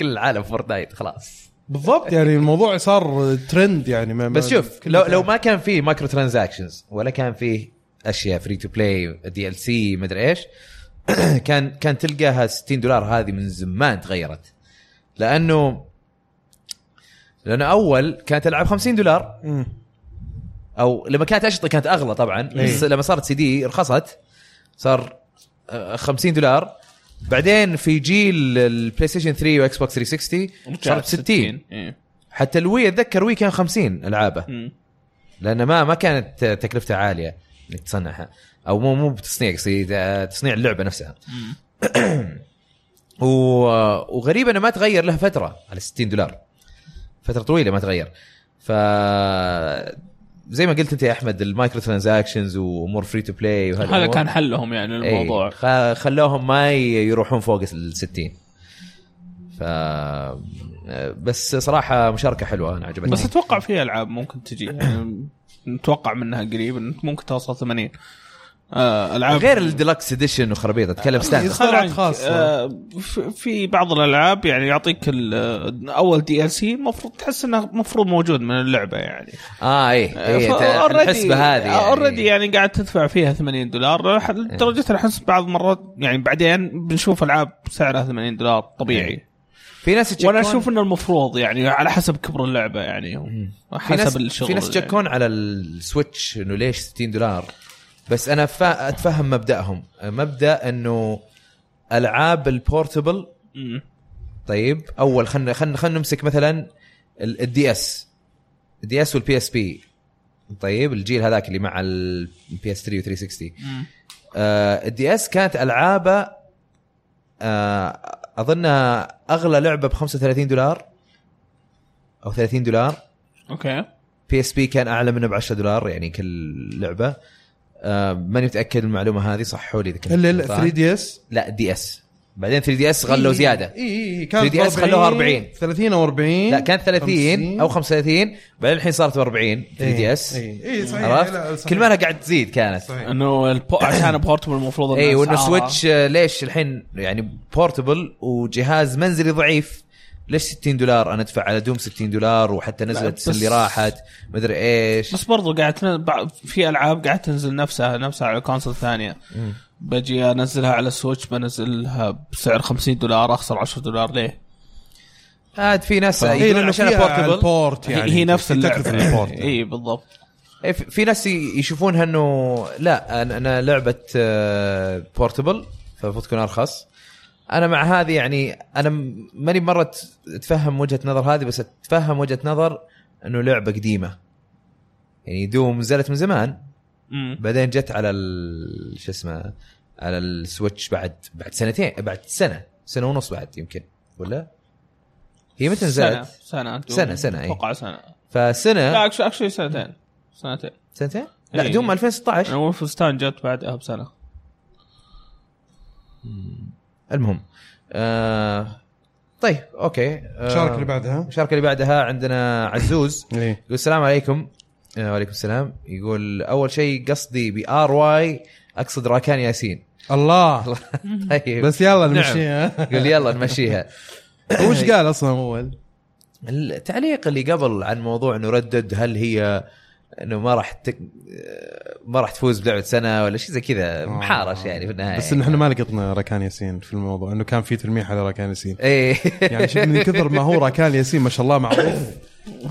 Speaker 3: كل العالم فورتنايت خلاص
Speaker 1: بالضبط يعني الموضوع صار ترند يعني ما ما-
Speaker 3: بس شوف
Speaker 1: كل
Speaker 3: لو
Speaker 1: مكان.
Speaker 3: لو ما كان فيه مايكرو ترانزاكشنز ولا كان فيه اشياء فري تو بلاي دي ال سي مدري ايش كان كان تلقاها 60 دولار هذه من زمان تغيرت لانه لانه اول كانت العاب 50 دولار
Speaker 1: مم.
Speaker 3: او لما كانت اشرطه كانت اغلى طبعا بس لما صارت سي دي رخصت صار آه، 50 دولار بعدين في جيل البلاي ستيشن 3 واكس بوكس 360 صارت 60
Speaker 2: إيه.
Speaker 3: حتى الوي اتذكر وي كان 50 العابه
Speaker 2: مم.
Speaker 3: لان ما ما كانت تكلفتها عاليه انك تصنعها او مو مو بتصنيع قصدي آه، تصنيع اللعبه نفسها و... وغريب انه ما تغير له فتره على 60 دولار فتره طويله ما تغير ف زي ما قلت انت يا احمد المايكرو ترانزاكشنز وامور فري تو بلاي
Speaker 2: هذا كان حلهم يعني
Speaker 1: إيه،
Speaker 2: الموضوع
Speaker 3: إيه، خلوهم ما ي- يروحون فوق ال 60 ف بس صراحه مشاركه حلوه انا عجبتني
Speaker 2: بس اتوقع في العاب ممكن تجي يعني نتوقع منها قريب إن ممكن توصل 80 آه، العاب
Speaker 3: غير الديلكس اديشن وخرابيط اتكلم ستاند
Speaker 1: يص- اصدارات
Speaker 2: خلعك،
Speaker 1: خاصة.
Speaker 2: آه، في- في بعض الالعاب يعني يعطيك ال- اول دي ال سي المفروض تحس انه المفروض موجود من اللعبه يعني
Speaker 3: اه ايه,
Speaker 2: آه،
Speaker 3: إيه الحسبه هذه يعني. إيه.
Speaker 2: اوريدي يعني قاعد تدفع فيها 80 دولار ح- لدرجه إن احس بعض مرات يعني بعدين بنشوف العاب سعرها 80 دولار طبيعي
Speaker 3: إيه. في ناس يتشكون
Speaker 2: وانا اشوف انه المفروض يعني على حسب كبر اللعبه يعني
Speaker 3: في ناس
Speaker 2: حسب الشغل
Speaker 3: في ناس
Speaker 2: يعني.
Speaker 3: تشكون على السويتش انه ليش 60 دولار بس انا فا اتفهم مبداهم مبدا انه العاب البورتبل
Speaker 2: مم.
Speaker 3: طيب اول خلينا خلينا خلينا نمسك مثلا الدي اس الدي اس والبي اس بي طيب الجيل هذاك اللي مع البي اس 3 و 360
Speaker 2: مم.
Speaker 3: آه، الدي اس كانت العابه آه اظنها اغلى لعبه ب 35 دولار او 30 دولار
Speaker 2: اوكي
Speaker 3: بي اس بي كان اعلى منه ب 10 دولار يعني كل لعبه آه ماني متاكد من المعلومه هذه صحوا لي اذا كنت
Speaker 1: الا الا
Speaker 3: غلطان.
Speaker 1: 3 دي اس
Speaker 3: لا دي اس بعدين 3 دي اس
Speaker 1: إيه،
Speaker 3: غلوا زياده
Speaker 1: اي اي اي كانت
Speaker 3: 3DS خلوها 40.
Speaker 1: 30 او 40
Speaker 3: لا كانت 30 او 35 بعدين الحين صارت 40 3 دي اس
Speaker 1: اي إيه، صحيح إيه، لا،
Speaker 3: عرفت
Speaker 1: صحيح.
Speaker 3: كل ما انا قاعد تزيد كانت
Speaker 1: صحيح.
Speaker 2: انه البو... عشان بورتبل المفروض
Speaker 3: اي وانه
Speaker 2: أسعارها-
Speaker 3: سويتش آه، ليش الحين يعني بورتبل وجهاز منزلي ضعيف ليش 60 دولار انا ادفع على دوم 60 دولار وحتى نزلت
Speaker 2: بس-
Speaker 3: السنه اللي راحت مدري ايش
Speaker 2: بس برضو قاعد تن- بع- في العاب قاعد تنزل نفسها نفسها على كونسول ثانيه بجي انزلها على السويتش بنزلها بسعر 50 دولار اخسر 10 دولار ليه؟
Speaker 3: عاد في ناس
Speaker 1: اي
Speaker 3: يقولون
Speaker 1: لانه
Speaker 3: عشان
Speaker 1: فيها على
Speaker 3: بورتبل
Speaker 1: البورت يعني
Speaker 2: يعني هي نفس
Speaker 1: في تكلفة
Speaker 2: اللعبه
Speaker 1: البورت
Speaker 2: اي بالضبط
Speaker 3: إيه، في- في ناس ي- يشوفونها انه لا انا انا لعبه آه، بورتبل فالمفروض تكون ارخص انا مع هذه يعني انا م- ماني مره ت- اتفهم وجهه نظر هذه بس اتفهم وجهه نظر انه لعبه قديمه يعني دوم نزلت من زمان
Speaker 2: مم.
Speaker 3: بعدين جت على ال- شو اسمه على السويتش بعد بعد سنتين بعد سنه سنه ونص بعد يمكن ولا هي متى
Speaker 2: سنه
Speaker 3: نزلت؟
Speaker 2: سنه
Speaker 3: سنة- سنة، إيه. أه. إي.
Speaker 2: اتوقع سنه
Speaker 3: فسنه
Speaker 2: لا اكشلي سنتين سنتين
Speaker 3: سنتين؟ لا
Speaker 2: إي.
Speaker 3: دوم 2016
Speaker 2: انا فستان جت بعدها بسنه
Speaker 3: المهم آه طيب اوكي آه
Speaker 1: الشارك اللي بعدها
Speaker 3: المشاركه اللي بعدها عندنا عزوز
Speaker 2: إيه.
Speaker 1: اي
Speaker 3: يقول السلام عليكم آه وعليكم السلام يقول اول شيء قصدي بار واي اقصد راكان ياسين
Speaker 1: الله
Speaker 3: طيب
Speaker 1: بس يلا
Speaker 3: نعم.
Speaker 1: نمشيها
Speaker 3: يقول يلا نمشيها إيه.
Speaker 1: وش قال اصلا اول؟
Speaker 3: التعليق اللي قبل عن موضوع انه ردد هل هي انه ما راح تك... آه، ما راح تفوز بلعبه سنه ولا شيء زي كذا محارش يعني في النهايه
Speaker 1: بس ان احنا ما لقطنا راكان ياسين في الموضوع انه كان في تلميح على راكان ياسين
Speaker 3: ايه
Speaker 1: يعني شوف من كثر ما هو راكان ياسين ما شاء الله معروف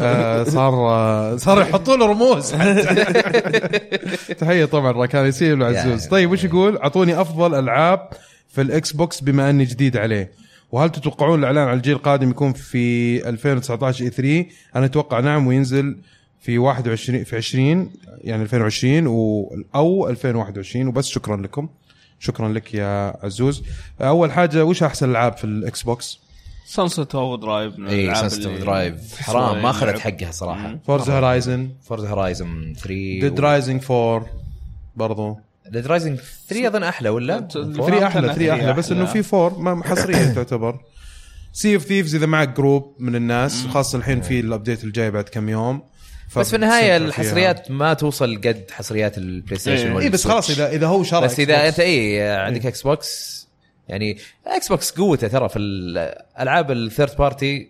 Speaker 1: آه صار آه صار يحطوا له رموز حتى. تحيه طبعا راكان ياسين والعزوز
Speaker 3: يعني.
Speaker 1: طيب وش يقول اعطوني افضل العاب في الاكس بوكس بما اني جديد عليه وهل تتوقعون الاعلان عن الجيل القادم يكون في 2019 اي 3 انا اتوقع نعم وينزل في 21 في 20 يعني 2020 و او 2021 وبس شكرا لكم شكرا لك يا عزوز اول حاجه وش احسن العاب في الاكس بوكس
Speaker 2: سانست اوف درايف
Speaker 3: اي سانستم درايف إيه، حرام ما اخذت حقها صراحه
Speaker 2: مم.
Speaker 1: فورز هورايزن
Speaker 3: فورز هورايزن 3
Speaker 1: ديد رايزنج 4 برضو
Speaker 3: ديد رايزنج 3 اظن احلى ولا؟
Speaker 2: ت- ت-
Speaker 1: 3 احلى
Speaker 2: أحلى،
Speaker 1: 3 احلى بس
Speaker 2: أحلى.
Speaker 1: انه في 4 ما حصريه تعتبر سي اوف ثيفز اذا معك جروب من الناس خاصه الحين في الابديت الجاي بعد كم يوم
Speaker 3: بس في النهايه
Speaker 1: فيها.
Speaker 3: الحصريات ما توصل قد حصريات البلاي ستيشن
Speaker 2: إيه.
Speaker 3: ولا
Speaker 1: اي بس خلاص
Speaker 3: السويتش.
Speaker 1: اذا اذا هو شرع
Speaker 3: بس اذا
Speaker 1: إكس
Speaker 3: انت
Speaker 1: بوكس.
Speaker 3: اي عندك اكس بوكس يعني اكس بوكس قوته ترى في الالعاب الثيرد بارتي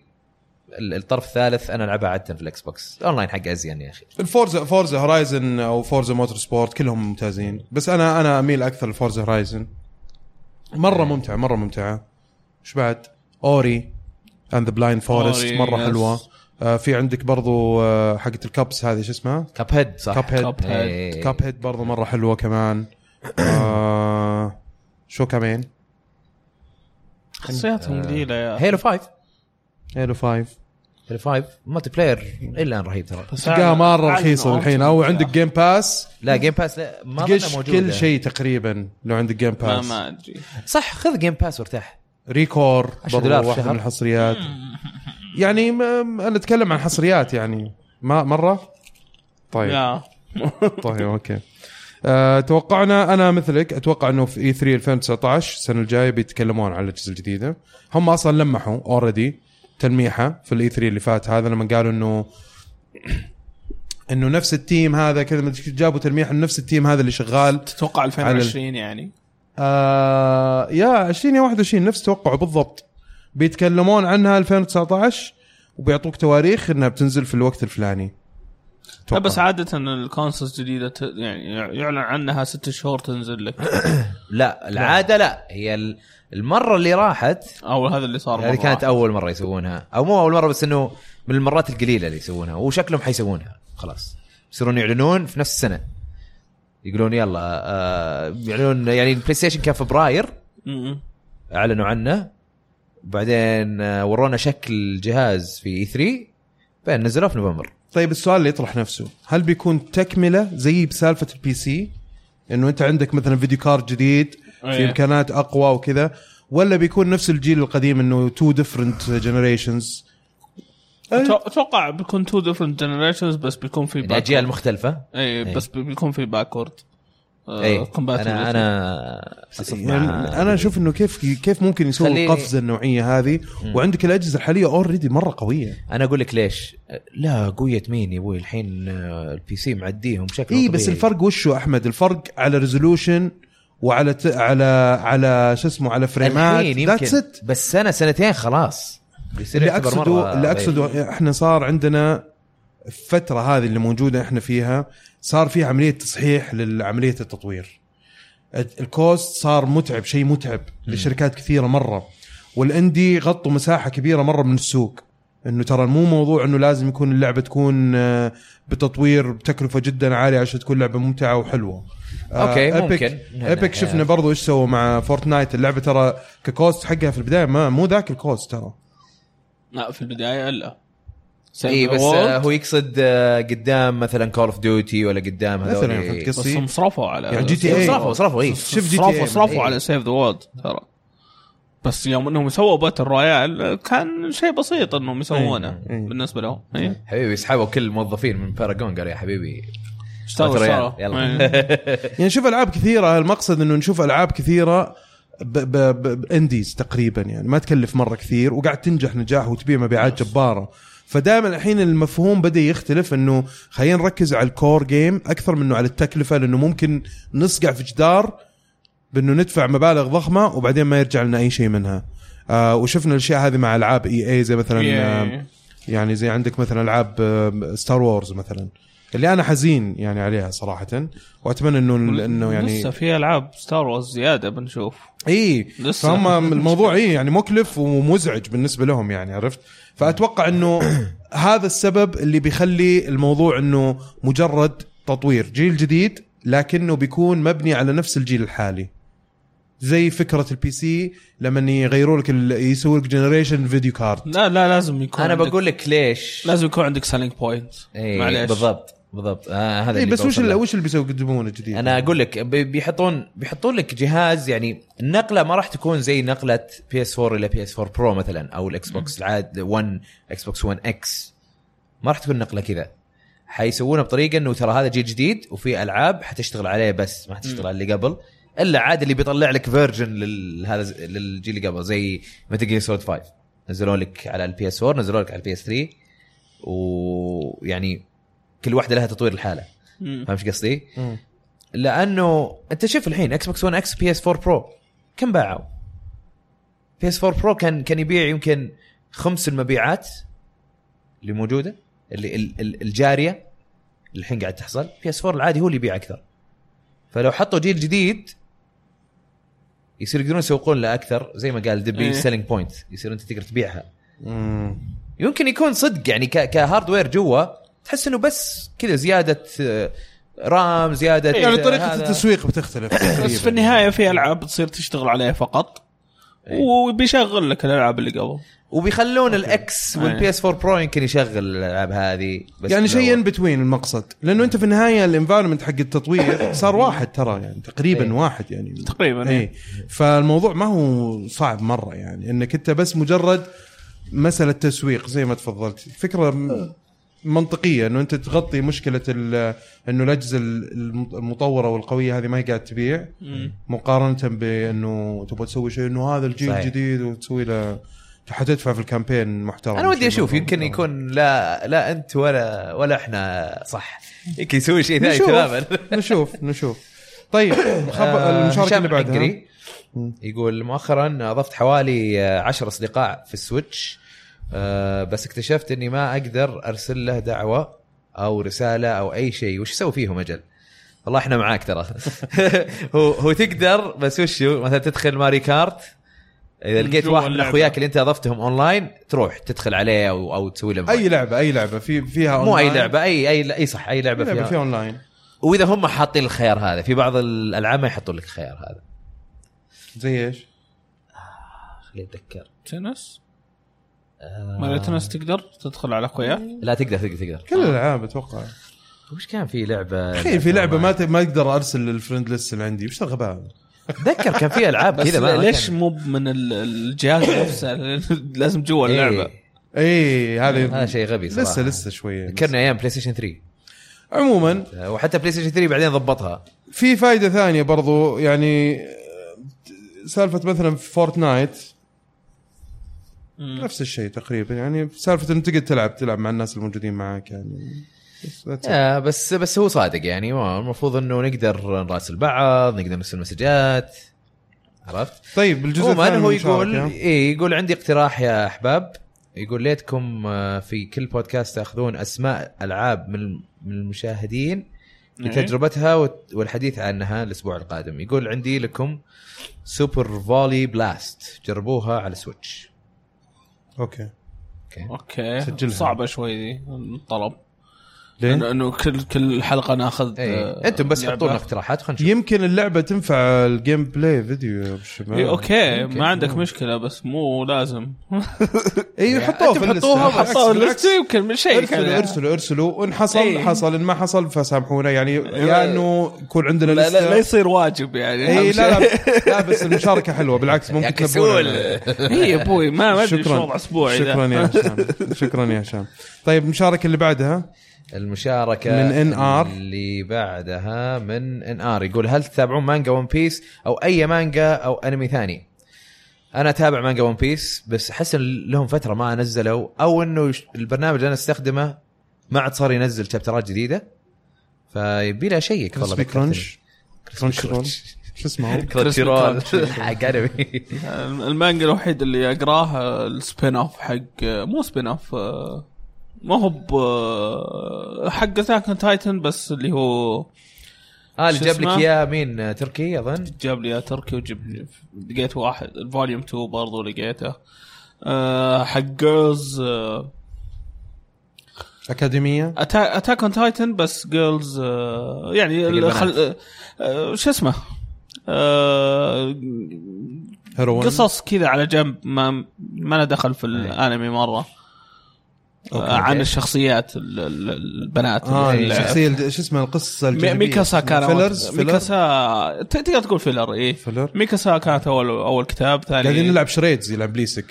Speaker 3: الطرف الثالث انا العبها عاده في الاكس بوكس الاونلاين حق ازين يا اخي
Speaker 1: الفورزا فورزا هورايزن او فورزا موتور سبورت كلهم ممتازين بس انا انا اميل اكثر لفورزا هورايزن مره ممتعه مره ممتعه ايش بعد اوري اند ذا بلايند فورست
Speaker 2: Ori,
Speaker 1: مره
Speaker 2: yes.
Speaker 1: حلوه آه في عندك برضو آه حقت الكبس هذه شو اسمها
Speaker 3: كاب هيد صح
Speaker 1: كاب هيد
Speaker 2: Cuphead.
Speaker 3: إيه.
Speaker 1: كاب هيد برضو مره حلوه كمان آه شو كمان
Speaker 3: أه.
Speaker 2: شخصياتهم قليله يا
Speaker 3: هيلو 5
Speaker 1: هيلو 5
Speaker 3: هيلو 5 مالتي بلاير الا ان رهيب ترى
Speaker 2: بس يعني
Speaker 1: تلقاها
Speaker 2: أعلن-
Speaker 1: مره
Speaker 2: أعلن
Speaker 1: رخيصه
Speaker 2: أوبتيموس
Speaker 1: الحين او عندك جيم باس
Speaker 3: لا جيم باس لا ما أظنها
Speaker 1: تقش
Speaker 3: موجوده
Speaker 1: كل شيء تقريبا لو عندك جيم
Speaker 2: ما
Speaker 1: باس
Speaker 2: ما ادري
Speaker 3: صح خذ جيم باس وارتاح
Speaker 1: ريكور
Speaker 3: 10
Speaker 1: برضو
Speaker 3: دولار في
Speaker 1: واحده
Speaker 3: الشهر.
Speaker 1: من الحصريات يعني ما انا اتكلم عن حصريات يعني ما مره
Speaker 3: إيه.
Speaker 1: طيب
Speaker 2: يا
Speaker 1: طيب اوكي أه توقعنا انا مثلك اتوقع انه في E اي 3 2019 السنه الجايه بيتكلمون على الاجهزه الجديده هم اصلا لمحوا اوريدي تلميحه في الاي 3 اللي فات هذا لما قالوا انه انه نفس التيم هذا كذا ما أدري كيف جابوا تلميح إنه نفس التيم هذا اللي شغال
Speaker 2: تتوقع 2020 يعني
Speaker 1: آه يا 20 يا 21 نفس توقعه بالضبط بيتكلمون عنها 2019 وبيعطوك تواريخ انها بتنزل في الوقت الفلاني
Speaker 2: لا
Speaker 1: أتوقع.
Speaker 2: بس عاده الكونسولز الجديده ت- يعني يعلن عنها ست شهور تنزل لك
Speaker 3: لا العاده لا هي ال- المره اللي راحت
Speaker 2: او هذا اللي صار
Speaker 3: يعني هذه
Speaker 2: مرة
Speaker 3: كانت
Speaker 2: واحدة.
Speaker 3: اول مره يسوونها او مو اول مره بس انه من المرات القليله اللي يسوونها وشكلهم حيسوونها خلاص يصيرون يعلنون في نفس السنه يقولون يلا آه يعلنون يعني البلاي ستيشن كان فبراير
Speaker 2: م- م.
Speaker 3: اعلنوا عنه بعدين آه، ورونا شكل الجهاز في اي 3 بعدين نزلوه في نوفمبر يعني
Speaker 1: طيب السؤال اللي يطرح نفسه هل بيكون تكمله زي بسالفه البي سي انه انت عندك مثلا فيديو كارد جديد في
Speaker 2: أيه.
Speaker 1: امكانات اقوى وكذا ولا بيكون نفس الجيل القديم انه تو ديفرنت جنريشنز
Speaker 2: أتو- اتوقع بيكون تو ديفرنت جنريشنز بس بيكون في
Speaker 3: يعني اجيال مختلفه
Speaker 1: آه،
Speaker 2: اي بس بيكون في آه، باكورد
Speaker 3: اي انا انا أصف مع-
Speaker 1: E يعني انا اشوف انه كيف كيف ممكن يسوي
Speaker 3: خليني-
Speaker 1: القفزه النوعيه هذه وعندك الاجهزه الحاليه اوريدي مره قويه
Speaker 3: انا اقول لك ليش لا قويه مين يا ابوي الحين آه، البي سي معديهم شكله
Speaker 1: اي إيه، بس
Speaker 3: طبيعي.
Speaker 1: الفرق وشو احمد الفرق على ريزولوشن وعلى ت... على على شو اسمه على فريمات
Speaker 3: الحين يمكن
Speaker 1: ذاتس ات
Speaker 3: بس سنه سنتين خلاص بيصير
Speaker 1: اللي
Speaker 3: يعتبر
Speaker 1: اقصده
Speaker 3: مرة
Speaker 1: اللي
Speaker 3: ضعيف.
Speaker 1: اقصده احنا صار عندنا الفتره هذه اللي موجوده احنا فيها صار في عمليه تصحيح لعمليه التطوير ال- الكوست صار متعب شيء متعب لشركات كثيره مره والاندي غطوا مساحه كبيره مره من السوق انه ترى مو موضوع انه لازم يكون اللعبه تكون آه، بتطوير بتكلفه جدا عاليه عشان تكون لعبه ممتعه وحلوه آه،
Speaker 3: أوكي،
Speaker 1: Epic-
Speaker 3: ممكن. نعم،
Speaker 1: ايبك شفنا برضو ايش سووا مع فورتنايت اللعبه ترى ككوست حقها في البدايه ما مو ذاك الكوست ترى
Speaker 2: لا في البدايه لا
Speaker 3: اي
Speaker 2: Save
Speaker 1: إيه،
Speaker 3: بس
Speaker 2: the
Speaker 3: آه،
Speaker 2: world.
Speaker 3: هو يقصد آه، قدام مثلا كول اوف ديوتي ولا قدام هذول إيه.
Speaker 1: مثلاً فهمت قصدي؟
Speaker 2: بس
Speaker 1: قصي.
Speaker 2: هم صرفوا على
Speaker 1: يعني GTA
Speaker 3: صرفوا صرفوا اي
Speaker 1: شوف GTA
Speaker 2: صرفوا صرفوا
Speaker 3: إيه.
Speaker 2: على سيف ذا وورد ترى بس يوم انهم سووا باتل رويال كان شيء بسيط انهم يسوونه
Speaker 1: إيه. إيه.
Speaker 2: بالنسبه لهم إيه.
Speaker 3: حبيبي سحبوا كل الموظفين من باراجون قالوا يا حبيبي
Speaker 2: اشتغلوا
Speaker 3: باتل
Speaker 2: اشتغلوا
Speaker 3: رويال، يلا.
Speaker 2: إيه.
Speaker 1: يعني نشوف العاب كثيره المقصد انه نشوف العاب كثيره ب ب ب بانديز تقريبا يعني ما تكلف مره كثير وقاعد تنجح نجاح وتبيع مبيعات جباره فدائما الحين المفهوم بدا يختلف انه خلينا نركز على الكور جيم اكثر منه على التكلفه لانه ممكن نصقع في جدار بانه ندفع مبالغ ضخمه وبعدين ما يرجع لنا اي شيء منها آه وشفنا الاشياء هذه مع العاب اي اي زي مثلا آه
Speaker 2: إيه.
Speaker 1: يعني زي عندك مثلا العاب ستار وورز مثلا اللي انا حزين يعني عليها صراحه واتمنى انه انه
Speaker 2: لسه
Speaker 1: يعني
Speaker 2: في العاب ستار وورز زياده بنشوف
Speaker 1: اي
Speaker 2: لسه.
Speaker 1: فهم الموضوع اي يعني مكلف ومزعج بالنسبه لهم يعني عرفت فاتوقع انه هذا السبب اللي بيخلي الموضوع انه مجرد تطوير جيل جديد لكنه بيكون مبني على نفس الجيل الحالي زي فكره البي سي لما يغيروا لك ال- يسووا لك جنريشن فيديو كارد
Speaker 2: لا لا لازم يكون
Speaker 3: انا
Speaker 2: عندك-
Speaker 3: بقول لك ليش
Speaker 2: لازم يكون عندك سيلينج بوينت
Speaker 3: اي إيه، بالضبط بالضبط آه هذا
Speaker 1: اي
Speaker 3: اللي
Speaker 1: إيه، بس وش
Speaker 3: بوصل
Speaker 1: اللي
Speaker 3: له.
Speaker 1: وش اللي بيسوونه جديد
Speaker 3: انا اقول لك بي- بيحطون بيحطون لك جهاز يعني النقله ما راح تكون زي نقله بي اس 4 الى بي اس 4 برو مثلا او الاكس بوكس العاد 1 اكس بوكس 1 اكس ما راح تكون نقله كذا حيسوونها بطريقه انه ترى هذا جيل جديد وفي العاب حتشتغل عليه بس ما حتشتغل على اللي قبل الا عاد اللي بيطلع لك فيرجن لهذا للجيل اللي قبل زي متل جير سوليد 5 نزلوا لك على البي اس 4 نزلوا لك على البي اس 3 ويعني يعني كل واحده لها تطوير الحاله فاهم ايش قصدي؟
Speaker 1: مم.
Speaker 3: لانه انت شوف الحين اكس بوكس 1 اكس بي اس 4 برو كم باعوا؟ بي اس 4 برو كان كان يبيع يمكن خمس المبيعات اللي موجوده اللي ال- ال- الجاريه اللي الحين قاعد تحصل بي اس 4 العادي هو اللي يبيع اكثر فلو حطوا جيل جديد يصير يقدرون يسوقون له اكثر زي ما قال دبي
Speaker 2: إيه.
Speaker 3: سيلينج بوينت يصير انت تقدر تبيعها
Speaker 1: مم.
Speaker 3: يمكن يكون صدق يعني ك- كهاردوير جوا تحس انه بس كذا زياده آه، رام زياده
Speaker 1: يعني طريقه
Speaker 3: إيه، هذا.
Speaker 1: التسويق بتختلف
Speaker 2: بس في
Speaker 1: تقريباً.
Speaker 2: النهايه في العاب بتصير تشتغل عليها فقط
Speaker 3: إيه.
Speaker 2: وبيشغل لك الالعاب اللي قبل
Speaker 3: وبيخلون الاكس والبي
Speaker 2: أي.
Speaker 3: اس 4 برو يمكن يشغل الالعاب هذه بس
Speaker 1: يعني شيء ان
Speaker 3: لو-
Speaker 1: بتوين المقصد لانه انت في النهايه الانفايرمنت حق التطوير صار واحد ترى يعني تقريبا
Speaker 3: إيه.
Speaker 1: واحد يعني
Speaker 2: تقريبا
Speaker 1: اي فالموضوع ما هو صعب مره يعني انك انت بس مجرد مساله تسويق زي ما تفضلت فكره م-
Speaker 3: إيه.
Speaker 1: منطقيه انه انت تغطي مشكله ال- انه الاجهزه ال- الم- المطوره والقويه هذه ما هي قاعد تبيع
Speaker 2: مم.
Speaker 1: مقارنه بانه تبغى تسوي شيء انه هذا الجيل
Speaker 3: صحيح.
Speaker 1: الجديد وتسوي له حتدفع في الكامبين محترم
Speaker 3: انا ودي
Speaker 1: شيء
Speaker 3: اشوف
Speaker 1: محترم.
Speaker 3: يمكن يكون لا لا انت ولا ولا احنا صح يمكن يسوي شيء ثاني
Speaker 1: نشوف.
Speaker 3: تماما
Speaker 1: نشوف نشوف طيب خب...
Speaker 3: آه،
Speaker 1: المشاركه
Speaker 3: هشام
Speaker 1: اللي بعدها
Speaker 3: العنقري
Speaker 1: مم.
Speaker 3: يقول مؤخرا اضفت حوالي آه، 10 اصدقاء في السويتش آه، بس اكتشفت اني ما اقدر ارسل له دعوه او رساله او اي شيء وش اسوي فيهم اجل؟ والله احنا معاك ترى هو هو تقدر بس وش هو؟ مثلا تدخل ماري كارت اذا
Speaker 2: من
Speaker 3: لقيت
Speaker 2: جوا
Speaker 3: واحد من
Speaker 2: اللعبة.
Speaker 3: اخوياك اللي انت اضفتهم اونلاين تروح تدخل عليه او, أو تسوي له
Speaker 1: اي لعبه اي لعبه في فيها
Speaker 3: مو اي
Speaker 1: online.
Speaker 3: لعبه اي اي اي صح اي
Speaker 1: أي
Speaker 3: لعبه,
Speaker 1: لعبه
Speaker 3: فيها
Speaker 1: فيها اونلاين
Speaker 3: واذا هم حاطين الخيار هذا في بعض الالعاب ما يحطون لك الخيار هذا
Speaker 1: زي ايش؟
Speaker 3: خليني اتذكر
Speaker 2: تنس
Speaker 3: آه،
Speaker 2: ما تنس تقدر تدخل على اخويا
Speaker 3: لا تقدر تقدر تقدر
Speaker 1: كل الالعاب اتوقع
Speaker 3: آه، وش كان في لعبه
Speaker 1: تخيل في لعبه ما ت- ما اقدر ارسل للفرند ليست اللي عندي وش الغباء هذا؟
Speaker 3: اتذكر كان في العاب
Speaker 2: بس
Speaker 3: كذا ما- ما
Speaker 2: ليش
Speaker 3: كان-
Speaker 2: مو من ال- الجهاز نفسه لازم جوا
Speaker 3: إيه،
Speaker 2: اللعبه
Speaker 1: اي إيه، هذه
Speaker 3: آه، هذا شيء غبي صراحه
Speaker 1: لسه لسه شويه
Speaker 3: ذكرني ايام بلاي ستيشن 3
Speaker 1: عموما
Speaker 3: آه، وحتى بلاي ستيشن 3 بعدين ضبطها
Speaker 1: في فائده ثانيه برضو يعني آه، سالفه مثلا في فورتنايت
Speaker 2: مم.
Speaker 1: نفس الشيء تقريبا يعني سالفه انك تقعد تلعب تلعب مع الناس الموجودين معك يعني بس that's it.
Speaker 3: آه، بس بس هو صادق يعني ما- المفروض انه نقدر نراسل بعض نقدر نرسل مسجات عرفت؟
Speaker 1: طيب الجزء
Speaker 3: عموما
Speaker 1: الثاني
Speaker 3: هو
Speaker 1: من شعرك،
Speaker 3: يقول
Speaker 1: ها؟
Speaker 3: إيه يقول عندي اقتراح يا احباب يقول ليتكم آه، في كل بودكاست تاخذون اسماء العاب من من المشاهدين
Speaker 1: إيه.
Speaker 3: لتجربتها وت- والحديث عنها الاسبوع القادم يقول عندي لكم سوبر فولي بلاست جربوها على سويتش
Speaker 1: اوكي
Speaker 3: اوكي
Speaker 2: اوكي
Speaker 1: سجلها.
Speaker 2: صعبه شوي ذي الطلب
Speaker 1: ليه؟
Speaker 2: لانه كل كل حلقه ناخذ
Speaker 3: ايه
Speaker 2: آه،
Speaker 3: انتم بس
Speaker 2: لعبة.
Speaker 3: حطوا لنا اقتراحات خلينا نشوف
Speaker 1: يمكن اللعبه تنفع الجيم بلاي فيديو يا شباب
Speaker 2: إيه اوكي
Speaker 3: ممكن.
Speaker 2: ما عندك مشكله بس مو لازم
Speaker 1: اي إيه، حطوها
Speaker 3: أنتم
Speaker 1: في اللستة.
Speaker 3: حطوها
Speaker 1: بالعكس،
Speaker 2: إيه، حطوها
Speaker 1: بالعكس.
Speaker 2: لست يمكن من شيء
Speaker 1: ارسلوا
Speaker 2: كذا
Speaker 1: ارسلوا ارسلوا ان حصل
Speaker 2: إيه.
Speaker 1: حصل ان ما حصل فسامحونا يعني يا انه يكون عندنا
Speaker 2: لا, لا, لا
Speaker 1: لسته
Speaker 2: يصير واجب يعني
Speaker 1: اي
Speaker 2: أهم
Speaker 1: لا
Speaker 2: شيء.
Speaker 1: لا, لا بس المشاركه حلوه بالعكس
Speaker 3: يا
Speaker 1: ممكن
Speaker 3: كسول
Speaker 1: تنبهونا.
Speaker 2: هي ابوي إيه ما ما ادري ايش
Speaker 1: شكراً.
Speaker 2: وضع اسبوعي ذا.
Speaker 1: شكرا يا هشام شكرا يا هشام طيب المشاركه اللي بعدها
Speaker 3: المشاركه
Speaker 1: من NR.
Speaker 3: اللي بعدها من ان ار يقول هل تتابعون مانجا ون بيس او اي مانجا او انمي ثاني انا اتابع مانجا ون بيس بس احس إن لهم فتره ما نزلوا او انه يش- البرنامج اللي انا استخدمه ما عاد صار ينزل شابترات جديده فيبي لها شيك والله
Speaker 1: كريسبي
Speaker 3: ذكرتني.
Speaker 1: كرانش كرانش رول شو اسمه هو؟
Speaker 3: كرانشي رول حق انمي
Speaker 2: المانجا الوحيد اللي اقراه آه، السبين اوف حق آه، مو سبين اوف آه، ما هو ب- آه، حق اتاك تايتن بس اللي هو
Speaker 3: اه اللي
Speaker 2: شو
Speaker 3: جاب لك
Speaker 2: اسمه؟
Speaker 3: اياه مين آه، تركي اظن
Speaker 2: جاب لي إياه تركي وجب لقيت واحد الفوليوم 2 برضو لقيته آه، حق آه، جيرلز
Speaker 1: اكاديميه
Speaker 2: اتاك اون تايتن بس جيرلز يعني ال-
Speaker 3: البنات.
Speaker 2: خل... آه، آه، شو اسمه آه،
Speaker 1: هيروين
Speaker 2: قصص كذا على جنب ما ما لها دخل في الانمي مره
Speaker 3: أوكي.
Speaker 2: آه، عن الشخصيات ال- ال- البنات
Speaker 1: اه
Speaker 2: اللي-
Speaker 1: الشخصيه الج- شو اسمه القصه
Speaker 2: آه، مي-
Speaker 1: الجانبيه
Speaker 2: ميكاسا كان
Speaker 1: فيلرز
Speaker 2: فيلرز
Speaker 1: فيلرز
Speaker 2: ميكاسا ت- تقدر تقول فيلر اي
Speaker 1: فيلر؟
Speaker 2: ميكاسا كانت اول اول كتاب ثاني
Speaker 1: قاعدين نلعب شريدز يلعب ليسك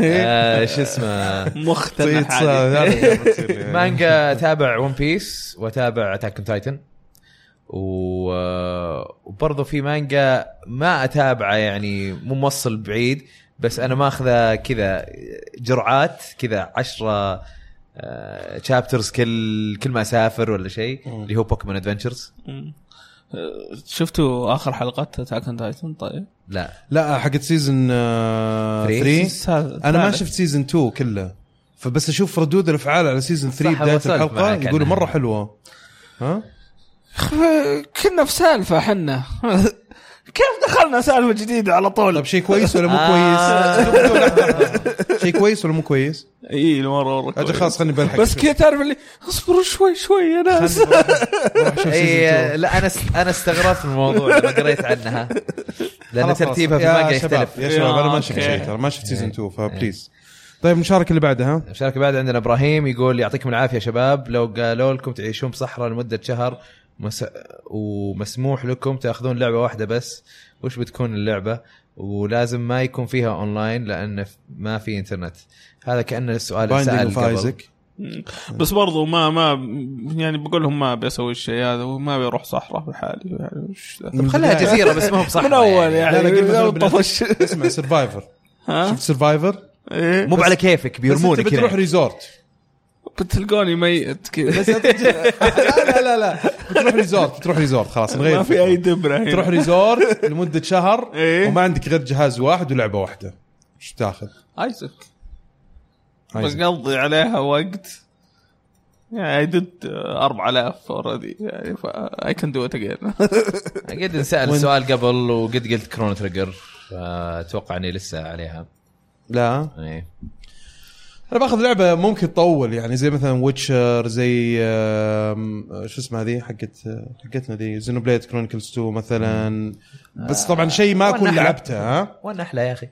Speaker 3: آه، شو اسمه
Speaker 2: مختلف
Speaker 1: تصير-
Speaker 2: حالي.
Speaker 1: تصير- يعني.
Speaker 3: مانجا اتابع ون بيس واتابع اتاك اون تايتن و... وبرضه في مانجا ما اتابعه يعني مو موصل بعيد بس انا ماخذه كذا جرعات كذا عشرة شابترز كل كل ما اسافر ولا شيء اللي هو بوكيمون ادفنتشرز
Speaker 2: مم. آه، شفتوا اخر حلقه اتاك اون تايتن طيب
Speaker 3: لا
Speaker 1: لا حقت سيزون
Speaker 3: Three.
Speaker 1: 3
Speaker 2: السادس-
Speaker 1: انا إيه. ما
Speaker 2: الثالث.
Speaker 1: شفت سيزون 2 كله فبس اشوف ردود الافعال على سيزون 3
Speaker 3: صح،
Speaker 1: بدايه
Speaker 3: وصلت
Speaker 1: الحلقه
Speaker 3: معك
Speaker 1: يقولوا
Speaker 3: أنا.
Speaker 1: مره حلوه ها
Speaker 2: كنا في سالفه حنا كيف دخلنا سالفه جديده على طول
Speaker 1: طب شيء كويس ولا مو
Speaker 2: آه.
Speaker 1: كويس؟ شيء كويس ولا مو كويس؟
Speaker 2: اي مره مره
Speaker 1: اجل
Speaker 2: كويس.
Speaker 1: خلاص خليني بلحق
Speaker 2: بس كذا تعرف اللي اصبروا شوي شوي يا ناس إيه،
Speaker 3: اي إيه، لا انا انا استغربت من الموضوع لما قريت عنها لان ترتيبها في المانجا يختلف
Speaker 1: يا شباب انا ما شفت
Speaker 2: آه، أوكي. إيه.
Speaker 1: شيء ترى ما شفت سيزون 2 فبليز طيب المشاركه اللي بعدها
Speaker 3: المشاركة بعد عندنا ابراهيم يقول يعطيكم العافية يا شباب لو قالوا لكم تعيشون بصحراء لمدة شهر مس... ومسموح لكم تاخذون لعبة واحدة بس وش بتكون اللعبة؟ ولازم ما يكون فيها اونلاين لان ف- ما في انترنت. هذا كأنه السؤال اللي
Speaker 1: بايندينج
Speaker 3: سأل
Speaker 1: اوف
Speaker 3: قبل
Speaker 1: ايزك
Speaker 2: بس برضو ما ما يعني بقول لهم ما بسوي الشيء هذا وما بيروح صحراء بحالي يعني وش ذا؟
Speaker 3: طب خلها جزيرة بس ما هو بصحراء
Speaker 2: من اول
Speaker 1: لا
Speaker 3: يعني.
Speaker 1: لا قلت مثلا
Speaker 2: يعني طفش
Speaker 1: بنفسك. اسمع سرفايفر
Speaker 2: ها
Speaker 1: شفت سرفايفر؟
Speaker 2: إيه؟
Speaker 3: مو على كيفك
Speaker 1: بيرمونك
Speaker 3: بيرمونك
Speaker 1: بتروح
Speaker 3: هنا.
Speaker 1: ريزورت
Speaker 2: بتلقوني ميت كذا
Speaker 1: لا لا لا بتروح ريزورت بتروح ريزورت خلاص نغير
Speaker 2: ما في
Speaker 1: الفكرة.
Speaker 2: اي دبره هنا
Speaker 1: تروح ريزورت لمده شهر
Speaker 2: إيه.
Speaker 1: وما عندك غير جهاز واحد ولعبه واحده ايش تاخذ؟
Speaker 2: ايزك
Speaker 1: عايز-
Speaker 2: بقضي عليها وقت يعني اي ديد 4000 اوريدي يعني اي كان دو ات اجين
Speaker 3: قد انسأل السؤال قبل وقد قلت كرونو تريجر فاتوقع اني لسه عليها.
Speaker 1: لا
Speaker 3: إيه.
Speaker 1: انا باخذ لعبه ممكن تطول يعني زي مثلا ويتشر زي آم، شو اسمها هذه حقت حقتنا ذي زينو بليد كرونيكلز 2 مثلا بس طبعا شيء
Speaker 2: آه،
Speaker 1: ما اكون
Speaker 3: والنحلة.
Speaker 1: لعبته ها
Speaker 3: ون احلى يا اخي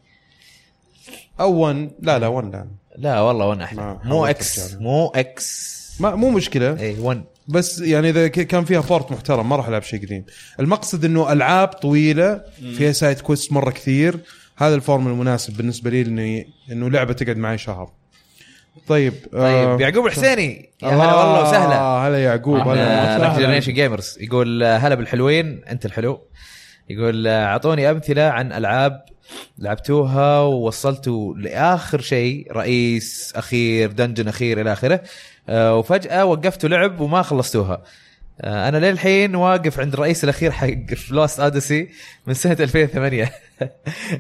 Speaker 1: او 1 لا لا 1 لا
Speaker 3: لا والله ون احلى
Speaker 1: ما-
Speaker 3: مو
Speaker 1: ما
Speaker 3: اكس
Speaker 1: أتذكر.
Speaker 3: مو إيه، اكس
Speaker 1: ما مو مشكله
Speaker 3: اي ون
Speaker 1: بس يعني اذا ك- كان فيها فورت محترم ما راح العب شيء قديم المقصد انه العاب طويله فيها سايد كويست مره كثير هذا الفورم المناسب بالنسبه لي اني انه لعبه تقعد معي شهر طيب
Speaker 3: طيب يعقوب الحسيني يا هلا
Speaker 1: الله،
Speaker 3: والله وسهلا
Speaker 1: هلا يعقوب
Speaker 2: أهلا.
Speaker 1: هلا
Speaker 3: نكست
Speaker 1: وسهلا.
Speaker 3: جنريشن آه، جيمرز يقول آه، هلا بالحلوين انت الحلو يقول آه، اعطوني امثله عن العاب لعبتوها ووصلتوا لاخر شيء رئيس اخير دنجن اخير الى اخره آه، وفجاه وقفتوا لعب وما خلصتوها آه، انا للحين واقف عند الرئيس الاخير حق فلوس اوديسي من سنه 2008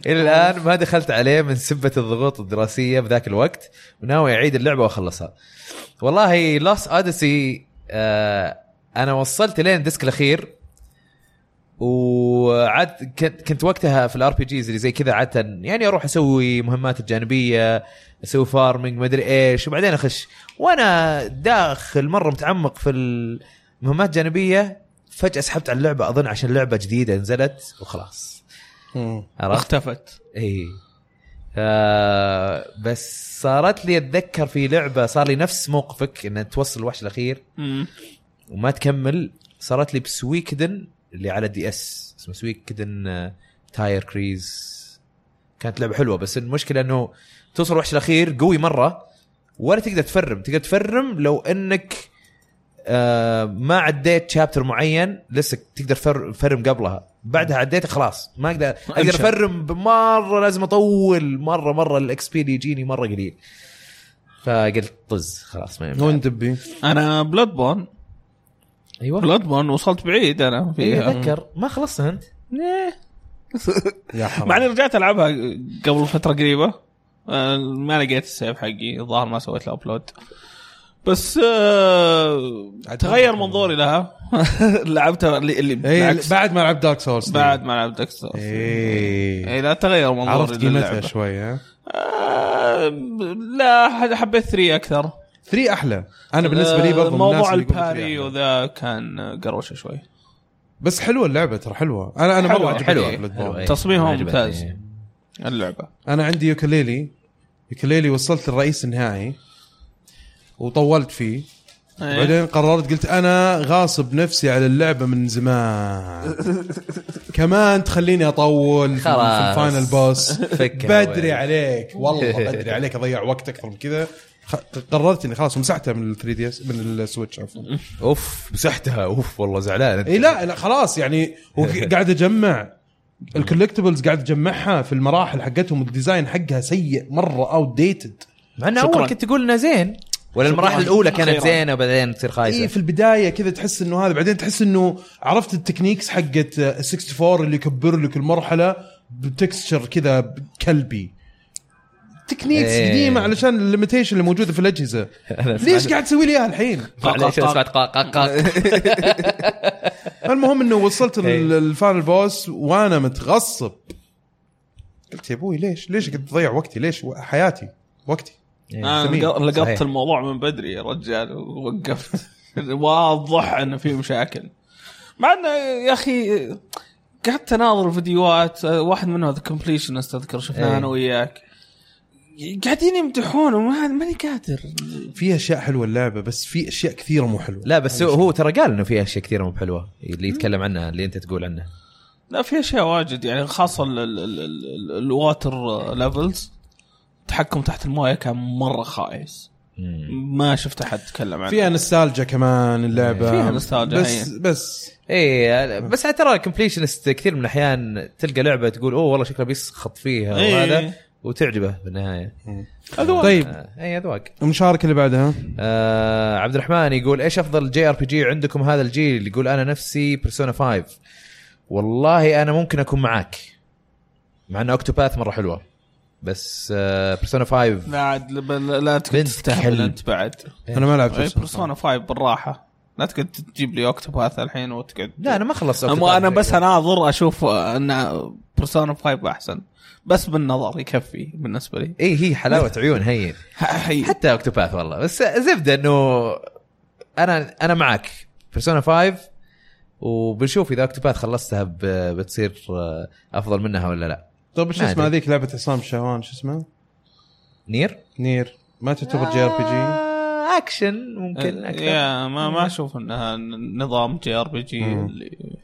Speaker 3: الى الان ما دخلت عليه من سبه الضغوط الدراسيه بذاك الوقت وناوي اعيد اللعبه واخلصها والله لوس اوديسي انا وصلت لين الديسك الاخير وعاد كنت- كنت وقتها في الار بي جيز اللي زي كذا عاده يعني اروح اسوي مهمات الجانبيه اسوي فارمنج ما ادري ايش وبعدين اخش وانا داخل مره متعمق في المهمات الجانبيه فجاه سحبت على اللعبه اظن عشان لعبه جديده نزلت وخلاص
Speaker 1: مم.
Speaker 3: عرفت
Speaker 2: اختفت
Speaker 3: اي إيه. آه بس صارت لي اتذكر في لعبه صار لي نفس موقفك ان توصل الوحش الاخير
Speaker 2: مم.
Speaker 3: وما تكمل صارت لي بسويكدن اللي على دي اس اسمه سويكدن آه، تاير كريز كانت لعبه حلوه بس المشكله انه توصل الوحش الاخير قوي مره ولا تقدر تفرم تقدر تفرم لو انك آه ما عديت شابتر معين لسه تقدر تفر- تفرم قبلها بعدها عديت خلاص ما اقدر اقدر
Speaker 2: أمشى.
Speaker 3: افرم مره لازم اطول مره مره الاكس بي اللي يجيني مره قليل فقلت طز خلاص ما ينفع
Speaker 1: وين دبي؟
Speaker 2: انا بلاد بون
Speaker 3: ايوه
Speaker 2: بلاد بون وصلت بعيد انا
Speaker 3: ايه
Speaker 2: فيها
Speaker 3: اتذكر ما خلصنا انت
Speaker 2: إيه.
Speaker 1: يا حرام
Speaker 2: مع اني رجعت العبها قبل فتره قريبه آه، ما لقيت السيف حقي الظاهر ما سويت له ابلود بس آه تغير منظوري لها لعبتها اللي, اللي
Speaker 1: اي
Speaker 2: بالعكس
Speaker 1: إيه، بعد ما لعبت دارك سولز
Speaker 2: بعد ما لعبت دكستر إيه.
Speaker 1: اي
Speaker 2: اي لا تغير منظوري
Speaker 1: إيه. عرفت قيمتها
Speaker 2: للعبة.
Speaker 1: شوي ها
Speaker 2: آه، لا ح- حبيت 3 اكثر
Speaker 1: 3 احلى انا بالنسبه لي برضو من الناس
Speaker 2: موضوع
Speaker 1: اللي يقولوا three
Speaker 2: الباري
Speaker 1: أحلى.
Speaker 2: وذا كان قروشه شوي
Speaker 1: بس حلوه اللعبه ترى حلوه انا انا مره
Speaker 2: حلوة، أيوة،
Speaker 1: عجبتني
Speaker 3: حلوه
Speaker 1: Bloodborne.
Speaker 3: حلوة، إيه.
Speaker 2: تصميمهم
Speaker 3: عجبتني.
Speaker 2: ممتاز. اللعبه
Speaker 1: انا عندي يوكليلي يوكليلي وصلت للرئيس النهائي وطولت فيه
Speaker 2: إيه.
Speaker 1: بعدين قررت قلت انا غاصب نفسي على اللعبه من زمان كمان تخليني اطول في
Speaker 3: خلاص.
Speaker 1: الفاينل بوس
Speaker 3: فك
Speaker 1: بدري عليك والله بدري عليك اضيع وقت اكثر من كذا خ- قررت اني خلاص مسحتها من ال 3 دي اس من السويتش عفوا
Speaker 3: اوف مسحتها اوف والله زعلان انت
Speaker 1: اي إيه، لا لا خلاص يعني وق- قاعد اجمع الكولكتبلز قاعد اجمعها في المراحل حقتهم الديزاين حقها سيء مره اوت ديتد
Speaker 3: مع انه
Speaker 2: شكراً.
Speaker 3: اول كنت تقول انها زين ولا المراحل الاولى كانت
Speaker 2: أخيراً.
Speaker 3: زينه وبعدين تصير
Speaker 1: اي
Speaker 3: خايسه
Speaker 1: إيه، في البدايه كذا تحس انه هذا بعدين تحس انه عرفت التكنيكس حقت آه، 64 اللي يكبر لك المرحله بتكستشر كذا كلبي تكنيكس
Speaker 3: إيه.
Speaker 1: قديمه علشان الليميتيشن اللي موجوده في الاجهزه ليش قاعد تسوي لي اياها الحين؟
Speaker 3: معليش أنا سمعت قاق قاق قاق
Speaker 1: المهم انه وصلت
Speaker 3: إيه.
Speaker 1: الفاينل بوس وانا متغصب قلت يا ابوي ليش ليش قد تضيع وقتي ليش و- حياتي وقتي
Speaker 3: إيه.
Speaker 2: انا
Speaker 1: سمين.
Speaker 2: لق- لقطت
Speaker 3: صحيح.
Speaker 2: الموضوع من بدري يا رجال ووقفت واضح انه في مشاكل مع انه يا اخي قعدت اناظر فيديوهات واحد منهم ذا كومبليشنست اذكر شفناه
Speaker 3: إيه.
Speaker 2: انا وياك قاعدين يمدحون وما ماني قادر
Speaker 1: في اشياء حلوه اللعبه بس في اشياء كثيره مو حلوه
Speaker 3: لا بس هو- هو ترى قال انه في اشياء كثيره مو حلوه اللي يتكلم عنها اللي انت تقول عنها
Speaker 2: لا في اشياء واجد يعني خاصه ال- ال- ال- ال- الواتر ليفلز التحكم تحت المويه كان مره خايس
Speaker 3: مم.
Speaker 2: ما شفت احد تكلم عنه
Speaker 1: فيها نستالجا كمان اللعبه
Speaker 2: فيها نوستالجيا،
Speaker 1: بس بس
Speaker 3: ايه بس ترى الكومبليشنست كثير من الاحيان تلقى لعبه تقول اوه والله شكلها بيسخط فيها
Speaker 2: إيه.
Speaker 3: وهذا وتعجبه بالنهايه
Speaker 1: طيب
Speaker 3: آه، اي اذواق
Speaker 1: المشاركه اللي بعدها
Speaker 3: آه عبد الرحمن يقول ايش افضل جي ار بي جي عندكم هذا الجيل يقول انا نفسي بيرسونا 5 والله انا ممكن اكون معاك مع ان اوكتوباث مره حلوه بس آه بيرسونا 5
Speaker 2: لا عاد لا- لا لا تقعد
Speaker 3: بنت
Speaker 2: تستهبل
Speaker 3: كلب.
Speaker 2: انت بعد إيه،
Speaker 1: انا ما لعبت
Speaker 2: بيرسونا 5 بالراحه لا تقعد تجيب لي اوكتوباث الحين وتقعد
Speaker 3: لا انا ما خلصت
Speaker 2: أما انا بس اناظر اشوف ان بيرسونا 5 احسن بس بالنظر يكفي بالنسبه لي
Speaker 3: اي إيه، هي حلاوه عيون هي حتى اوكتوباث والله بس زبده انه انا انا معك بيرسونا 5 وبنشوف اذا اوكتوباث خلصتها ب- بتصير آه، افضل منها ولا لا
Speaker 1: طيب شو
Speaker 3: ما
Speaker 1: اسمه
Speaker 3: أدري.
Speaker 1: هذيك لعبه عصام شهوان شو اسمها؟
Speaker 3: نير
Speaker 1: نير ما تعتبر جي ار بي جي
Speaker 3: آه، اكشن ممكن اكثر
Speaker 2: آه، أه، يا ما ما اشوف انها ن- نظام جي ار بي جي
Speaker 1: مم.
Speaker 2: اللي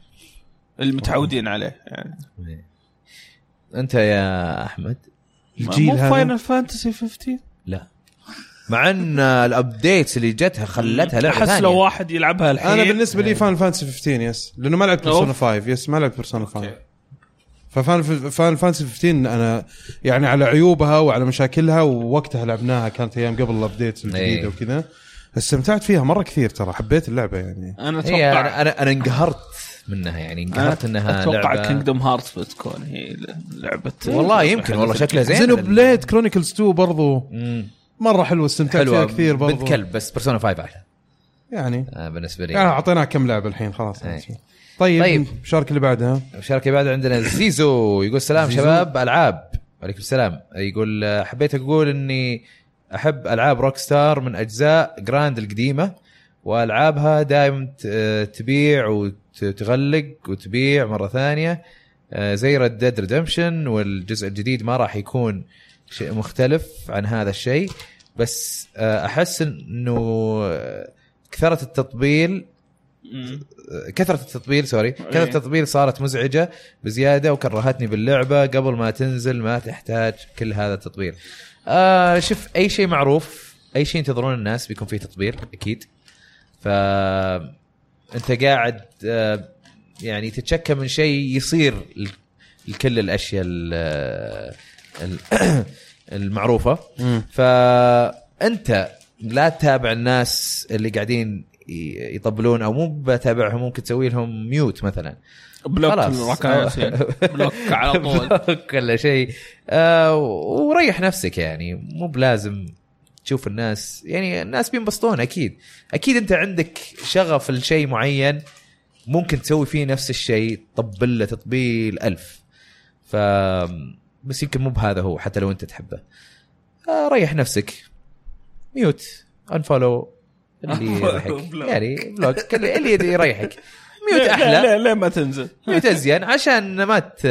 Speaker 2: المتعودين عليه يعني
Speaker 3: انت يا احمد
Speaker 1: الجيل
Speaker 2: مو
Speaker 1: هذا
Speaker 2: فاينل فانتسي 15
Speaker 3: لا مع ان الابديتس اللي جتها خلتها لعبه
Speaker 2: احس
Speaker 3: ثانيه
Speaker 2: لو واحد يلعبها الحين
Speaker 1: انا بالنسبه لي فان فانسي 15 يس لانه ما لعبت بيرسونا
Speaker 2: أوف.
Speaker 1: 5 يس ما لعبت بيرسونا 5 ففان فان فانسي 15 انا يعني على عيوبها وعلى مشاكلها ووقتها لعبناها كانت ايام قبل الابديت
Speaker 3: إيه.
Speaker 1: الجديده وكذا استمتعت فيها مره كثير ترى حبيت اللعبه يعني
Speaker 2: انا
Speaker 3: هي
Speaker 2: اتوقع
Speaker 3: انا انا, إيه، أنا انقهرت منها يعني
Speaker 2: آه،
Speaker 3: انقهرت انها
Speaker 2: اتوقع
Speaker 3: لعبه
Speaker 2: كينجدوم هارت بتكون هي ل- لعبه
Speaker 3: والله يمكن والله شكلها زين
Speaker 1: زينو بليد كرونيكلز 2 برضو
Speaker 3: مم.
Speaker 1: مره حلوه استمتعت
Speaker 3: حلوه
Speaker 1: فيها كثير برضو
Speaker 3: بنت كلب بس بيرسونا 5 احلى
Speaker 1: يعني
Speaker 3: آه، بالنسبه لي
Speaker 1: يعني اعطيناك كم لعبه الحين خلاص
Speaker 3: إيه.
Speaker 1: طيب,
Speaker 3: طيب.
Speaker 1: طيب الشارك اللي بعدها
Speaker 3: مشاركة بعد عندنا زيزو يقول سلام
Speaker 1: زيزو.
Speaker 3: شباب العاب وعليكم السلام يقول آه، حبيت اقول اني احب العاب روك ستار من اجزاء جراند القديمه والعابها دائما ت- آه، تبيع وتغلق وتبيع مره ثانيه آه، زي ريد ديد ريدمشن والجزء الجديد ما راح يكون شيء مختلف عن هذا الشيء بس آه، احس انه آه، كثره التطبيل
Speaker 2: مم.
Speaker 3: كثره التطبيل سوري كثره التطبيل صارت مزعجه بزياده وكرهتني باللعبه قبل ما تنزل ما تحتاج كل هذا التطبيل آه شوف اي شيء معروف اي شيء ينتظرون الناس بيكون فيه تطبيل اكيد ف انت قاعد آه يعني تتشكى من شيء يصير ل- لكل الاشياء ال- ال- المعروفه فانت لا تتابع الناس اللي قاعدين ي- يطبلون او مو بتابعهم ممكن تسوي لهم ميوت مثلا
Speaker 2: بلوك
Speaker 3: خلاص.
Speaker 2: الركنات يعني. بلوك على طول
Speaker 3: كل شيء آه وريح نفسك يعني مو بلازم تشوف الناس يعني الناس بينبسطون اكيد اكيد انت عندك شغف لشيء معين ممكن تسوي فيه نفس الشيء طبل له تطبيل ألف ف بس يمكن مو بهذا هو حتى لو انت تحبه آه ريح نفسك ميوت انفولو اللي يريحك
Speaker 2: بلوك.
Speaker 3: يعني بلوك اللي اللي يريحك ميوت
Speaker 2: ليه-
Speaker 3: احلى
Speaker 2: ليه- ليه ما تنزل
Speaker 3: ميوت ازين عشان ما ت...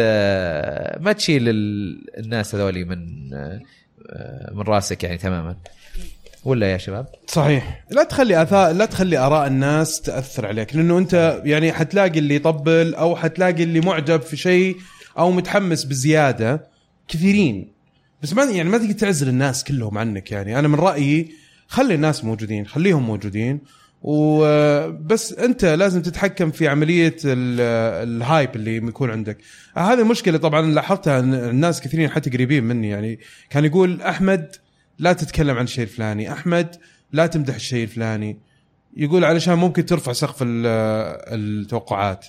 Speaker 3: ما تشيل ال- الناس هذولي من آه، من راسك يعني تماما ولا يا شباب؟
Speaker 1: صحيح لا تخلي اثاء لا تخلي اراء الناس تاثر عليك لانه انت يعني حتلاقي اللي يطبل او حتلاقي اللي معجب في شيء او متحمس بزياده كثيرين بس ما يعني ما تقدر تعزل الناس كلهم عنك يعني انا من رايي خلي الناس موجودين خليهم موجودين وبس انت لازم تتحكم في عمليه ال- الهايب اللي يكون عندك هذه المشكله طبعا لاحظتها إن الناس كثيرين حتى قريبين مني يعني كان يقول احمد لا تتكلم عن الشيء الفلاني احمد لا تمدح الشيء الفلاني يقول علشان ممكن ترفع سقف ال- التوقعات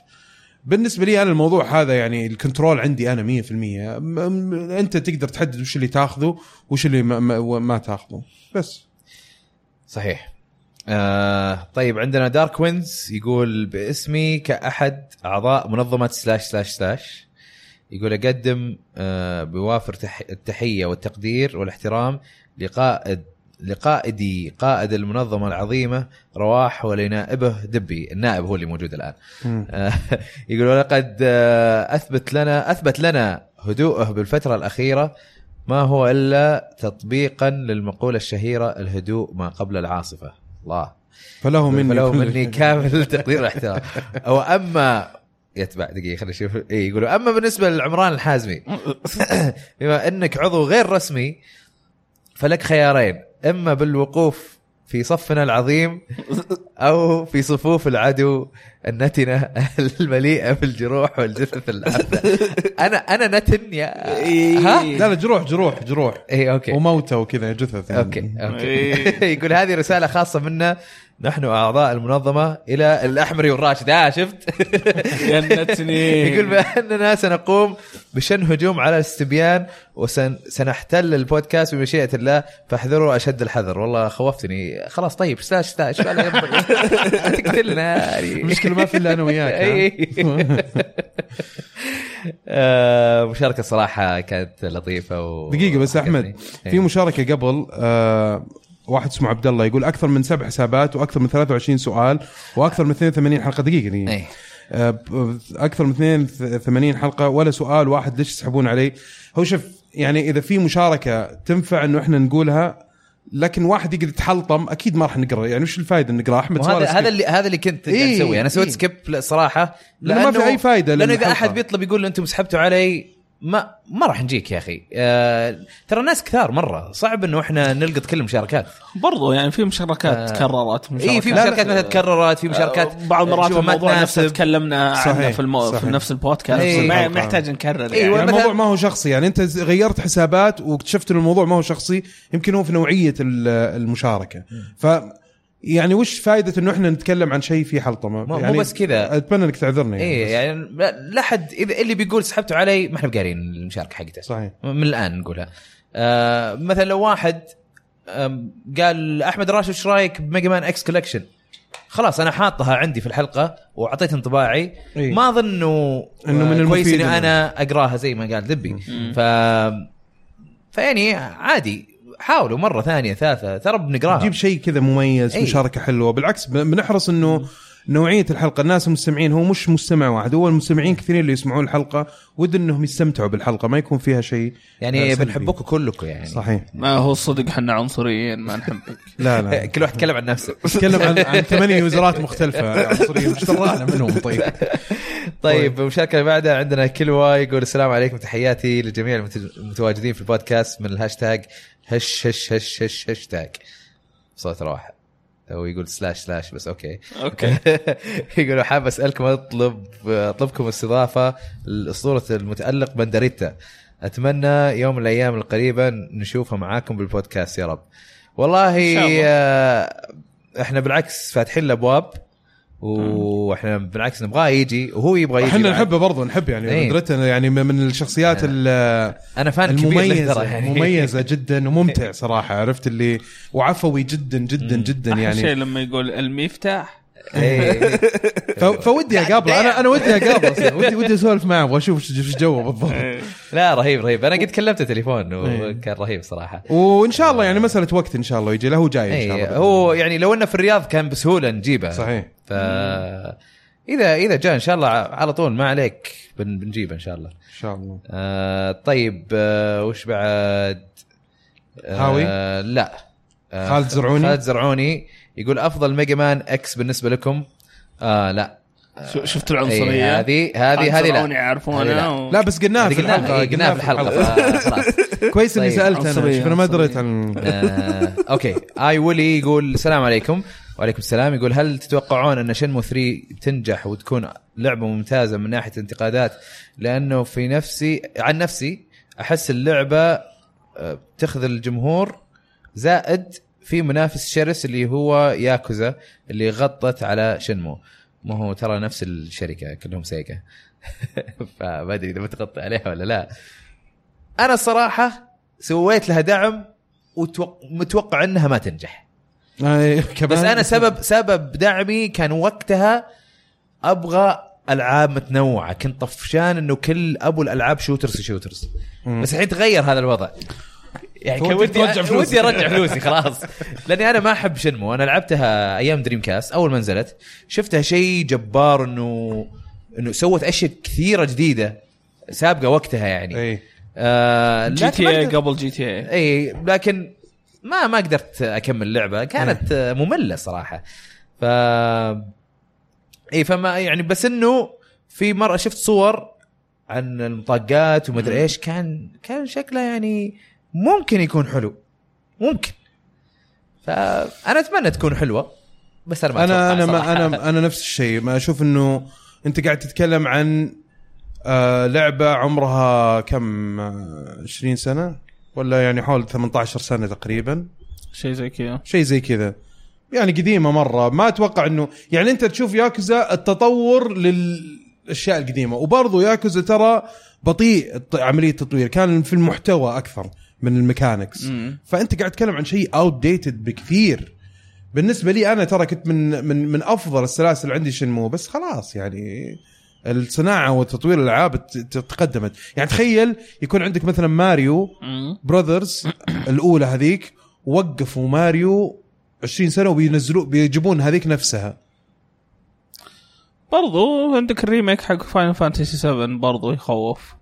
Speaker 1: بالنسبه لي انا الموضوع هذا يعني الكنترول عندي انا 100% م- م- انت تقدر تحدد وش اللي تاخذه وش اللي ما, ما, ما تاخذه بس
Speaker 3: صحيح آه طيب عندنا دارك وينز يقول باسمي كأحد أعضاء منظمة سلاش سلاش سلاش يقول أقدم آه بوافر تح التحية والتقدير والاحترام لقائد لقائدي قائد المنظمة العظيمة رواح ولنائبه دبي النائب هو اللي موجود الآن
Speaker 1: مم.
Speaker 3: آه، يقول ولقد آه، اثبت لنا اثبت لنا هدوءه بالفتره الاخيره ما هو الا تطبيقا للمقوله الشهيره الهدوء ما قبل العاصفه الله
Speaker 1: فله مني
Speaker 3: فلو
Speaker 1: كل-
Speaker 3: مني كامل التقدير والاحترام واما يتبع دقيقه خلينا نشوف اي يقولوا اما بالنسبه لعمران الحازمي بما انك عضو غير رسمي فلك خيارين اما بالوقوف في صفنا العظيم او في صفوف العدو النتنه المليئه بالجروح والجثث العابثه انا انا نتن يا ها إيه،
Speaker 1: لا لا جروح جروح جروح
Speaker 3: اي اوكي
Speaker 1: وموتى وكذا جثث يعني.
Speaker 3: اوكي اوكي
Speaker 2: إيه.
Speaker 3: يقول هذه رساله خاصه منا نحن اعضاء المنظمه الى الاحمري والراشد آه شفت
Speaker 2: جنتني
Speaker 3: يقول باننا سنقوم بشن هجوم على الاستبيان وسنحتل البودكاست بمشيئه الله فاحذروا اشد الحذر والله خوفتني خلاص طيب سلاش سلاش ولا ينبغي. طيب. تقتلنا إيه. يعني.
Speaker 1: المشكله ما في الا انا وياك ها؟
Speaker 3: إي. آه، مشاركه صراحه كانت لطيفه و...
Speaker 1: دقيقة بس أحمد، في
Speaker 3: مش...
Speaker 1: مشاركه قبل آه واحد اسمه عبد الله يقول اكثر من سبع حسابات واكثر من 23 سؤال واكثر من 82 حلقه دقيقه دقيقه
Speaker 3: ايه
Speaker 1: آه، ب- اكثر من 82 حلقه ولا سؤال واحد ليش تسحبون علي؟ هو شوف يعني اذا في مشاركه تنفع انه احنا نقولها لكن واحد يقعد يتحلطم اكيد ما راح نقرا يعني وش الفائده ان نقرا احمد
Speaker 3: وهذا
Speaker 1: سوالف
Speaker 3: هذا اللي هذا اللي كنت قاعد
Speaker 1: إيه،
Speaker 3: اسوي انا سويت
Speaker 1: إيه.
Speaker 3: سكيب صراحه
Speaker 1: لأنه ما في أي فايدة
Speaker 3: لانه اذا
Speaker 1: للحلقة.
Speaker 3: احد بيطلب يقول انتم سحبتوا علي ما ما راح نجيك يا اخي آه ترى ناس كثار مره صعب انه احنا نلقط كل المشاركات
Speaker 2: برضو يعني في مشاركات
Speaker 3: آه.
Speaker 2: تكررت
Speaker 3: اي في
Speaker 2: مشاركات-
Speaker 3: مشاركات مثلا تكررت في مشاركات
Speaker 2: آه، بعض المرات
Speaker 3: شوفها ما
Speaker 2: الموضوع نفسه
Speaker 3: تناسب.
Speaker 2: تكلمنا عنه
Speaker 1: صحيح،
Speaker 2: في, المو... في
Speaker 1: صحيح.
Speaker 2: نفس البودكاست
Speaker 3: نفس
Speaker 2: ما
Speaker 1: الحلقة.
Speaker 2: ما يحتاج نكرر
Speaker 3: إيه،
Speaker 1: يعني
Speaker 2: يعني.
Speaker 3: مثلاً-
Speaker 1: الموضوع ما هو شخصي يعني انت ز- غيرت حسابات واكتشفت ان الموضوع ما هو شخصي يمكن هو في نوعيه ال- المشاركه ف يعني وش فائده انه احنا نتكلم عن شيء في حلطه ما
Speaker 3: مو- مو
Speaker 1: يعني
Speaker 3: بس كذا.
Speaker 1: اتمنى انك تعذرني يعني
Speaker 3: اي
Speaker 1: بس.
Speaker 3: يعني لا لا حد اذا اللي بيقول سحبتوا علي ما احنا بقارين المشاركه حقته
Speaker 1: صحيح
Speaker 3: من الان نقولها آه مثلا لو واحد آم، قال احمد راشد ايش رايك بميجا مان اكس كولكشن خلاص انا حاطها عندي في الحلقه واعطيت انطباعي
Speaker 1: إيه.
Speaker 3: ما اظن انه
Speaker 1: إنه من
Speaker 3: آه، كويس
Speaker 1: المفيد
Speaker 3: اني
Speaker 1: إنه-
Speaker 3: انا اقراها زي ما قال ذبي ف فيعني عادي حاولوا مره ثانيه ثالثه ترى بنقراها
Speaker 1: جيب شيء كذا مميز
Speaker 3: إي.
Speaker 1: مشاركه حلوه بالعكس بن- بنحرص انه نوعيه الحلقه الناس المستمعين هو مش مستمع واحد هو المستمعين كثيرين اللي يسمعون الحلقه ود انهم يستمتعوا بالحلقه ما يكون فيها شيء آه،
Speaker 3: يعني
Speaker 1: سلبي.
Speaker 3: بنحبكم كلكم يعني
Speaker 1: صحيح
Speaker 2: ما هو الصدق حنا عنصريين ما نحبك
Speaker 1: لا لا
Speaker 3: كل واحد يتكلم عن نفسه
Speaker 1: نتكلم عن عن ثمانية وزارات مختلفة عنصرية وش طردنا منهم طيب
Speaker 3: طيب المشاركه اللي بعدها عندنا كلوا يقول السلام عليكم تحياتي لجميع المت- المتواجدين في البودكاست من الهاشتاج هش هش هش هش هاشتاج صوت راح هو يقول سلاش سلاش بس اوكي إيه.
Speaker 2: اوكي
Speaker 3: يقول حاب اسالكم اطلب اطلبكم استضافه لاسطوره المتالق بندريتا اتمنى يوم من الايام القريبه نشوفها معاكم بالبودكاست يا رب والله
Speaker 2: إن شاء الله.
Speaker 3: آه، احنا بالعكس فاتحين الابواب واحنا بالعكس نبغاه يجي وهو يبغى يجي
Speaker 1: احنا
Speaker 3: بعد.
Speaker 1: نحبه برضه نحب يعني
Speaker 3: طيب إيه.
Speaker 1: دريتن يعني من- من الشخصيات ال-
Speaker 3: انا فان كبير له
Speaker 1: المميزة
Speaker 3: ترى يعني.
Speaker 1: مميزة جدا وممتع صراحة عرفت اللي وعفوي جدا جدا جدا
Speaker 2: احلى شيء
Speaker 1: يعني
Speaker 2: لما يقول المفتاح
Speaker 3: إيه.
Speaker 1: ف- فودي اقابله انا انا ودي اقابله أصلاً، ودي ودي اسولف معه ابغى اشوف وش- وش جوه بالضبط
Speaker 2: إيه.
Speaker 3: لا رهيب رهيب انا قد كلمته تليفون
Speaker 1: إيه.
Speaker 3: وكان رهيب صراحه
Speaker 1: وان شاء الله يعني مسألة وقت ان شاء الله يجي له هو جاي ان شاء
Speaker 3: إيه.
Speaker 1: الله
Speaker 3: هو يعني لو انه في الرياض كان بسهوله نجيبه
Speaker 1: صحيح
Speaker 3: ف اذا اذا جاء ان شاء الله على طول ما عليك بن- بنجيبه ان شاء الله
Speaker 1: ان شاء الله
Speaker 3: آه طيب آه وش بعد آه
Speaker 1: هاوي؟
Speaker 3: لا آه
Speaker 1: خالد زرعوني؟
Speaker 3: خالد زرعوني يقول افضل ميجا مان اكس بالنسبه لكم آه لا
Speaker 2: شو- شفت
Speaker 3: إي،
Speaker 2: العنصريه
Speaker 3: هذه هذه هذه
Speaker 2: عنصروني
Speaker 3: لا هذه
Speaker 2: يعرفونها
Speaker 3: لا.
Speaker 2: و-
Speaker 1: لا بس قلناها في الحلقة
Speaker 3: إي، قلناها في الحلقه آه، خلاص
Speaker 1: كويس اني
Speaker 3: طيب.
Speaker 1: سالت انا شوف
Speaker 2: عنصرية،
Speaker 1: انا ما
Speaker 2: عنصرية.
Speaker 1: دريت عن
Speaker 3: آه، اوكي اي ولي يقول السلام عليكم وعليكم السلام يقول هل تتوقعون ان شنمو 3 بتنجح وتكون لعبه ممتازه من ناحيه انتقادات لانه في نفسي عن نفسي احس اللعبه آه، بتخذل الجمهور زائد في منافس شرس اللي هو ياكوزا اللي غطت على شنمو ما هو ترى نفس الشركه كلهم سيجا فما ادري اذا بتغطي عليها ولا لا انا الصراحه سويت لها دعم ومتوقع انها ما تنجح
Speaker 1: آه،
Speaker 3: بس
Speaker 1: كمان-
Speaker 3: انا سبب سبب دعمي كان وقتها ابغى العاب متنوعه كنت طفشان انه كل ابو الالعاب شوترز شوترز
Speaker 1: مم.
Speaker 3: بس الحين تغير هذا الوضع يعني كان
Speaker 1: ودك
Speaker 3: ودي
Speaker 1: ترجع فلوسك.
Speaker 3: ودي ارجع فلوسي خلاص لاني انا ما احب شنمو انا لعبتها ايام دريم كاست اول ما نزلت شفتها شيء جبار انه انه سوت اشياء كثيره جديده سابقه وقتها يعني
Speaker 1: اي
Speaker 3: آه
Speaker 2: جي
Speaker 3: لكن
Speaker 2: تي إيه
Speaker 3: ما
Speaker 2: اي
Speaker 3: أقدر-
Speaker 2: قبل جي تي اي
Speaker 3: اي لكن ما ما قدرت اكمل لعبه كانت ممله صراحه ف اي فما يعني بس انه في مره شفت صور عن المطاقات ومدري ايش كان كان شكله يعني ممكن يكون حلو ممكن فانا اتمنى تكون حلوه بس انا ما
Speaker 1: انا
Speaker 3: أتوقع
Speaker 1: انا ما
Speaker 3: صراحة.
Speaker 1: انا انا نفس الشيء ما اشوف انه انت قاعد تتكلم عن آه لعبه عمرها كم آه، 20 سنه ولا يعني حول 18 سنه تقريبا
Speaker 2: شيء زي كذا
Speaker 1: شيء زي كذا يعني قديمه مره ما اتوقع انه يعني انت تشوف ياكوزا التطور للاشياء القديمه وبرضه ياكوزا ترى بطيء الت- عمليه التطوير كان في المحتوى اكثر من الميكانكس
Speaker 2: مم.
Speaker 1: فانت قاعد تتكلم عن شيء اوت ديتد بكثير بالنسبه لي انا ترى كنت من من من افضل السلاسل عندي شنمو بس خلاص يعني الصناعه وتطوير الالعاب ت- ت- تقدمت يعني تخيل يكون عندك مثلا ماريو
Speaker 2: مم.
Speaker 1: براذرز الاولى هذيك وقفوا ماريو 20 سنه وبينزلوا بيجيبون هذيك نفسها
Speaker 2: برضو عندك الريميك حق فاينل فانتسي 7 برضو يخوف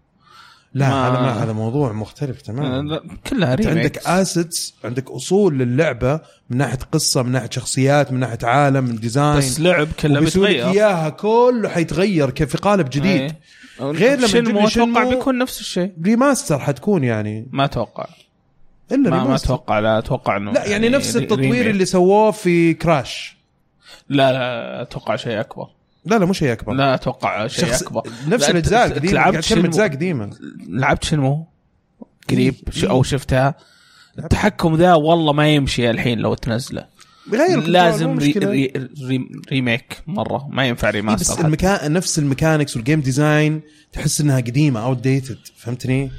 Speaker 1: لا
Speaker 2: ما-
Speaker 1: هذا ما هذا موضوع مختلف تماما
Speaker 2: لا، كلها
Speaker 1: انت
Speaker 2: ريميك
Speaker 1: عندك اسيتس عندك اصول للعبه من ناحيه قصه من ناحيه شخصيات من ناحيه عالم من ديزاين
Speaker 2: بس لعب كله
Speaker 1: وبيسوي لك
Speaker 2: بيتغير
Speaker 1: اياها كله حيتغير كيف في قالب جديد
Speaker 2: إيه.
Speaker 1: غير لما
Speaker 2: شنمو
Speaker 1: تجيب لي
Speaker 2: اتوقع
Speaker 1: شنمو-
Speaker 2: بيكون نفس الشيء
Speaker 1: ريماستر حتكون يعني
Speaker 2: ما اتوقع
Speaker 1: الا
Speaker 2: ما, ما
Speaker 1: ريماستر
Speaker 2: اتوقع لا اتوقع انه
Speaker 1: لا يعني نفس
Speaker 2: ري- ريميك.
Speaker 1: التطوير اللي سووه في كراش
Speaker 2: لا لا اتوقع شيء اكبر
Speaker 1: لا لا مو شيء اكبر
Speaker 2: لا اتوقع شيء
Speaker 1: شخص-
Speaker 2: اكبر
Speaker 1: نفس
Speaker 2: لا،
Speaker 1: الاجزاء
Speaker 2: ت- ت-
Speaker 1: القديمه
Speaker 2: لعبت
Speaker 1: قاعد اتكلم
Speaker 2: شنمو.
Speaker 1: اجزاء قديمه
Speaker 2: لعبت شنمو قريب ش-
Speaker 1: إيه.
Speaker 2: او شفتها التحكم ذا والله ما يمشي الحين لو تنزله
Speaker 1: غير
Speaker 2: لازم ري
Speaker 1: إيه، مشكلة.
Speaker 2: ري ري ريميك مره ما ينفع
Speaker 1: إيه بس
Speaker 2: ريماستر حتى.
Speaker 1: المكان نفس الميكانكس والجيم ديزاين تحس انها قديمه اوت ديتد فهمتني؟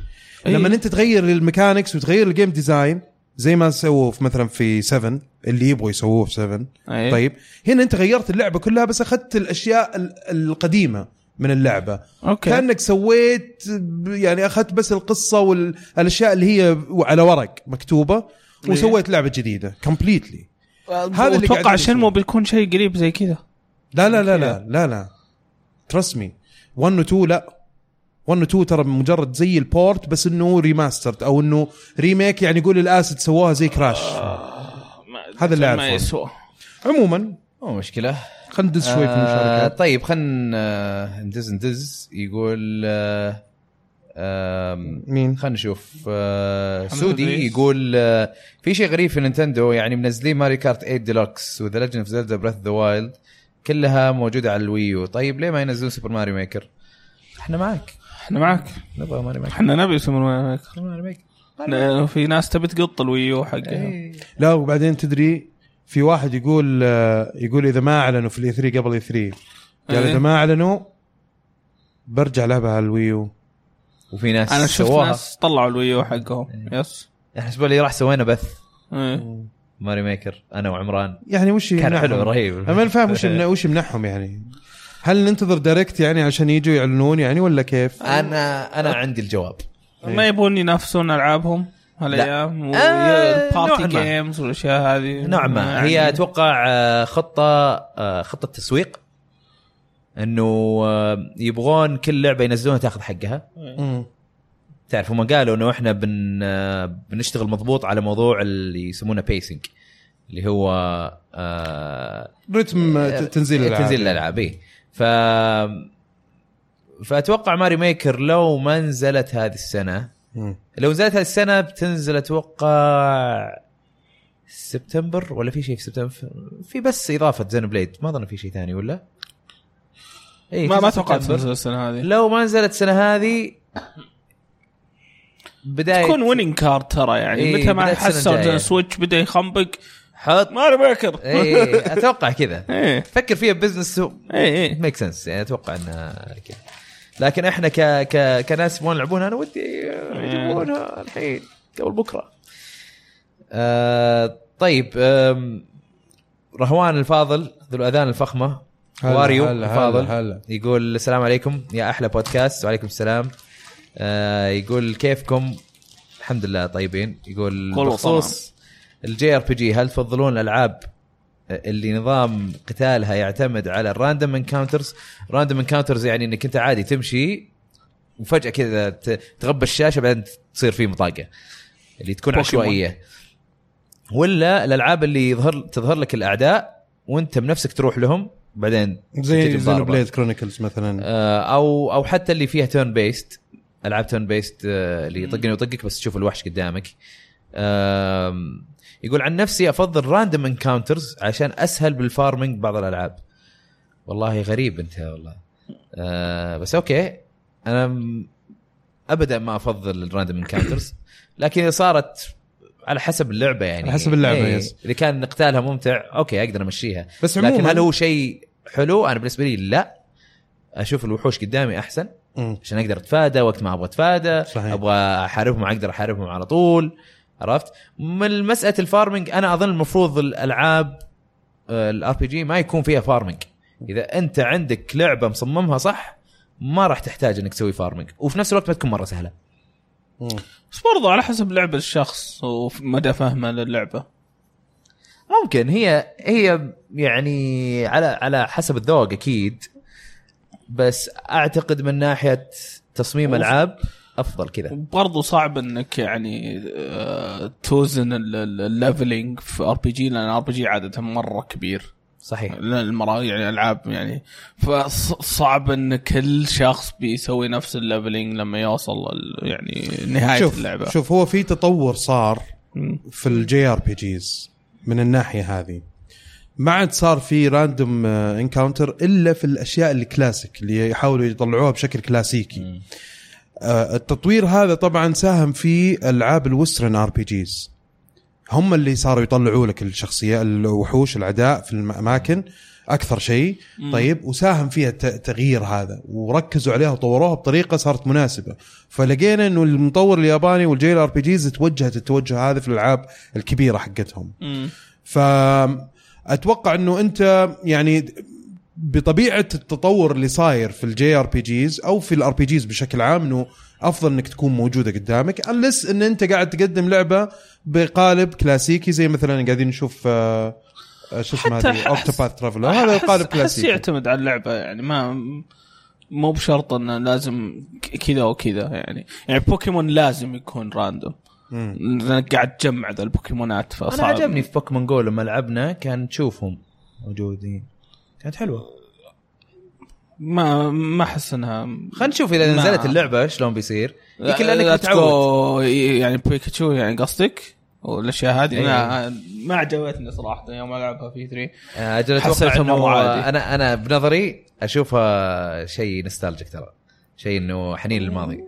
Speaker 2: إيه.
Speaker 1: لما انت تغير الميكانكس وتغير الجيم ديزاين زي ما سووا في مثلا في 7 اللي يبغوا يسووه في 7
Speaker 2: أي.
Speaker 1: طيب هنا انت غيرت اللعبه كلها بس اخذت الاشياء ال- القديمه من اللعبه
Speaker 2: أوكي.
Speaker 1: كانك سويت يعني اخذت بس القصه والاشياء اللي هي على ورق مكتوبه وسويت لعبه جديده كومبليتلي
Speaker 2: أه،
Speaker 1: هذا اللي
Speaker 2: اتوقع
Speaker 1: قاعدين
Speaker 2: شنمو
Speaker 1: نسويه.
Speaker 2: بيكون شيء قريب زي كذا
Speaker 1: لا لا لا لا لا لا ترست مي 1 و 2 لا 1 و 2 ترى مجرد زي البورت بس انه ريماسترد او انه ريميك يعني يقول الاسد سووها زي كراش
Speaker 3: آه.
Speaker 1: هذا اللي
Speaker 2: ما
Speaker 1: أعرفه.
Speaker 2: يسوى
Speaker 1: عموما
Speaker 3: مو مشكله
Speaker 1: خلينا ندز شوي في المشاركات
Speaker 3: طيب خلينا ندز ندز يقول آه، آم،
Speaker 1: مين؟
Speaker 3: خلينا نشوف آه،
Speaker 2: محمد
Speaker 3: سودي
Speaker 2: إدريس.
Speaker 3: يقول آه، في شيء غريب في نينتندو يعني منزلين ماري كارت 8 ديلوكس وذا ليجند اوف زلدا بريث ذا وايلد كلها موجوده على الويو طيب ليه ما ينزلون سوبر ماري ميكر؟ احنا معك
Speaker 2: احنا معك
Speaker 3: نبغى ماري ميكر
Speaker 2: احنا نبي سوبر ماريو ميكر.
Speaker 3: ماري ميكر
Speaker 2: لأنه في ناس تبي تقط الويو حقها
Speaker 3: إيه.
Speaker 1: لا وبعدين تدري في واحد يقول آه، يقول اذا ما اعلنوا في الاي 3 قبل اي 3 قال
Speaker 2: إيه.
Speaker 1: اذا ما اعلنوا برجع لعبها على الويو
Speaker 3: وفي ناس
Speaker 2: انا شفت
Speaker 3: سواها إيه.
Speaker 2: ناس طلعوا الويو حقهم يس
Speaker 3: احنا الاسبوع اللي راح سوينا بث
Speaker 2: إيه.
Speaker 3: ماري ميكر انا وعمران
Speaker 1: يعني وش
Speaker 3: كان
Speaker 1: يمنعهم؟
Speaker 3: حلو رهيب إيه.
Speaker 1: انا ما فاهم وش وش يمنعهم يعني هل ننتظر دايركت يعني عشان يجوا يعلنون يعني ولا كيف؟
Speaker 3: آه. انا انا عندي الجواب إيه.
Speaker 2: ما يبون ينافسون العابهم هالايام
Speaker 3: آه،
Speaker 2: والبارتي
Speaker 3: نوعاً ما.
Speaker 2: جيمز والاشياء هذه يعني
Speaker 3: نوعا نعم،
Speaker 1: يعني
Speaker 3: ما هي اتوقع آه، خطه آه، خطه تسويق انه آه، يبغون كل لعبه ينزلونها تاخذ حقها
Speaker 1: مم.
Speaker 3: تعرف هم قالوا انه احنا بن آه، بنشتغل مضبوط على موضوع اللي يسمونه بيسنج اللي هو آه،
Speaker 1: رتم ت- تنزيل الالعاب
Speaker 3: تنزيل الالعاب اي ف فاتوقع ماري ميكر لو ما نزلت هذه السنه
Speaker 1: مم.
Speaker 3: لو نزلت هذه السنه بتنزل اتوقع سبتمبر ولا في شيء في سبتمبر في بس اضافه زين بليد ما اظن في شيء ثاني ولا؟ اي
Speaker 2: ما ما
Speaker 3: تنزل
Speaker 2: اتوقع
Speaker 3: سبتمبر.
Speaker 2: تنزل السنه هذه
Speaker 3: لو ما نزلت السنه هذه بدايه
Speaker 2: تكون ويننج كارد ترى يعني
Speaker 3: إيه،
Speaker 2: متى ما
Speaker 3: بداية السنة
Speaker 2: حسوا
Speaker 3: الجاية.
Speaker 2: إن سويتش بدا يخنبق
Speaker 3: حط إيه.
Speaker 2: ماري ميكر
Speaker 3: اي اتوقع كذا
Speaker 2: ايه
Speaker 3: فكر فيها بزنس
Speaker 2: ايه ايه
Speaker 3: ميك سنس يعني اتوقع انها كذا لكن احنا ك... ك... كناس يبغون يلعبونها انا ودي يجيبونها الحين قبل بكره. آه طيب آم، رهوان الفاضل ذو الاذان الفخمه
Speaker 1: هلا،
Speaker 3: واريو
Speaker 1: هلا،
Speaker 3: الفاضل
Speaker 1: هلا، هلا.
Speaker 3: يقول السلام عليكم يا احلى بودكاست وعليكم السلام آه يقول كيفكم؟ الحمد لله طيبين يقول
Speaker 2: والله
Speaker 3: بخصوص الجي ار بي جي هل تفضلون الالعاب اللي نظام قتالها يعتمد على الراندوم انكاونترز راندوم انكاونترز يعني انك انت عادي تمشي وفجاه كذا ت- تغبى الشاشه بعدين تصير فيه مطاقه اللي تكون
Speaker 2: بوكيمون.
Speaker 3: عشوائيه ولا الالعاب اللي يظهر تظهر لك الاعداء وانت بنفسك تروح لهم بعدين
Speaker 1: زي
Speaker 3: تجي
Speaker 1: زي
Speaker 3: مضاربة.
Speaker 1: بليد كرونيكلز مثلا
Speaker 3: آه، او او حتى اللي فيها تيرن بيست العاب تيرن بيست آه، اللي يطقني ويطقك بس تشوف الوحش قدامك آم، يقول عن نفسي افضل راندوم انكاونترز عشان اسهل بالفارمنج بعض الالعاب والله غريب انت والله آه بس اوكي انا م- ابدا ما افضل الراندوم انكاونترز لكن اذا صارت على حسب اللعبه يعني
Speaker 1: على حسب اللعبة،
Speaker 3: إيه،
Speaker 1: يس.
Speaker 3: اللي كان قتالها ممتع اوكي اقدر امشيها
Speaker 1: بس
Speaker 3: لكن
Speaker 1: عموما
Speaker 3: هل هو شيء حلو؟ انا بالنسبه لي لا اشوف الوحوش قدامي احسن
Speaker 1: مم.
Speaker 3: عشان اقدر اتفادى وقت ما ابغى اتفادى
Speaker 1: صحيح.
Speaker 3: ابغى احاربهم اقدر احاربهم على طول عرفت؟ من مساله الفارمنج انا اظن المفروض آه، الالعاب الار بي جي ما يكون فيها فارمنج اذا انت عندك لعبه مصممها صح ما راح تحتاج انك تسوي فارمنج وفي نفس الوقت ما تكون مره سهله
Speaker 2: بس برضه على حسب لعب الشخص ومدى فهمه للعبه
Speaker 3: ممكن هي هي يعني على على حسب الذوق اكيد بس اعتقد من ناحيه تصميم
Speaker 2: أوف.
Speaker 3: العاب افضل كذا
Speaker 2: وبرضه صعب انك يعني آه، توزن ال- ال- الليفلينج في ار بي جي لان ار بي جي عاده مره كبير
Speaker 3: صحيح
Speaker 2: المرا يعني العاب يعني فصعب ان كل شخص بيسوي نفس الليفلينج لما يوصل ال- يعني نهايه
Speaker 1: شوف
Speaker 2: اللعبه شوف.
Speaker 1: شوف هو في تطور صار في الجي ار بي جيز من الناحيه هذه ما عاد صار في راندوم انكاونتر الا في الاشياء الكلاسيك اللي يحاولوا يطلعوها بشكل كلاسيكي آه، التطوير هذا طبعا ساهم في العاب الوسترن ار بي جيز هم اللي صاروا يطلعوا لك الشخصيه الوحوش العداء في الاماكن اكثر شيء طيب وساهم فيها الت- التغيير هذا وركزوا عليها وطوروها بطريقه صارت مناسبه فلقينا انه المطور الياباني والجي ار بي جيز توجهت التوجه هذا في الالعاب الكبيره حقتهم فاتوقع انه انت يعني بطبيعه التطور اللي صاير في الجي ار بي جيز او في الار بي جيز بشكل عام انه افضل انك تكون موجوده قدامك انلس ان انت قاعد تقدم لعبه بقالب كلاسيكي زي مثلا قاعدين نشوف آه، آه، شو اسمه
Speaker 2: حتى
Speaker 1: هذه
Speaker 2: أحس-
Speaker 1: اوكتوباث ترافلر هذا قالب
Speaker 2: بس
Speaker 1: كلاسيكي
Speaker 2: يعتمد على اللعبه يعني ما مو بشرط انه لازم ك- كذا وكذا يعني يعني بوكيمون لازم يكون راندوم
Speaker 1: مم.
Speaker 2: لانك قاعد تجمع ذا البوكيمونات فصعب
Speaker 3: انا عجبني في بوكيمون جو لما لعبنا كان تشوفهم موجودين كانت حلوه
Speaker 2: ما ما احس انها
Speaker 3: خلينا نشوف اذا
Speaker 2: ما-
Speaker 3: نزلت اللعبه شلون بيصير يمكن لانك
Speaker 2: Let's
Speaker 3: متعود
Speaker 2: go يعني بيكاتشو يعني قصدك والاشياء هذه
Speaker 3: إيه.
Speaker 2: أنا ما عجبتني صراحه يوم العبها في 3
Speaker 3: آه، اجل اتوقع
Speaker 2: حسيتها مرة
Speaker 3: انه
Speaker 2: عادي.
Speaker 3: انا انا بنظري اشوفها شيء نستالجيك ترى شيء انه حنين للماضي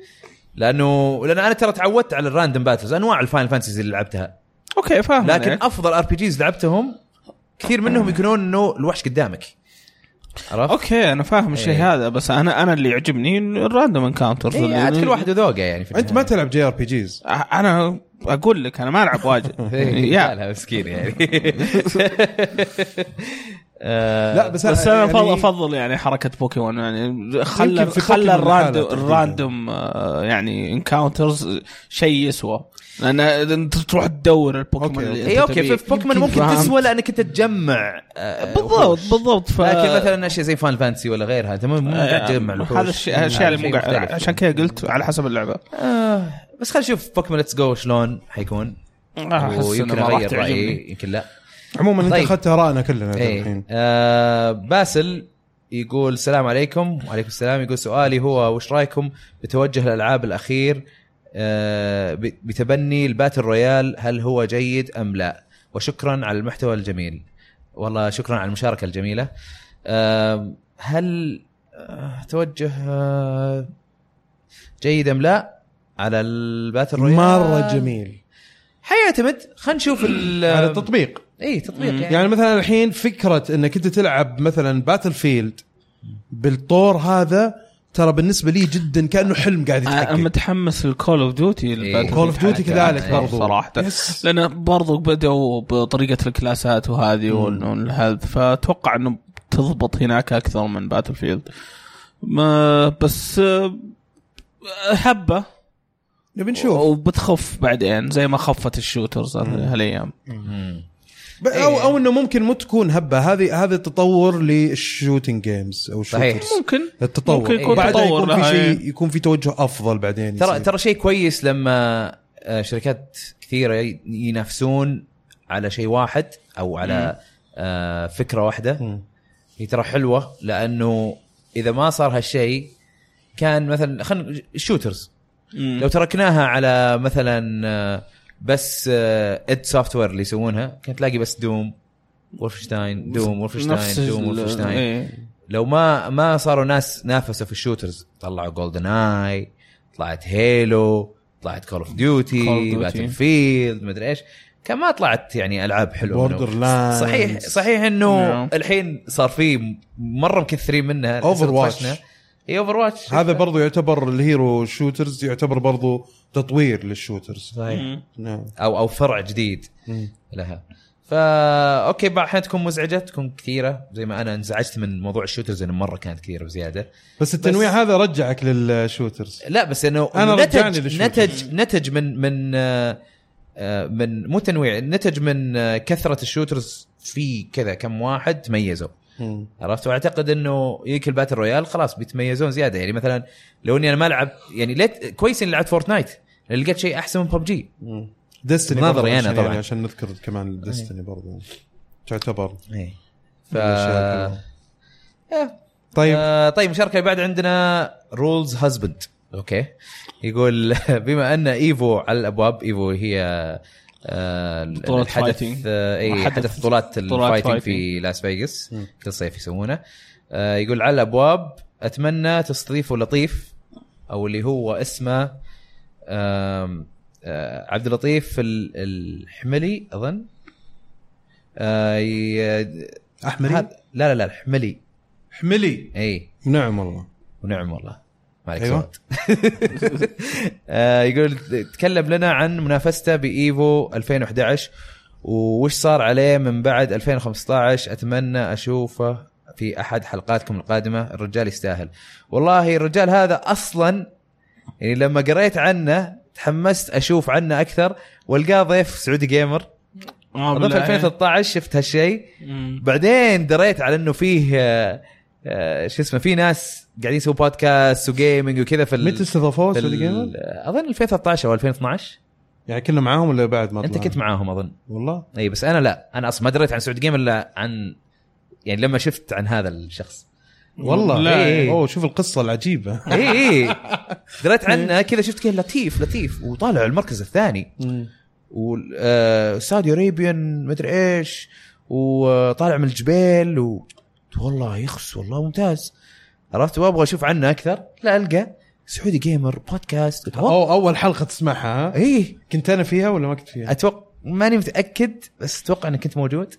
Speaker 3: لانه لان انا ترى تعودت على الراندوم باتلز انواع الفاين فانتسيز اللي لعبتها
Speaker 2: اوكي فاهم
Speaker 3: لكن
Speaker 2: لكن
Speaker 3: افضل ار بي جيز لعبتهم كثير منهم يكونون انه الوحش قدامك عرفت؟
Speaker 2: اوكي انا فاهم الشيء
Speaker 3: إيه.
Speaker 2: هذا بس انا انا اللي يعجبني الراندوم انكاونترز
Speaker 3: إيه، عاد كل واحد وذوقه يعني في
Speaker 1: انت ما تلعب جي ار بي جيز
Speaker 2: انا اقول لك انا ما العب واجد
Speaker 3: يا
Speaker 2: يا
Speaker 3: لها إيه، مسكين يعني آه،
Speaker 1: لا بس
Speaker 2: بس انا
Speaker 1: يعني-
Speaker 2: افضل افضل يعني حركه بوكيمون يعني خلى
Speaker 1: يمكن في
Speaker 2: خلى
Speaker 1: بوكيمون
Speaker 2: الراندوم
Speaker 1: لحالها
Speaker 2: الراندوم آه، يعني انكاونترز شيء يسوى لان انت تروح تدور البوكيمون
Speaker 1: أوكي.
Speaker 2: اللي
Speaker 3: اي
Speaker 2: أنت
Speaker 3: اوكي
Speaker 2: تبيه.
Speaker 3: إيه، في بوكيمون ممكن
Speaker 2: فهمت.
Speaker 3: تسوى لانك انت تجمع آه،
Speaker 2: بالضبط بالضبط ف... آه، يعني
Speaker 3: لكن مثلا اشياء زي فان فانسي ولا غيرها انت مو مو قاعد تجمع الوحوش يعني
Speaker 2: هذا الشيء هذا الشيء اللي مو قاعد-
Speaker 3: مختلف.
Speaker 2: عشان كذا قلت على حسب اللعبه
Speaker 3: آه، بس خلينا نشوف بوكيمون ليتس جو شلون حيكون
Speaker 2: احس انه
Speaker 3: ويمكن
Speaker 2: ما راح
Speaker 3: اغير
Speaker 2: تعجبني
Speaker 3: رايي يمكن لا
Speaker 1: عموما انت
Speaker 3: طيب.
Speaker 1: اخذت ارائنا كلنا
Speaker 3: ايه
Speaker 1: الحين
Speaker 3: آه باسل يقول السلام عليكم وعليكم السلام يقول سؤالي هو وش رايكم بتوجه الالعاب الاخير آه ب- بتبني الباتل رويال هل هو جيد ام لا وشكرا على المحتوى الجميل والله شكرا على المشاركه الجميله آه هل آه توجه آه جيد ام لا على الباتل رويال
Speaker 1: مره جميل
Speaker 3: حيعتمد خلينا نشوف ال-
Speaker 1: على التطبيق
Speaker 3: اي تطبيق
Speaker 2: مم.
Speaker 3: يعني,
Speaker 1: يعني مثلا الحين فكره انك انت تلعب مثلا باتل فيلد بالطور هذا ترى بالنسبه لي جدا كانه حلم قاعد
Speaker 3: آه،
Speaker 2: انا
Speaker 1: يتحقق
Speaker 2: متحمس لكول اوف ديوتي
Speaker 3: إيه.
Speaker 1: كول اوف ديوتي كذلك
Speaker 3: إيه.
Speaker 1: برضو
Speaker 2: صراحه
Speaker 1: يس.
Speaker 2: لان برضو بدأوا بطريقه الكلاسات وهذه وال- والهذا فاتوقع انه تضبط هناك اكثر من باتل فيلد ما بس آه، هبه
Speaker 1: نبي نشوف
Speaker 2: وبتخف بعدين زي ما خفت الشوترز هالايام
Speaker 3: مم.
Speaker 1: ب- او
Speaker 3: إيه.
Speaker 1: او انه ممكن مو تكون هبه هذه هذا التطور للشوتنج جيمز او
Speaker 3: صحيح.
Speaker 1: الشوترز
Speaker 2: ممكن
Speaker 1: التطور
Speaker 2: ممكن يكون
Speaker 1: وبعدها
Speaker 2: تطور
Speaker 1: يكون في
Speaker 2: لها،
Speaker 1: شيء
Speaker 2: إيه.
Speaker 1: يكون في توجه افضل بعدين
Speaker 3: ترى
Speaker 1: يصير.
Speaker 3: ترى شيء كويس لما آه، شركات كثيره ي- ينافسون على شيء واحد او على آه، فكره واحده
Speaker 1: مم.
Speaker 3: هي ترى حلوه لانه اذا ما صار هالشيء كان مثلا خلينا الشوترز
Speaker 2: مم.
Speaker 3: لو تركناها على مثلا آه، بس آه، اد سوفت وير اللي يسوونها كان تلاقي بس دوم وولفشتاين دوم
Speaker 2: نفس
Speaker 3: وولفشتاين دوم
Speaker 2: ال-
Speaker 3: وولفشتاين
Speaker 2: إيه.
Speaker 3: لو ما ما صاروا ناس نافسوا في الشوترز طلعوا جولدن اي طلعت هيلو طلعت كول اوف
Speaker 2: Call
Speaker 3: ديوتي
Speaker 2: of Duty.
Speaker 3: باتل فيلد مدري ايش كان ما طلعت يعني العاب حلوه منه.
Speaker 1: Borderlands.
Speaker 3: صحيح صحيح انه
Speaker 2: نعم.
Speaker 3: الحين صار في مره مكثرين منها إيه،
Speaker 1: Overwatch.
Speaker 3: اي اوفر واتش
Speaker 1: هذا برضو يعتبر الهيرو شوترز يعتبر برضو تطوير للشوترز
Speaker 3: صحيح
Speaker 2: مم.
Speaker 1: نعم
Speaker 3: او او فرع جديد
Speaker 1: مم.
Speaker 3: لها فا اوكي بعض الاحيان تكون مزعجه تكون كثيره زي ما انا انزعجت من موضوع الشوترز انه مره كانت كثيره بزياده
Speaker 1: بس التنويع بس هذا رجعك للشوترز
Speaker 3: لا بس انه
Speaker 1: أنا رجعني
Speaker 3: نتج
Speaker 1: للشوتر.
Speaker 3: نتج نتج من من آه، آه، من مو تنويع نتج من آه، كثره الشوترز في كذا كم واحد تميزوا عرفت واعتقد انه يجيك الباتل رويال خلاص بيتميزون زياده يعني مثلا لو اني انا ما العب يعني ليت كويس اني لعبت فورتنايت لأن لقيت شيء احسن من ببجي
Speaker 1: ديستني
Speaker 3: نظري
Speaker 1: برضو
Speaker 3: أنا
Speaker 1: عشان-
Speaker 3: طبعاً.
Speaker 1: يعني عشان نذكر كمان ديستني برضو تعتبر
Speaker 3: ف
Speaker 1: الأشياء كلها.
Speaker 3: آه،
Speaker 1: طيب
Speaker 3: آه، طيب المشاركه اللي بعد عندنا رولز هازبند اوكي يقول بما ان ايفو على الابواب ايفو هي آه،
Speaker 2: بطولة
Speaker 3: الحدث
Speaker 2: فايتنج.
Speaker 3: آه، اي
Speaker 2: حدث-
Speaker 3: حدث بطولات
Speaker 2: بطولات
Speaker 3: الفايتنج في
Speaker 2: فايتنج.
Speaker 3: لاس فيغاس
Speaker 1: مم.
Speaker 3: كل صيف يسوونه آه، يقول على الابواب اتمنى تستضيفوا لطيف او اللي هو اسمه آم، آه، عبد اللطيف ال- الحملي اظن آه، ي-
Speaker 1: احمري
Speaker 3: هذا- لا لا لا الحملي إيه.
Speaker 1: حملي
Speaker 3: اي
Speaker 1: نعم والله
Speaker 3: ونعم والله مالك
Speaker 1: أيوة.
Speaker 3: صوت آه، يقول تكلم لنا عن منافسته بايفو 2011 وش صار عليه من بعد 2015 اتمنى اشوفه في احد حلقاتكم القادمه الرجال يستاهل والله الرجال هذا اصلا يعني لما قريت عنه تحمست اشوف عنه اكثر والقاه ضيف سعودي جيمر
Speaker 2: آه،
Speaker 3: اظن في
Speaker 2: بالله.
Speaker 3: 2013 شفت هالشيء
Speaker 2: مم.
Speaker 3: بعدين دريت على انه فيه آه، آه، شو اسمه في ناس قاعدين يسووا بودكاست وجيمنج وكذا في ال-
Speaker 1: متى استضافوه
Speaker 3: في
Speaker 1: سعودي
Speaker 3: ال-
Speaker 1: جيمر؟
Speaker 3: اظن 2013 او 2012
Speaker 1: يعني كنا معاهم ولا بعد ما
Speaker 3: انت
Speaker 1: طلعنا؟
Speaker 3: كنت معاهم اظن
Speaker 1: والله
Speaker 3: اي بس انا لا انا اصلا ما دريت عن سعود جيمر الا عن يعني لما شفت عن هذا الشخص
Speaker 1: والله
Speaker 2: لا،
Speaker 1: إيه.
Speaker 3: إيه.
Speaker 1: اوه شوف القصه العجيبه
Speaker 3: اي اي دريت عنه كذا شفت كذا لطيف لطيف وطالع المركز الثاني وسعودي اريبيان آه، مدري ايش وطالع من الجبال و والله يخس والله ممتاز عرفت وابغى اشوف عنه اكثر لا القى سعودي جيمر بودكاست قلت
Speaker 1: او اول حلقه تسمعها ها؟
Speaker 3: اي
Speaker 1: كنت انا فيها ولا ما كنت فيها؟
Speaker 3: اتوقع إيه، ماني متاكد بس اتوقع انك كنت موجود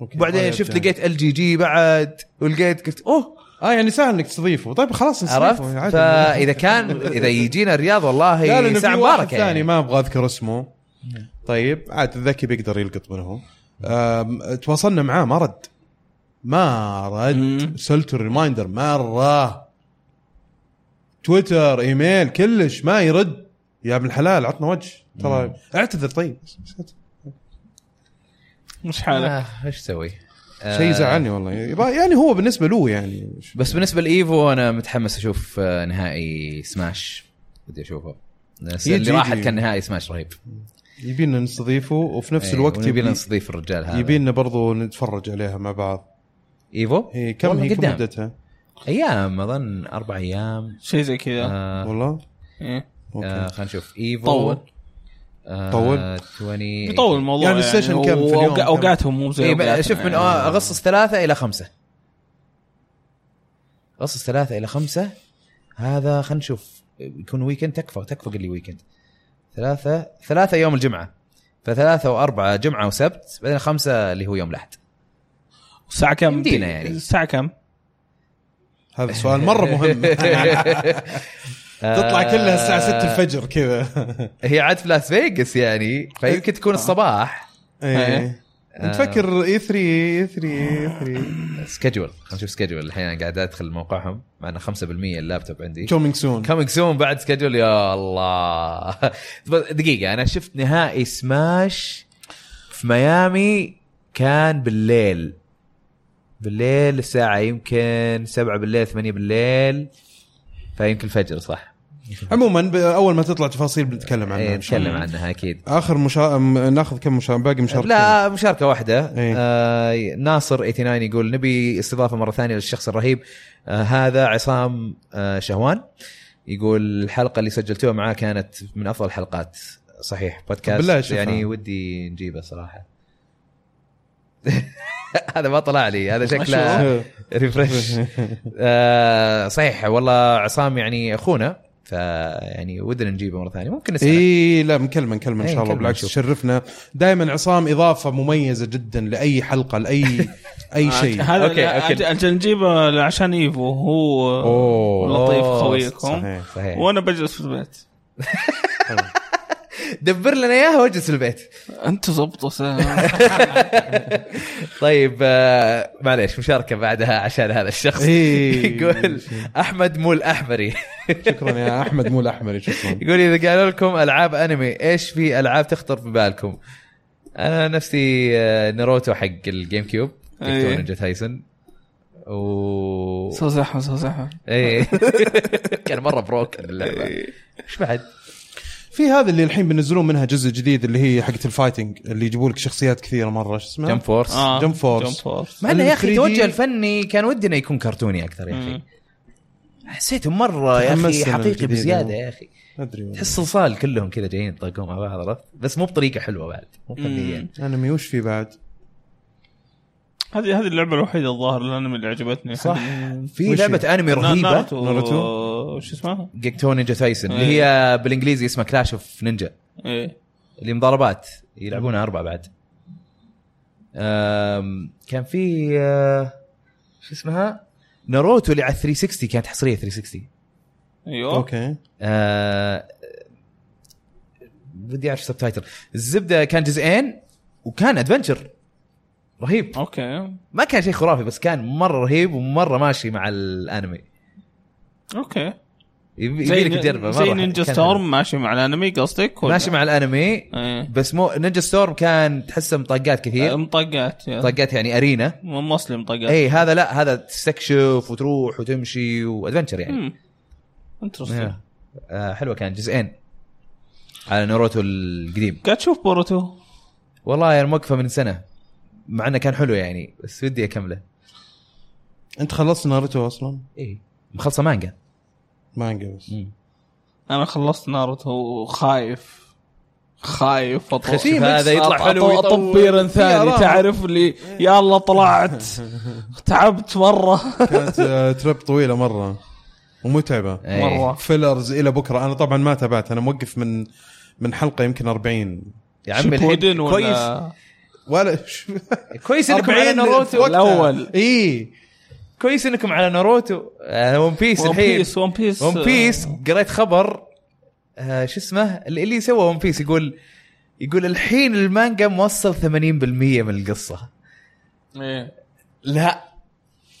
Speaker 1: أوكي. طيب، يعني. ما
Speaker 3: وبعدين شفت
Speaker 1: يرجعني.
Speaker 3: لقيت ال جي جي بعد ولقيت قلت اوه
Speaker 1: اه يعني سهل انك تضيفه طيب خلاص نسيبه،
Speaker 3: عرفت
Speaker 1: عادي.
Speaker 3: فاذا كان اذا يجينا الرياض
Speaker 1: لا
Speaker 3: والله
Speaker 1: لانه في
Speaker 3: ساعه
Speaker 1: واحد
Speaker 3: مباركه
Speaker 1: ثاني
Speaker 3: إيه، يعني.
Speaker 1: ما ابغى اذكر اسمه طيب عاد الذكي بيقدر يلقط منهم آم، تواصلنا معاه ما رد ما رد
Speaker 2: مم.
Speaker 1: سلت الريمايندر مره تويتر ايميل كلش ما يرد يا ابن الحلال عطنا وجه ترى
Speaker 3: مم.
Speaker 1: اعتذر طيب
Speaker 2: مش حالك
Speaker 3: آه، ايش تسوي؟ آه.
Speaker 1: شيء زعلني والله يعني هو بالنسبه له يعني
Speaker 3: بس بالنسبه لايفو انا متحمس اشوف آه، نهائي سماش بدي اشوفه بس
Speaker 1: يجي-
Speaker 3: اللي راحت
Speaker 1: يجي.
Speaker 3: كان نهائي سماش رهيب
Speaker 1: يبينا نستضيفه وفي
Speaker 3: إيه،
Speaker 1: نفس الوقت
Speaker 3: يبي لنا
Speaker 1: يبي
Speaker 3: نستضيف الرجال هذا
Speaker 1: يبينا برضو نتفرج عليها مع بعض
Speaker 3: ايفو
Speaker 1: هي إيه، كم
Speaker 3: والله
Speaker 1: هي كم
Speaker 3: قدام.
Speaker 1: مدتها
Speaker 3: ايام اظن اربع ايام
Speaker 2: شيء زي كذا
Speaker 3: آه
Speaker 1: والله
Speaker 2: إيه.
Speaker 1: أوكي.
Speaker 3: آه خلينا نشوف ايفو
Speaker 2: طول.
Speaker 3: آه
Speaker 1: طول.
Speaker 3: 20
Speaker 2: يطول الموضوع
Speaker 1: يعني السيشن كم في
Speaker 2: وأوق-
Speaker 1: اليوم؟ كم؟
Speaker 2: اوقاتهم مو زي
Speaker 3: إيه، بقى-
Speaker 2: أوقاتنا
Speaker 3: شوف من
Speaker 2: يعني.
Speaker 3: آه، اغسطس ثلاثة الى خمسة اغسطس ثلاثة الى خمسة هذا خلينا نشوف يكون ويكند تكفى تكفى قل لي ويكند ثلاثة ثلاثة يوم الجمعة فثلاثة وأربعة جمعة وسبت بعدين خمسة اللي هو يوم الأحد
Speaker 2: الساعة كم؟
Speaker 3: يمدينا يعني.
Speaker 2: الساعة كم؟
Speaker 1: هذا سؤال مره مهم تطلع كلها الساعه
Speaker 3: آه.
Speaker 1: 6 الفجر كذا
Speaker 3: هي عاد في لاس فيغاس يعني فيمكن تكون الصباح
Speaker 1: ايه
Speaker 3: آه.
Speaker 1: نتفكر E اي 3 اي 3 اي 3
Speaker 3: سكجول خلينا نشوف سكجول الحين أنا قاعد أدخل موقعهم مع أن 5% اللابتوب عندي
Speaker 1: كومينج سون
Speaker 3: كامينج سون بعد سكجول يا الله بس دقيقه انا شفت نهائي سماش في ميامي كان بالليل بالليل الساعه يمكن 7 بالليل 8 بالليل فيمكن الفجر صح
Speaker 1: عموما ب- اول ما تطلع تفاصيل بنتكلم عنها
Speaker 3: إيه،
Speaker 1: إن شاء
Speaker 3: نتكلم
Speaker 1: الله.
Speaker 3: عنها اكيد
Speaker 1: اخر مشا... م- ناخذ كم مشاركه باقي مشاركه
Speaker 3: لا مشاركه واحده
Speaker 1: إيه.
Speaker 3: آه ناصر 89 يقول نبي استضافه مره ثانيه للشخص الرهيب آه هذا عصام آه شهوان يقول الحلقه اللي سجلتوها معاه كانت من افضل الحلقات صحيح
Speaker 1: بالله آه.
Speaker 3: بودكاست
Speaker 1: شوفها.
Speaker 3: يعني ودي نجيبه صراحه هذا ما طلع لي هذا شكله ريفرش آه صحيح والله عصام يعني اخونا فيعني ودنا نجيبه مره ثانيه ممكن نسأله
Speaker 1: اي لا مكلمه مكلمه ان
Speaker 3: إيه،
Speaker 1: شاء الله
Speaker 3: نكلمه
Speaker 1: بالعكس
Speaker 3: نشوف.
Speaker 1: تشرفنا دائما عصام اضافه مميزه جدا لاي حلقه لاي اي
Speaker 3: آه،
Speaker 1: شيء
Speaker 2: هذا
Speaker 3: إيه. أوكي، أوكي.
Speaker 2: أوكي. أجل نجيبه عشان ايفو هو
Speaker 1: اوه
Speaker 2: لطيف
Speaker 3: أوه،
Speaker 2: خويكم
Speaker 1: صحيح
Speaker 3: صحيح
Speaker 2: وانا بجلس في البيت
Speaker 3: دبر لنا اياها واجلس البيت
Speaker 2: انت ظبطه سا-
Speaker 3: طيب آه، معليش مشاركه بعدها عشان هذا الشخص
Speaker 1: إيه.
Speaker 3: يقول احمد مو الاحمري
Speaker 1: شكرا يا احمد مو الاحمر شكرا
Speaker 3: يقول اذا قالوا لكم العاب انمي ايش في العاب تخطر ببالكم؟ انا نفسي آه، ناروتو حق الجيم كيوب
Speaker 2: أي.
Speaker 3: دكتور نينجا تايسون و
Speaker 2: سو زحمه سو زحمه
Speaker 3: اي كان مره بروكن اللعبه ايش بعد؟
Speaker 1: في هذا اللي الحين بينزلون منها جزء جديد اللي هي حقت الفايتنج اللي يجيبوا لك شخصيات كثيره مره شو اسمها؟
Speaker 3: جمب فورس
Speaker 2: آه.
Speaker 1: جمب فورس.
Speaker 2: جمب فورس
Speaker 3: نعم. مع انه يا اخي
Speaker 1: 3D
Speaker 3: توجه الفني كان ودنا يكون كرتوني اكثر يا اخي
Speaker 2: مم.
Speaker 3: حسيته مره يا اخي
Speaker 1: تحمست أنا
Speaker 3: حقيقي
Speaker 1: الجديد.
Speaker 3: بزياده يا اخي
Speaker 1: ما ادري والله.
Speaker 3: تحس صلصال كلهم كذا جايين يطقون مع بعض عرفت بس مو بطريقه حلوه بعد مو فنيا
Speaker 2: مم.
Speaker 1: انمي وش في بعد؟
Speaker 2: هذه هذه اللعبه الوحيده الظاهر الانمي اللي عجبتني
Speaker 3: صح في
Speaker 1: وش
Speaker 3: لعبه انمي رهيبه
Speaker 1: ناروتو.
Speaker 2: ناروتو شو اسمها؟
Speaker 3: جيكتو نينجا تايسون اللي
Speaker 2: إيه.
Speaker 3: هي بالانجليزي اسمها كلاش اوف نينجا
Speaker 2: ايه
Speaker 3: اللي مضاربات يلعبونها اربعه بعد أم، كان في آه، شو اسمها ناروتو اللي على 360 كانت حصريه 360
Speaker 2: ايوه
Speaker 1: اوكي
Speaker 3: آه، بدي اعرف سبتايتل الزبده كان جزئين وكان ادفنشر رهيب
Speaker 2: اوكي
Speaker 3: ما كان شيء خرافي بس كان مره رهيب ومره ماشي مع الانمي
Speaker 2: اوكي
Speaker 3: يبي
Speaker 2: زي
Speaker 3: يبي لك تجربه مرة
Speaker 2: زي
Speaker 3: حلو.
Speaker 2: نينجا
Speaker 3: كان
Speaker 2: ستورم ماشي مع الانمي قصدك
Speaker 3: حلو.
Speaker 2: ولا؟
Speaker 3: ماشي مع الانمي
Speaker 2: ايه
Speaker 3: بس مو نينجا ستورم كان تحسه مطقات
Speaker 2: آه.
Speaker 3: كثير إيه.
Speaker 2: مطقات يا.
Speaker 3: طقات يعني ارينا
Speaker 2: مو مصلي مطقات
Speaker 3: اي هذا لا هذا تستكشف وتروح وتمشي وادفنشر يعني
Speaker 2: مم. انترستنج
Speaker 3: يا. آه، حلوه كان جزئين على ناروتو القديم
Speaker 2: قاعد تشوف بوروتو
Speaker 3: والله انا موقفه من سنه مع انه كان حلو يعني بس ودي اكمله
Speaker 1: انت خلصت ناروتو اصلا؟
Speaker 3: اي مخلصه إيه، مانجا
Speaker 1: مانجا بس
Speaker 2: انا خلصت ناروتو وخايف خايف أطو-
Speaker 3: خشف هذا يطلع
Speaker 2: أطو-
Speaker 3: حلو
Speaker 2: أطو-
Speaker 3: ويطول.
Speaker 2: تطبير
Speaker 1: يا
Speaker 2: ثاني
Speaker 1: رب.
Speaker 2: تعرف اللي
Speaker 3: إيه.
Speaker 2: يا الله طلعت تعبت مره
Speaker 1: كانت آه، تريب طويله مره ومتعبه
Speaker 3: إيه.
Speaker 2: مرة.
Speaker 1: فيلرز الى بكره انا طبعا ما تابعت انا موقف من من حلقه يمكن 40
Speaker 3: يا عمي
Speaker 2: شيبودن
Speaker 3: الحين كويس
Speaker 2: ولا
Speaker 1: ولا شو-
Speaker 3: كويس انكم على
Speaker 1: 40
Speaker 3: ناروتو
Speaker 1: وقتها.
Speaker 2: الأول.
Speaker 1: اي
Speaker 3: كويس انكم على ناروتو انا ون بيس
Speaker 2: ون
Speaker 3: الحين
Speaker 2: بيس ون بيس
Speaker 3: ون بيس قريت خبر آه شو اسمه اللي اللي سوى ون بيس يقول يقول الحين المانجا موصل 80% من القصه
Speaker 2: إيه.
Speaker 3: لا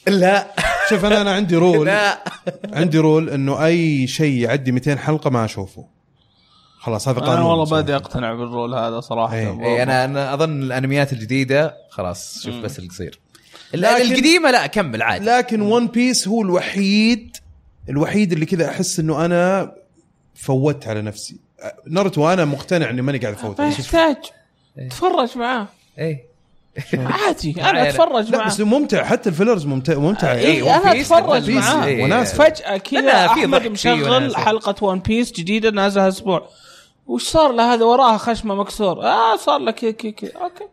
Speaker 3: لا
Speaker 1: شوف انا انا عندي رول
Speaker 3: لا
Speaker 1: عندي رول انه اي شيء يعدي 200 حلقه ما اشوفه خلاص هذا قانون
Speaker 2: انا والله
Speaker 1: صراحة.
Speaker 2: بادي اقتنع بالرول هذا صراحه
Speaker 1: إيه.
Speaker 2: والله.
Speaker 3: اي انا انا اظن الانميات الجديده خلاص شوف
Speaker 2: مم.
Speaker 3: بس اللي يصير
Speaker 1: لكن-
Speaker 3: القديمه لا كمل عادي
Speaker 1: لكن ون بيس هو الوحيد الوحيد اللي كذا احس انه انا فوتت على نفسي ناروتو انا مقتنع اني ماني قاعد افوت
Speaker 2: ما
Speaker 3: طيب.
Speaker 1: على نفسي.
Speaker 2: يحتاج طيب،
Speaker 3: إيه.
Speaker 2: تفرج معاه
Speaker 3: اي
Speaker 2: عادي
Speaker 3: عادي.
Speaker 2: انا اتفرج
Speaker 1: لا
Speaker 2: معاه
Speaker 1: بس ممتع حتى الفيلرز ممتع ممتع
Speaker 3: إيه،
Speaker 2: إيه،
Speaker 3: ون
Speaker 2: أنا
Speaker 3: بيس
Speaker 2: أتفرج
Speaker 3: ون بيس
Speaker 2: معاه.
Speaker 3: إيه.
Speaker 1: وناس
Speaker 2: فجأة كذا
Speaker 3: لا، في ضحك
Speaker 2: أحمد
Speaker 3: فيه
Speaker 2: مشغل
Speaker 3: وناس.
Speaker 2: حلقة ون بيس جديدة نازلها أسبوع وش صار له هذا وراها خشمة مكسور آه صار له كذا كذا كذا أوكي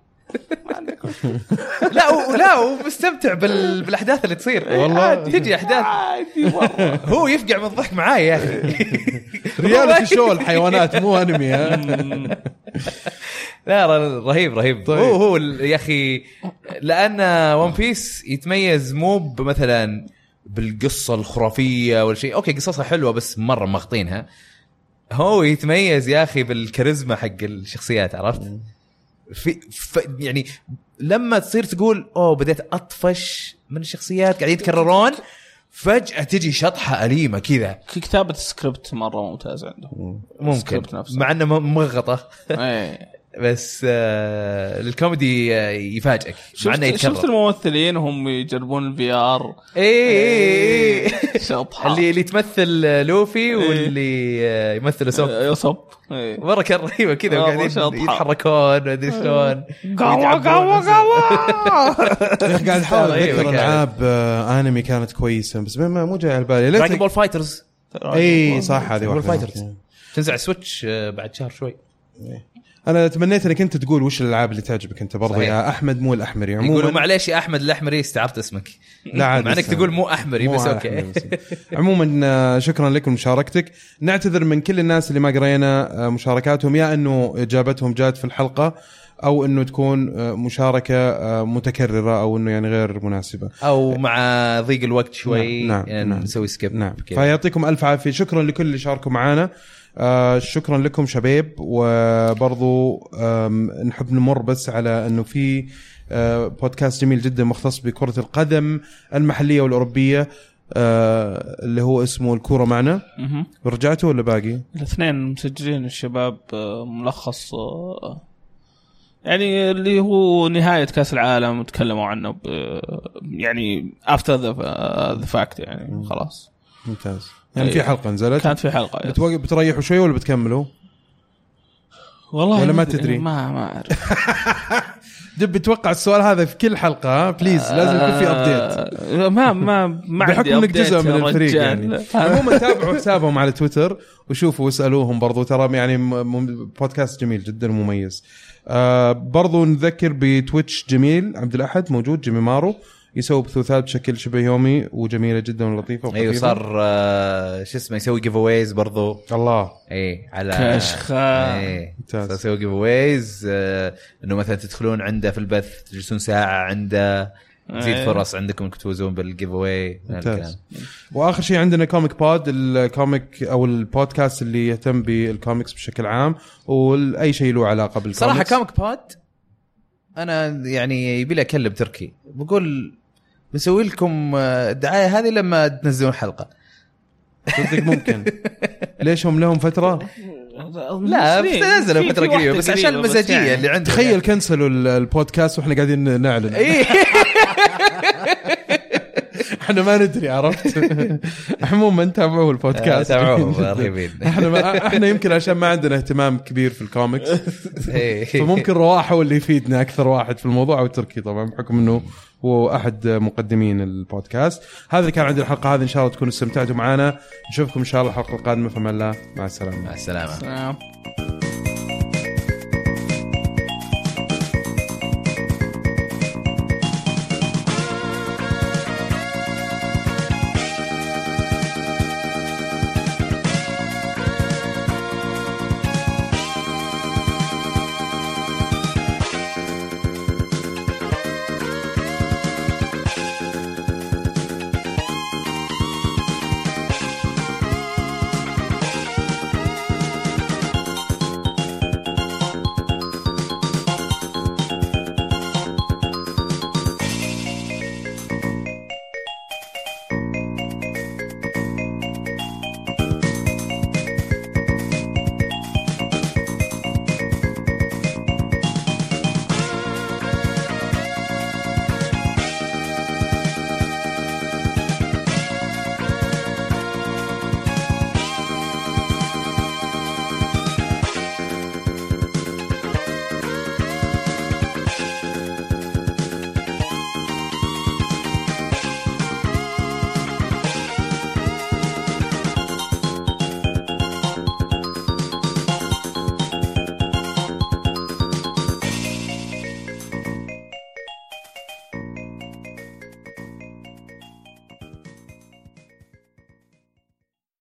Speaker 3: لا و- لا ومستمتع بال... بالاحداث اللي تصير
Speaker 1: والله.
Speaker 3: عادي، تجي احداث
Speaker 2: عادي مرة
Speaker 3: هو يفقع من الضحك معاي يا اخي والله.
Speaker 1: ريالتي شو الحيوانات مو انمي ها
Speaker 3: لا ر- رهيب رهيب
Speaker 1: طيب.
Speaker 3: هو هو ال- يا اخي لان ون بيس يتميز مو بمثلا بالقصه الخرافيه ولا شيء اوكي قصصها حلوه بس مره مغطينها هو يتميز يا اخي بالكاريزما حق الشخصيات عرفت في ف يعني لما تصير تقول اوه بديت اطفش من الشخصيات قاعدين يتكررون فجاه تجي شطحه اليمه كذا
Speaker 2: كتابة السكريبت مرة ممتاز عندهم
Speaker 3: ممكن
Speaker 2: السكريبت نفسه.
Speaker 3: مع انه م- مغطى
Speaker 2: إيه.
Speaker 3: بس آه الكوميدي آه، يفاجئك مع انه
Speaker 2: شفت, شفت
Speaker 3: يتكرر إيه،
Speaker 2: الممثلين وهم يجربون الفي ار
Speaker 3: اي اي اي
Speaker 2: شطحة
Speaker 3: إيه. اللي اللي تمثل آه،
Speaker 1: إيه.
Speaker 3: لوفي واللي آه، يمثل سوب
Speaker 2: يصب إيه.
Speaker 3: مره كان رهيبه كذا
Speaker 2: آه،
Speaker 3: وقاعدين
Speaker 2: شطحة.
Speaker 3: يتحركون ما ادري شلون
Speaker 2: قوا قوا قوا
Speaker 1: يا أخي قاعد احاول
Speaker 3: رهيبة
Speaker 1: اتذكر
Speaker 3: كانت.
Speaker 1: العاب آه، انمي كانت كويسه بس ما مو جاي على بالي
Speaker 3: دراجون
Speaker 1: ليت-
Speaker 3: بول فايترز إيه،
Speaker 1: اي صح هذه
Speaker 3: Dragon Ball
Speaker 1: واحده
Speaker 3: Fighters. تنزع سويتش آه، بعد شهر شوي
Speaker 1: انا تمنيت انك انت تقول وش الالعاب اللي تعجبك انت برضه
Speaker 3: صحيح.
Speaker 1: يا احمد مو الاحمري
Speaker 3: يقولوا
Speaker 1: عموما
Speaker 3: معليش يا احمد الاحمري استعرت اسمك
Speaker 1: لا عادي
Speaker 3: مع انك
Speaker 1: استنى.
Speaker 3: تقول مو احمري
Speaker 1: مو
Speaker 3: بس
Speaker 1: على
Speaker 3: اوكي
Speaker 1: أحمد بس. عموما آه، شكرا لكم مشاركتك نعتذر من كل الناس اللي ما قرينا آه، مشاركاتهم يا انه اجابتهم جات في الحلقه او انه تكون آه، مشاركه آه، متكرره او انه يعني غير مناسبه
Speaker 3: او مع ضيق الوقت شوي
Speaker 1: نعم،
Speaker 3: نعم
Speaker 1: نعم،
Speaker 3: نسوي سكيب
Speaker 1: نعم فيعطيكم الف عافيه شكرا لكل اللي شاركوا معنا آه شكرا لكم شباب وبرضو آم، نحب نمر بس على انه في آه بودكاست جميل جدا مختص بكره القدم المحليه والاوروبيه آه اللي هو اسمه الكوره معنا
Speaker 2: مهم.
Speaker 1: رجعتوا ولا باقي؟
Speaker 2: الاثنين مسجلين الشباب آه، ملخص آه، يعني اللي هو نهاية كأس العالم تكلموا عنه ب- يعني افتر ذا فاكت يعني خلاص
Speaker 1: ممتاز يعني
Speaker 2: إيه.
Speaker 1: في حلقه نزلت
Speaker 2: كانت في حلقة
Speaker 1: بتوقف بتريحوا شوي ولا بتكملوا؟
Speaker 2: والله
Speaker 1: ولا ما
Speaker 2: أدري،
Speaker 1: تدري؟
Speaker 2: ما ما اعرف
Speaker 1: دب بتوقع السؤال هذا في كل حلقه ها؟ بليز لازم يكون في ابديت
Speaker 2: آه، ما ما ما عندي
Speaker 1: بحكم انك جزء
Speaker 2: update
Speaker 1: من
Speaker 2: يا
Speaker 1: الفريق
Speaker 2: رجال.
Speaker 1: يعني عموما تابعوا حسابهم على تويتر وشوفوا واسالوهم برضو ترى يعني م- م- بودكاست جميل جدا ومميز آه برضو نذكر بتويتش جميل عبد الاحد موجود جيمي مارو يسوي بثوثات بشكل شبه يومي وجميله جدا ولطيفه
Speaker 2: أيوة،
Speaker 3: ايوه
Speaker 1: وخفيفة.
Speaker 3: صار آه، شو اسمه يسوي جيف اويز برضو
Speaker 1: الله
Speaker 3: اي إيه، على إيه.
Speaker 2: كشخة.
Speaker 3: اي
Speaker 1: ممتاز.
Speaker 3: صار يسوي جيف اويز انه مثلا آه، تدخلون عنده في البث تجلسون ساعه عنده تزيد
Speaker 2: إيه.
Speaker 3: فرص عندكم انكم تفوزون بالجيف اوي
Speaker 1: ممتاز. واخر شيء عندنا كوميك بود الكوميك او البودكاست اللي يهتم بالكوميكس بشكل عام واي شيء له علاقه بالكوميكس
Speaker 3: صراحه كامك بود انا يعني يبي لي اكلم تركي بقول بسوي لكم آه، الدعايه هذه لما تنزلون حلقه
Speaker 1: تصدق ممكن ليش هم لهم فتره
Speaker 3: لا
Speaker 2: في-
Speaker 3: نزلوا
Speaker 2: في-
Speaker 3: فتره
Speaker 2: في واحدة
Speaker 3: قريبه بس عشان
Speaker 2: قريبة بس
Speaker 3: المزاجيه
Speaker 2: يعني.
Speaker 3: اللي آه، عندهم
Speaker 1: تخيل كنسلوا ال- البودكاست واحنا قاعدين نعلن
Speaker 3: إيه.
Speaker 1: احنا ما ندري عرفت عموما تابعوا البودكاست
Speaker 3: آه، تابعوهم، رهيبين.
Speaker 1: احنا ما احنا يمكن عشان ما عندنا اهتمام كبير في الكوميكس
Speaker 3: إيه.
Speaker 1: فممكن رواح هو اللي يفيدنا اكثر واحد في الموضوع او تركي طبعا بحكم انه هو احد مقدمين البودكاست هذا اللي كان عندنا الحلقه هذه ان شاء الله تكونوا استمتعتوا معنا نشوفكم ان شاء الله الحلقه القادمه فما الله مع السلامه
Speaker 3: مع السلامه
Speaker 2: آه.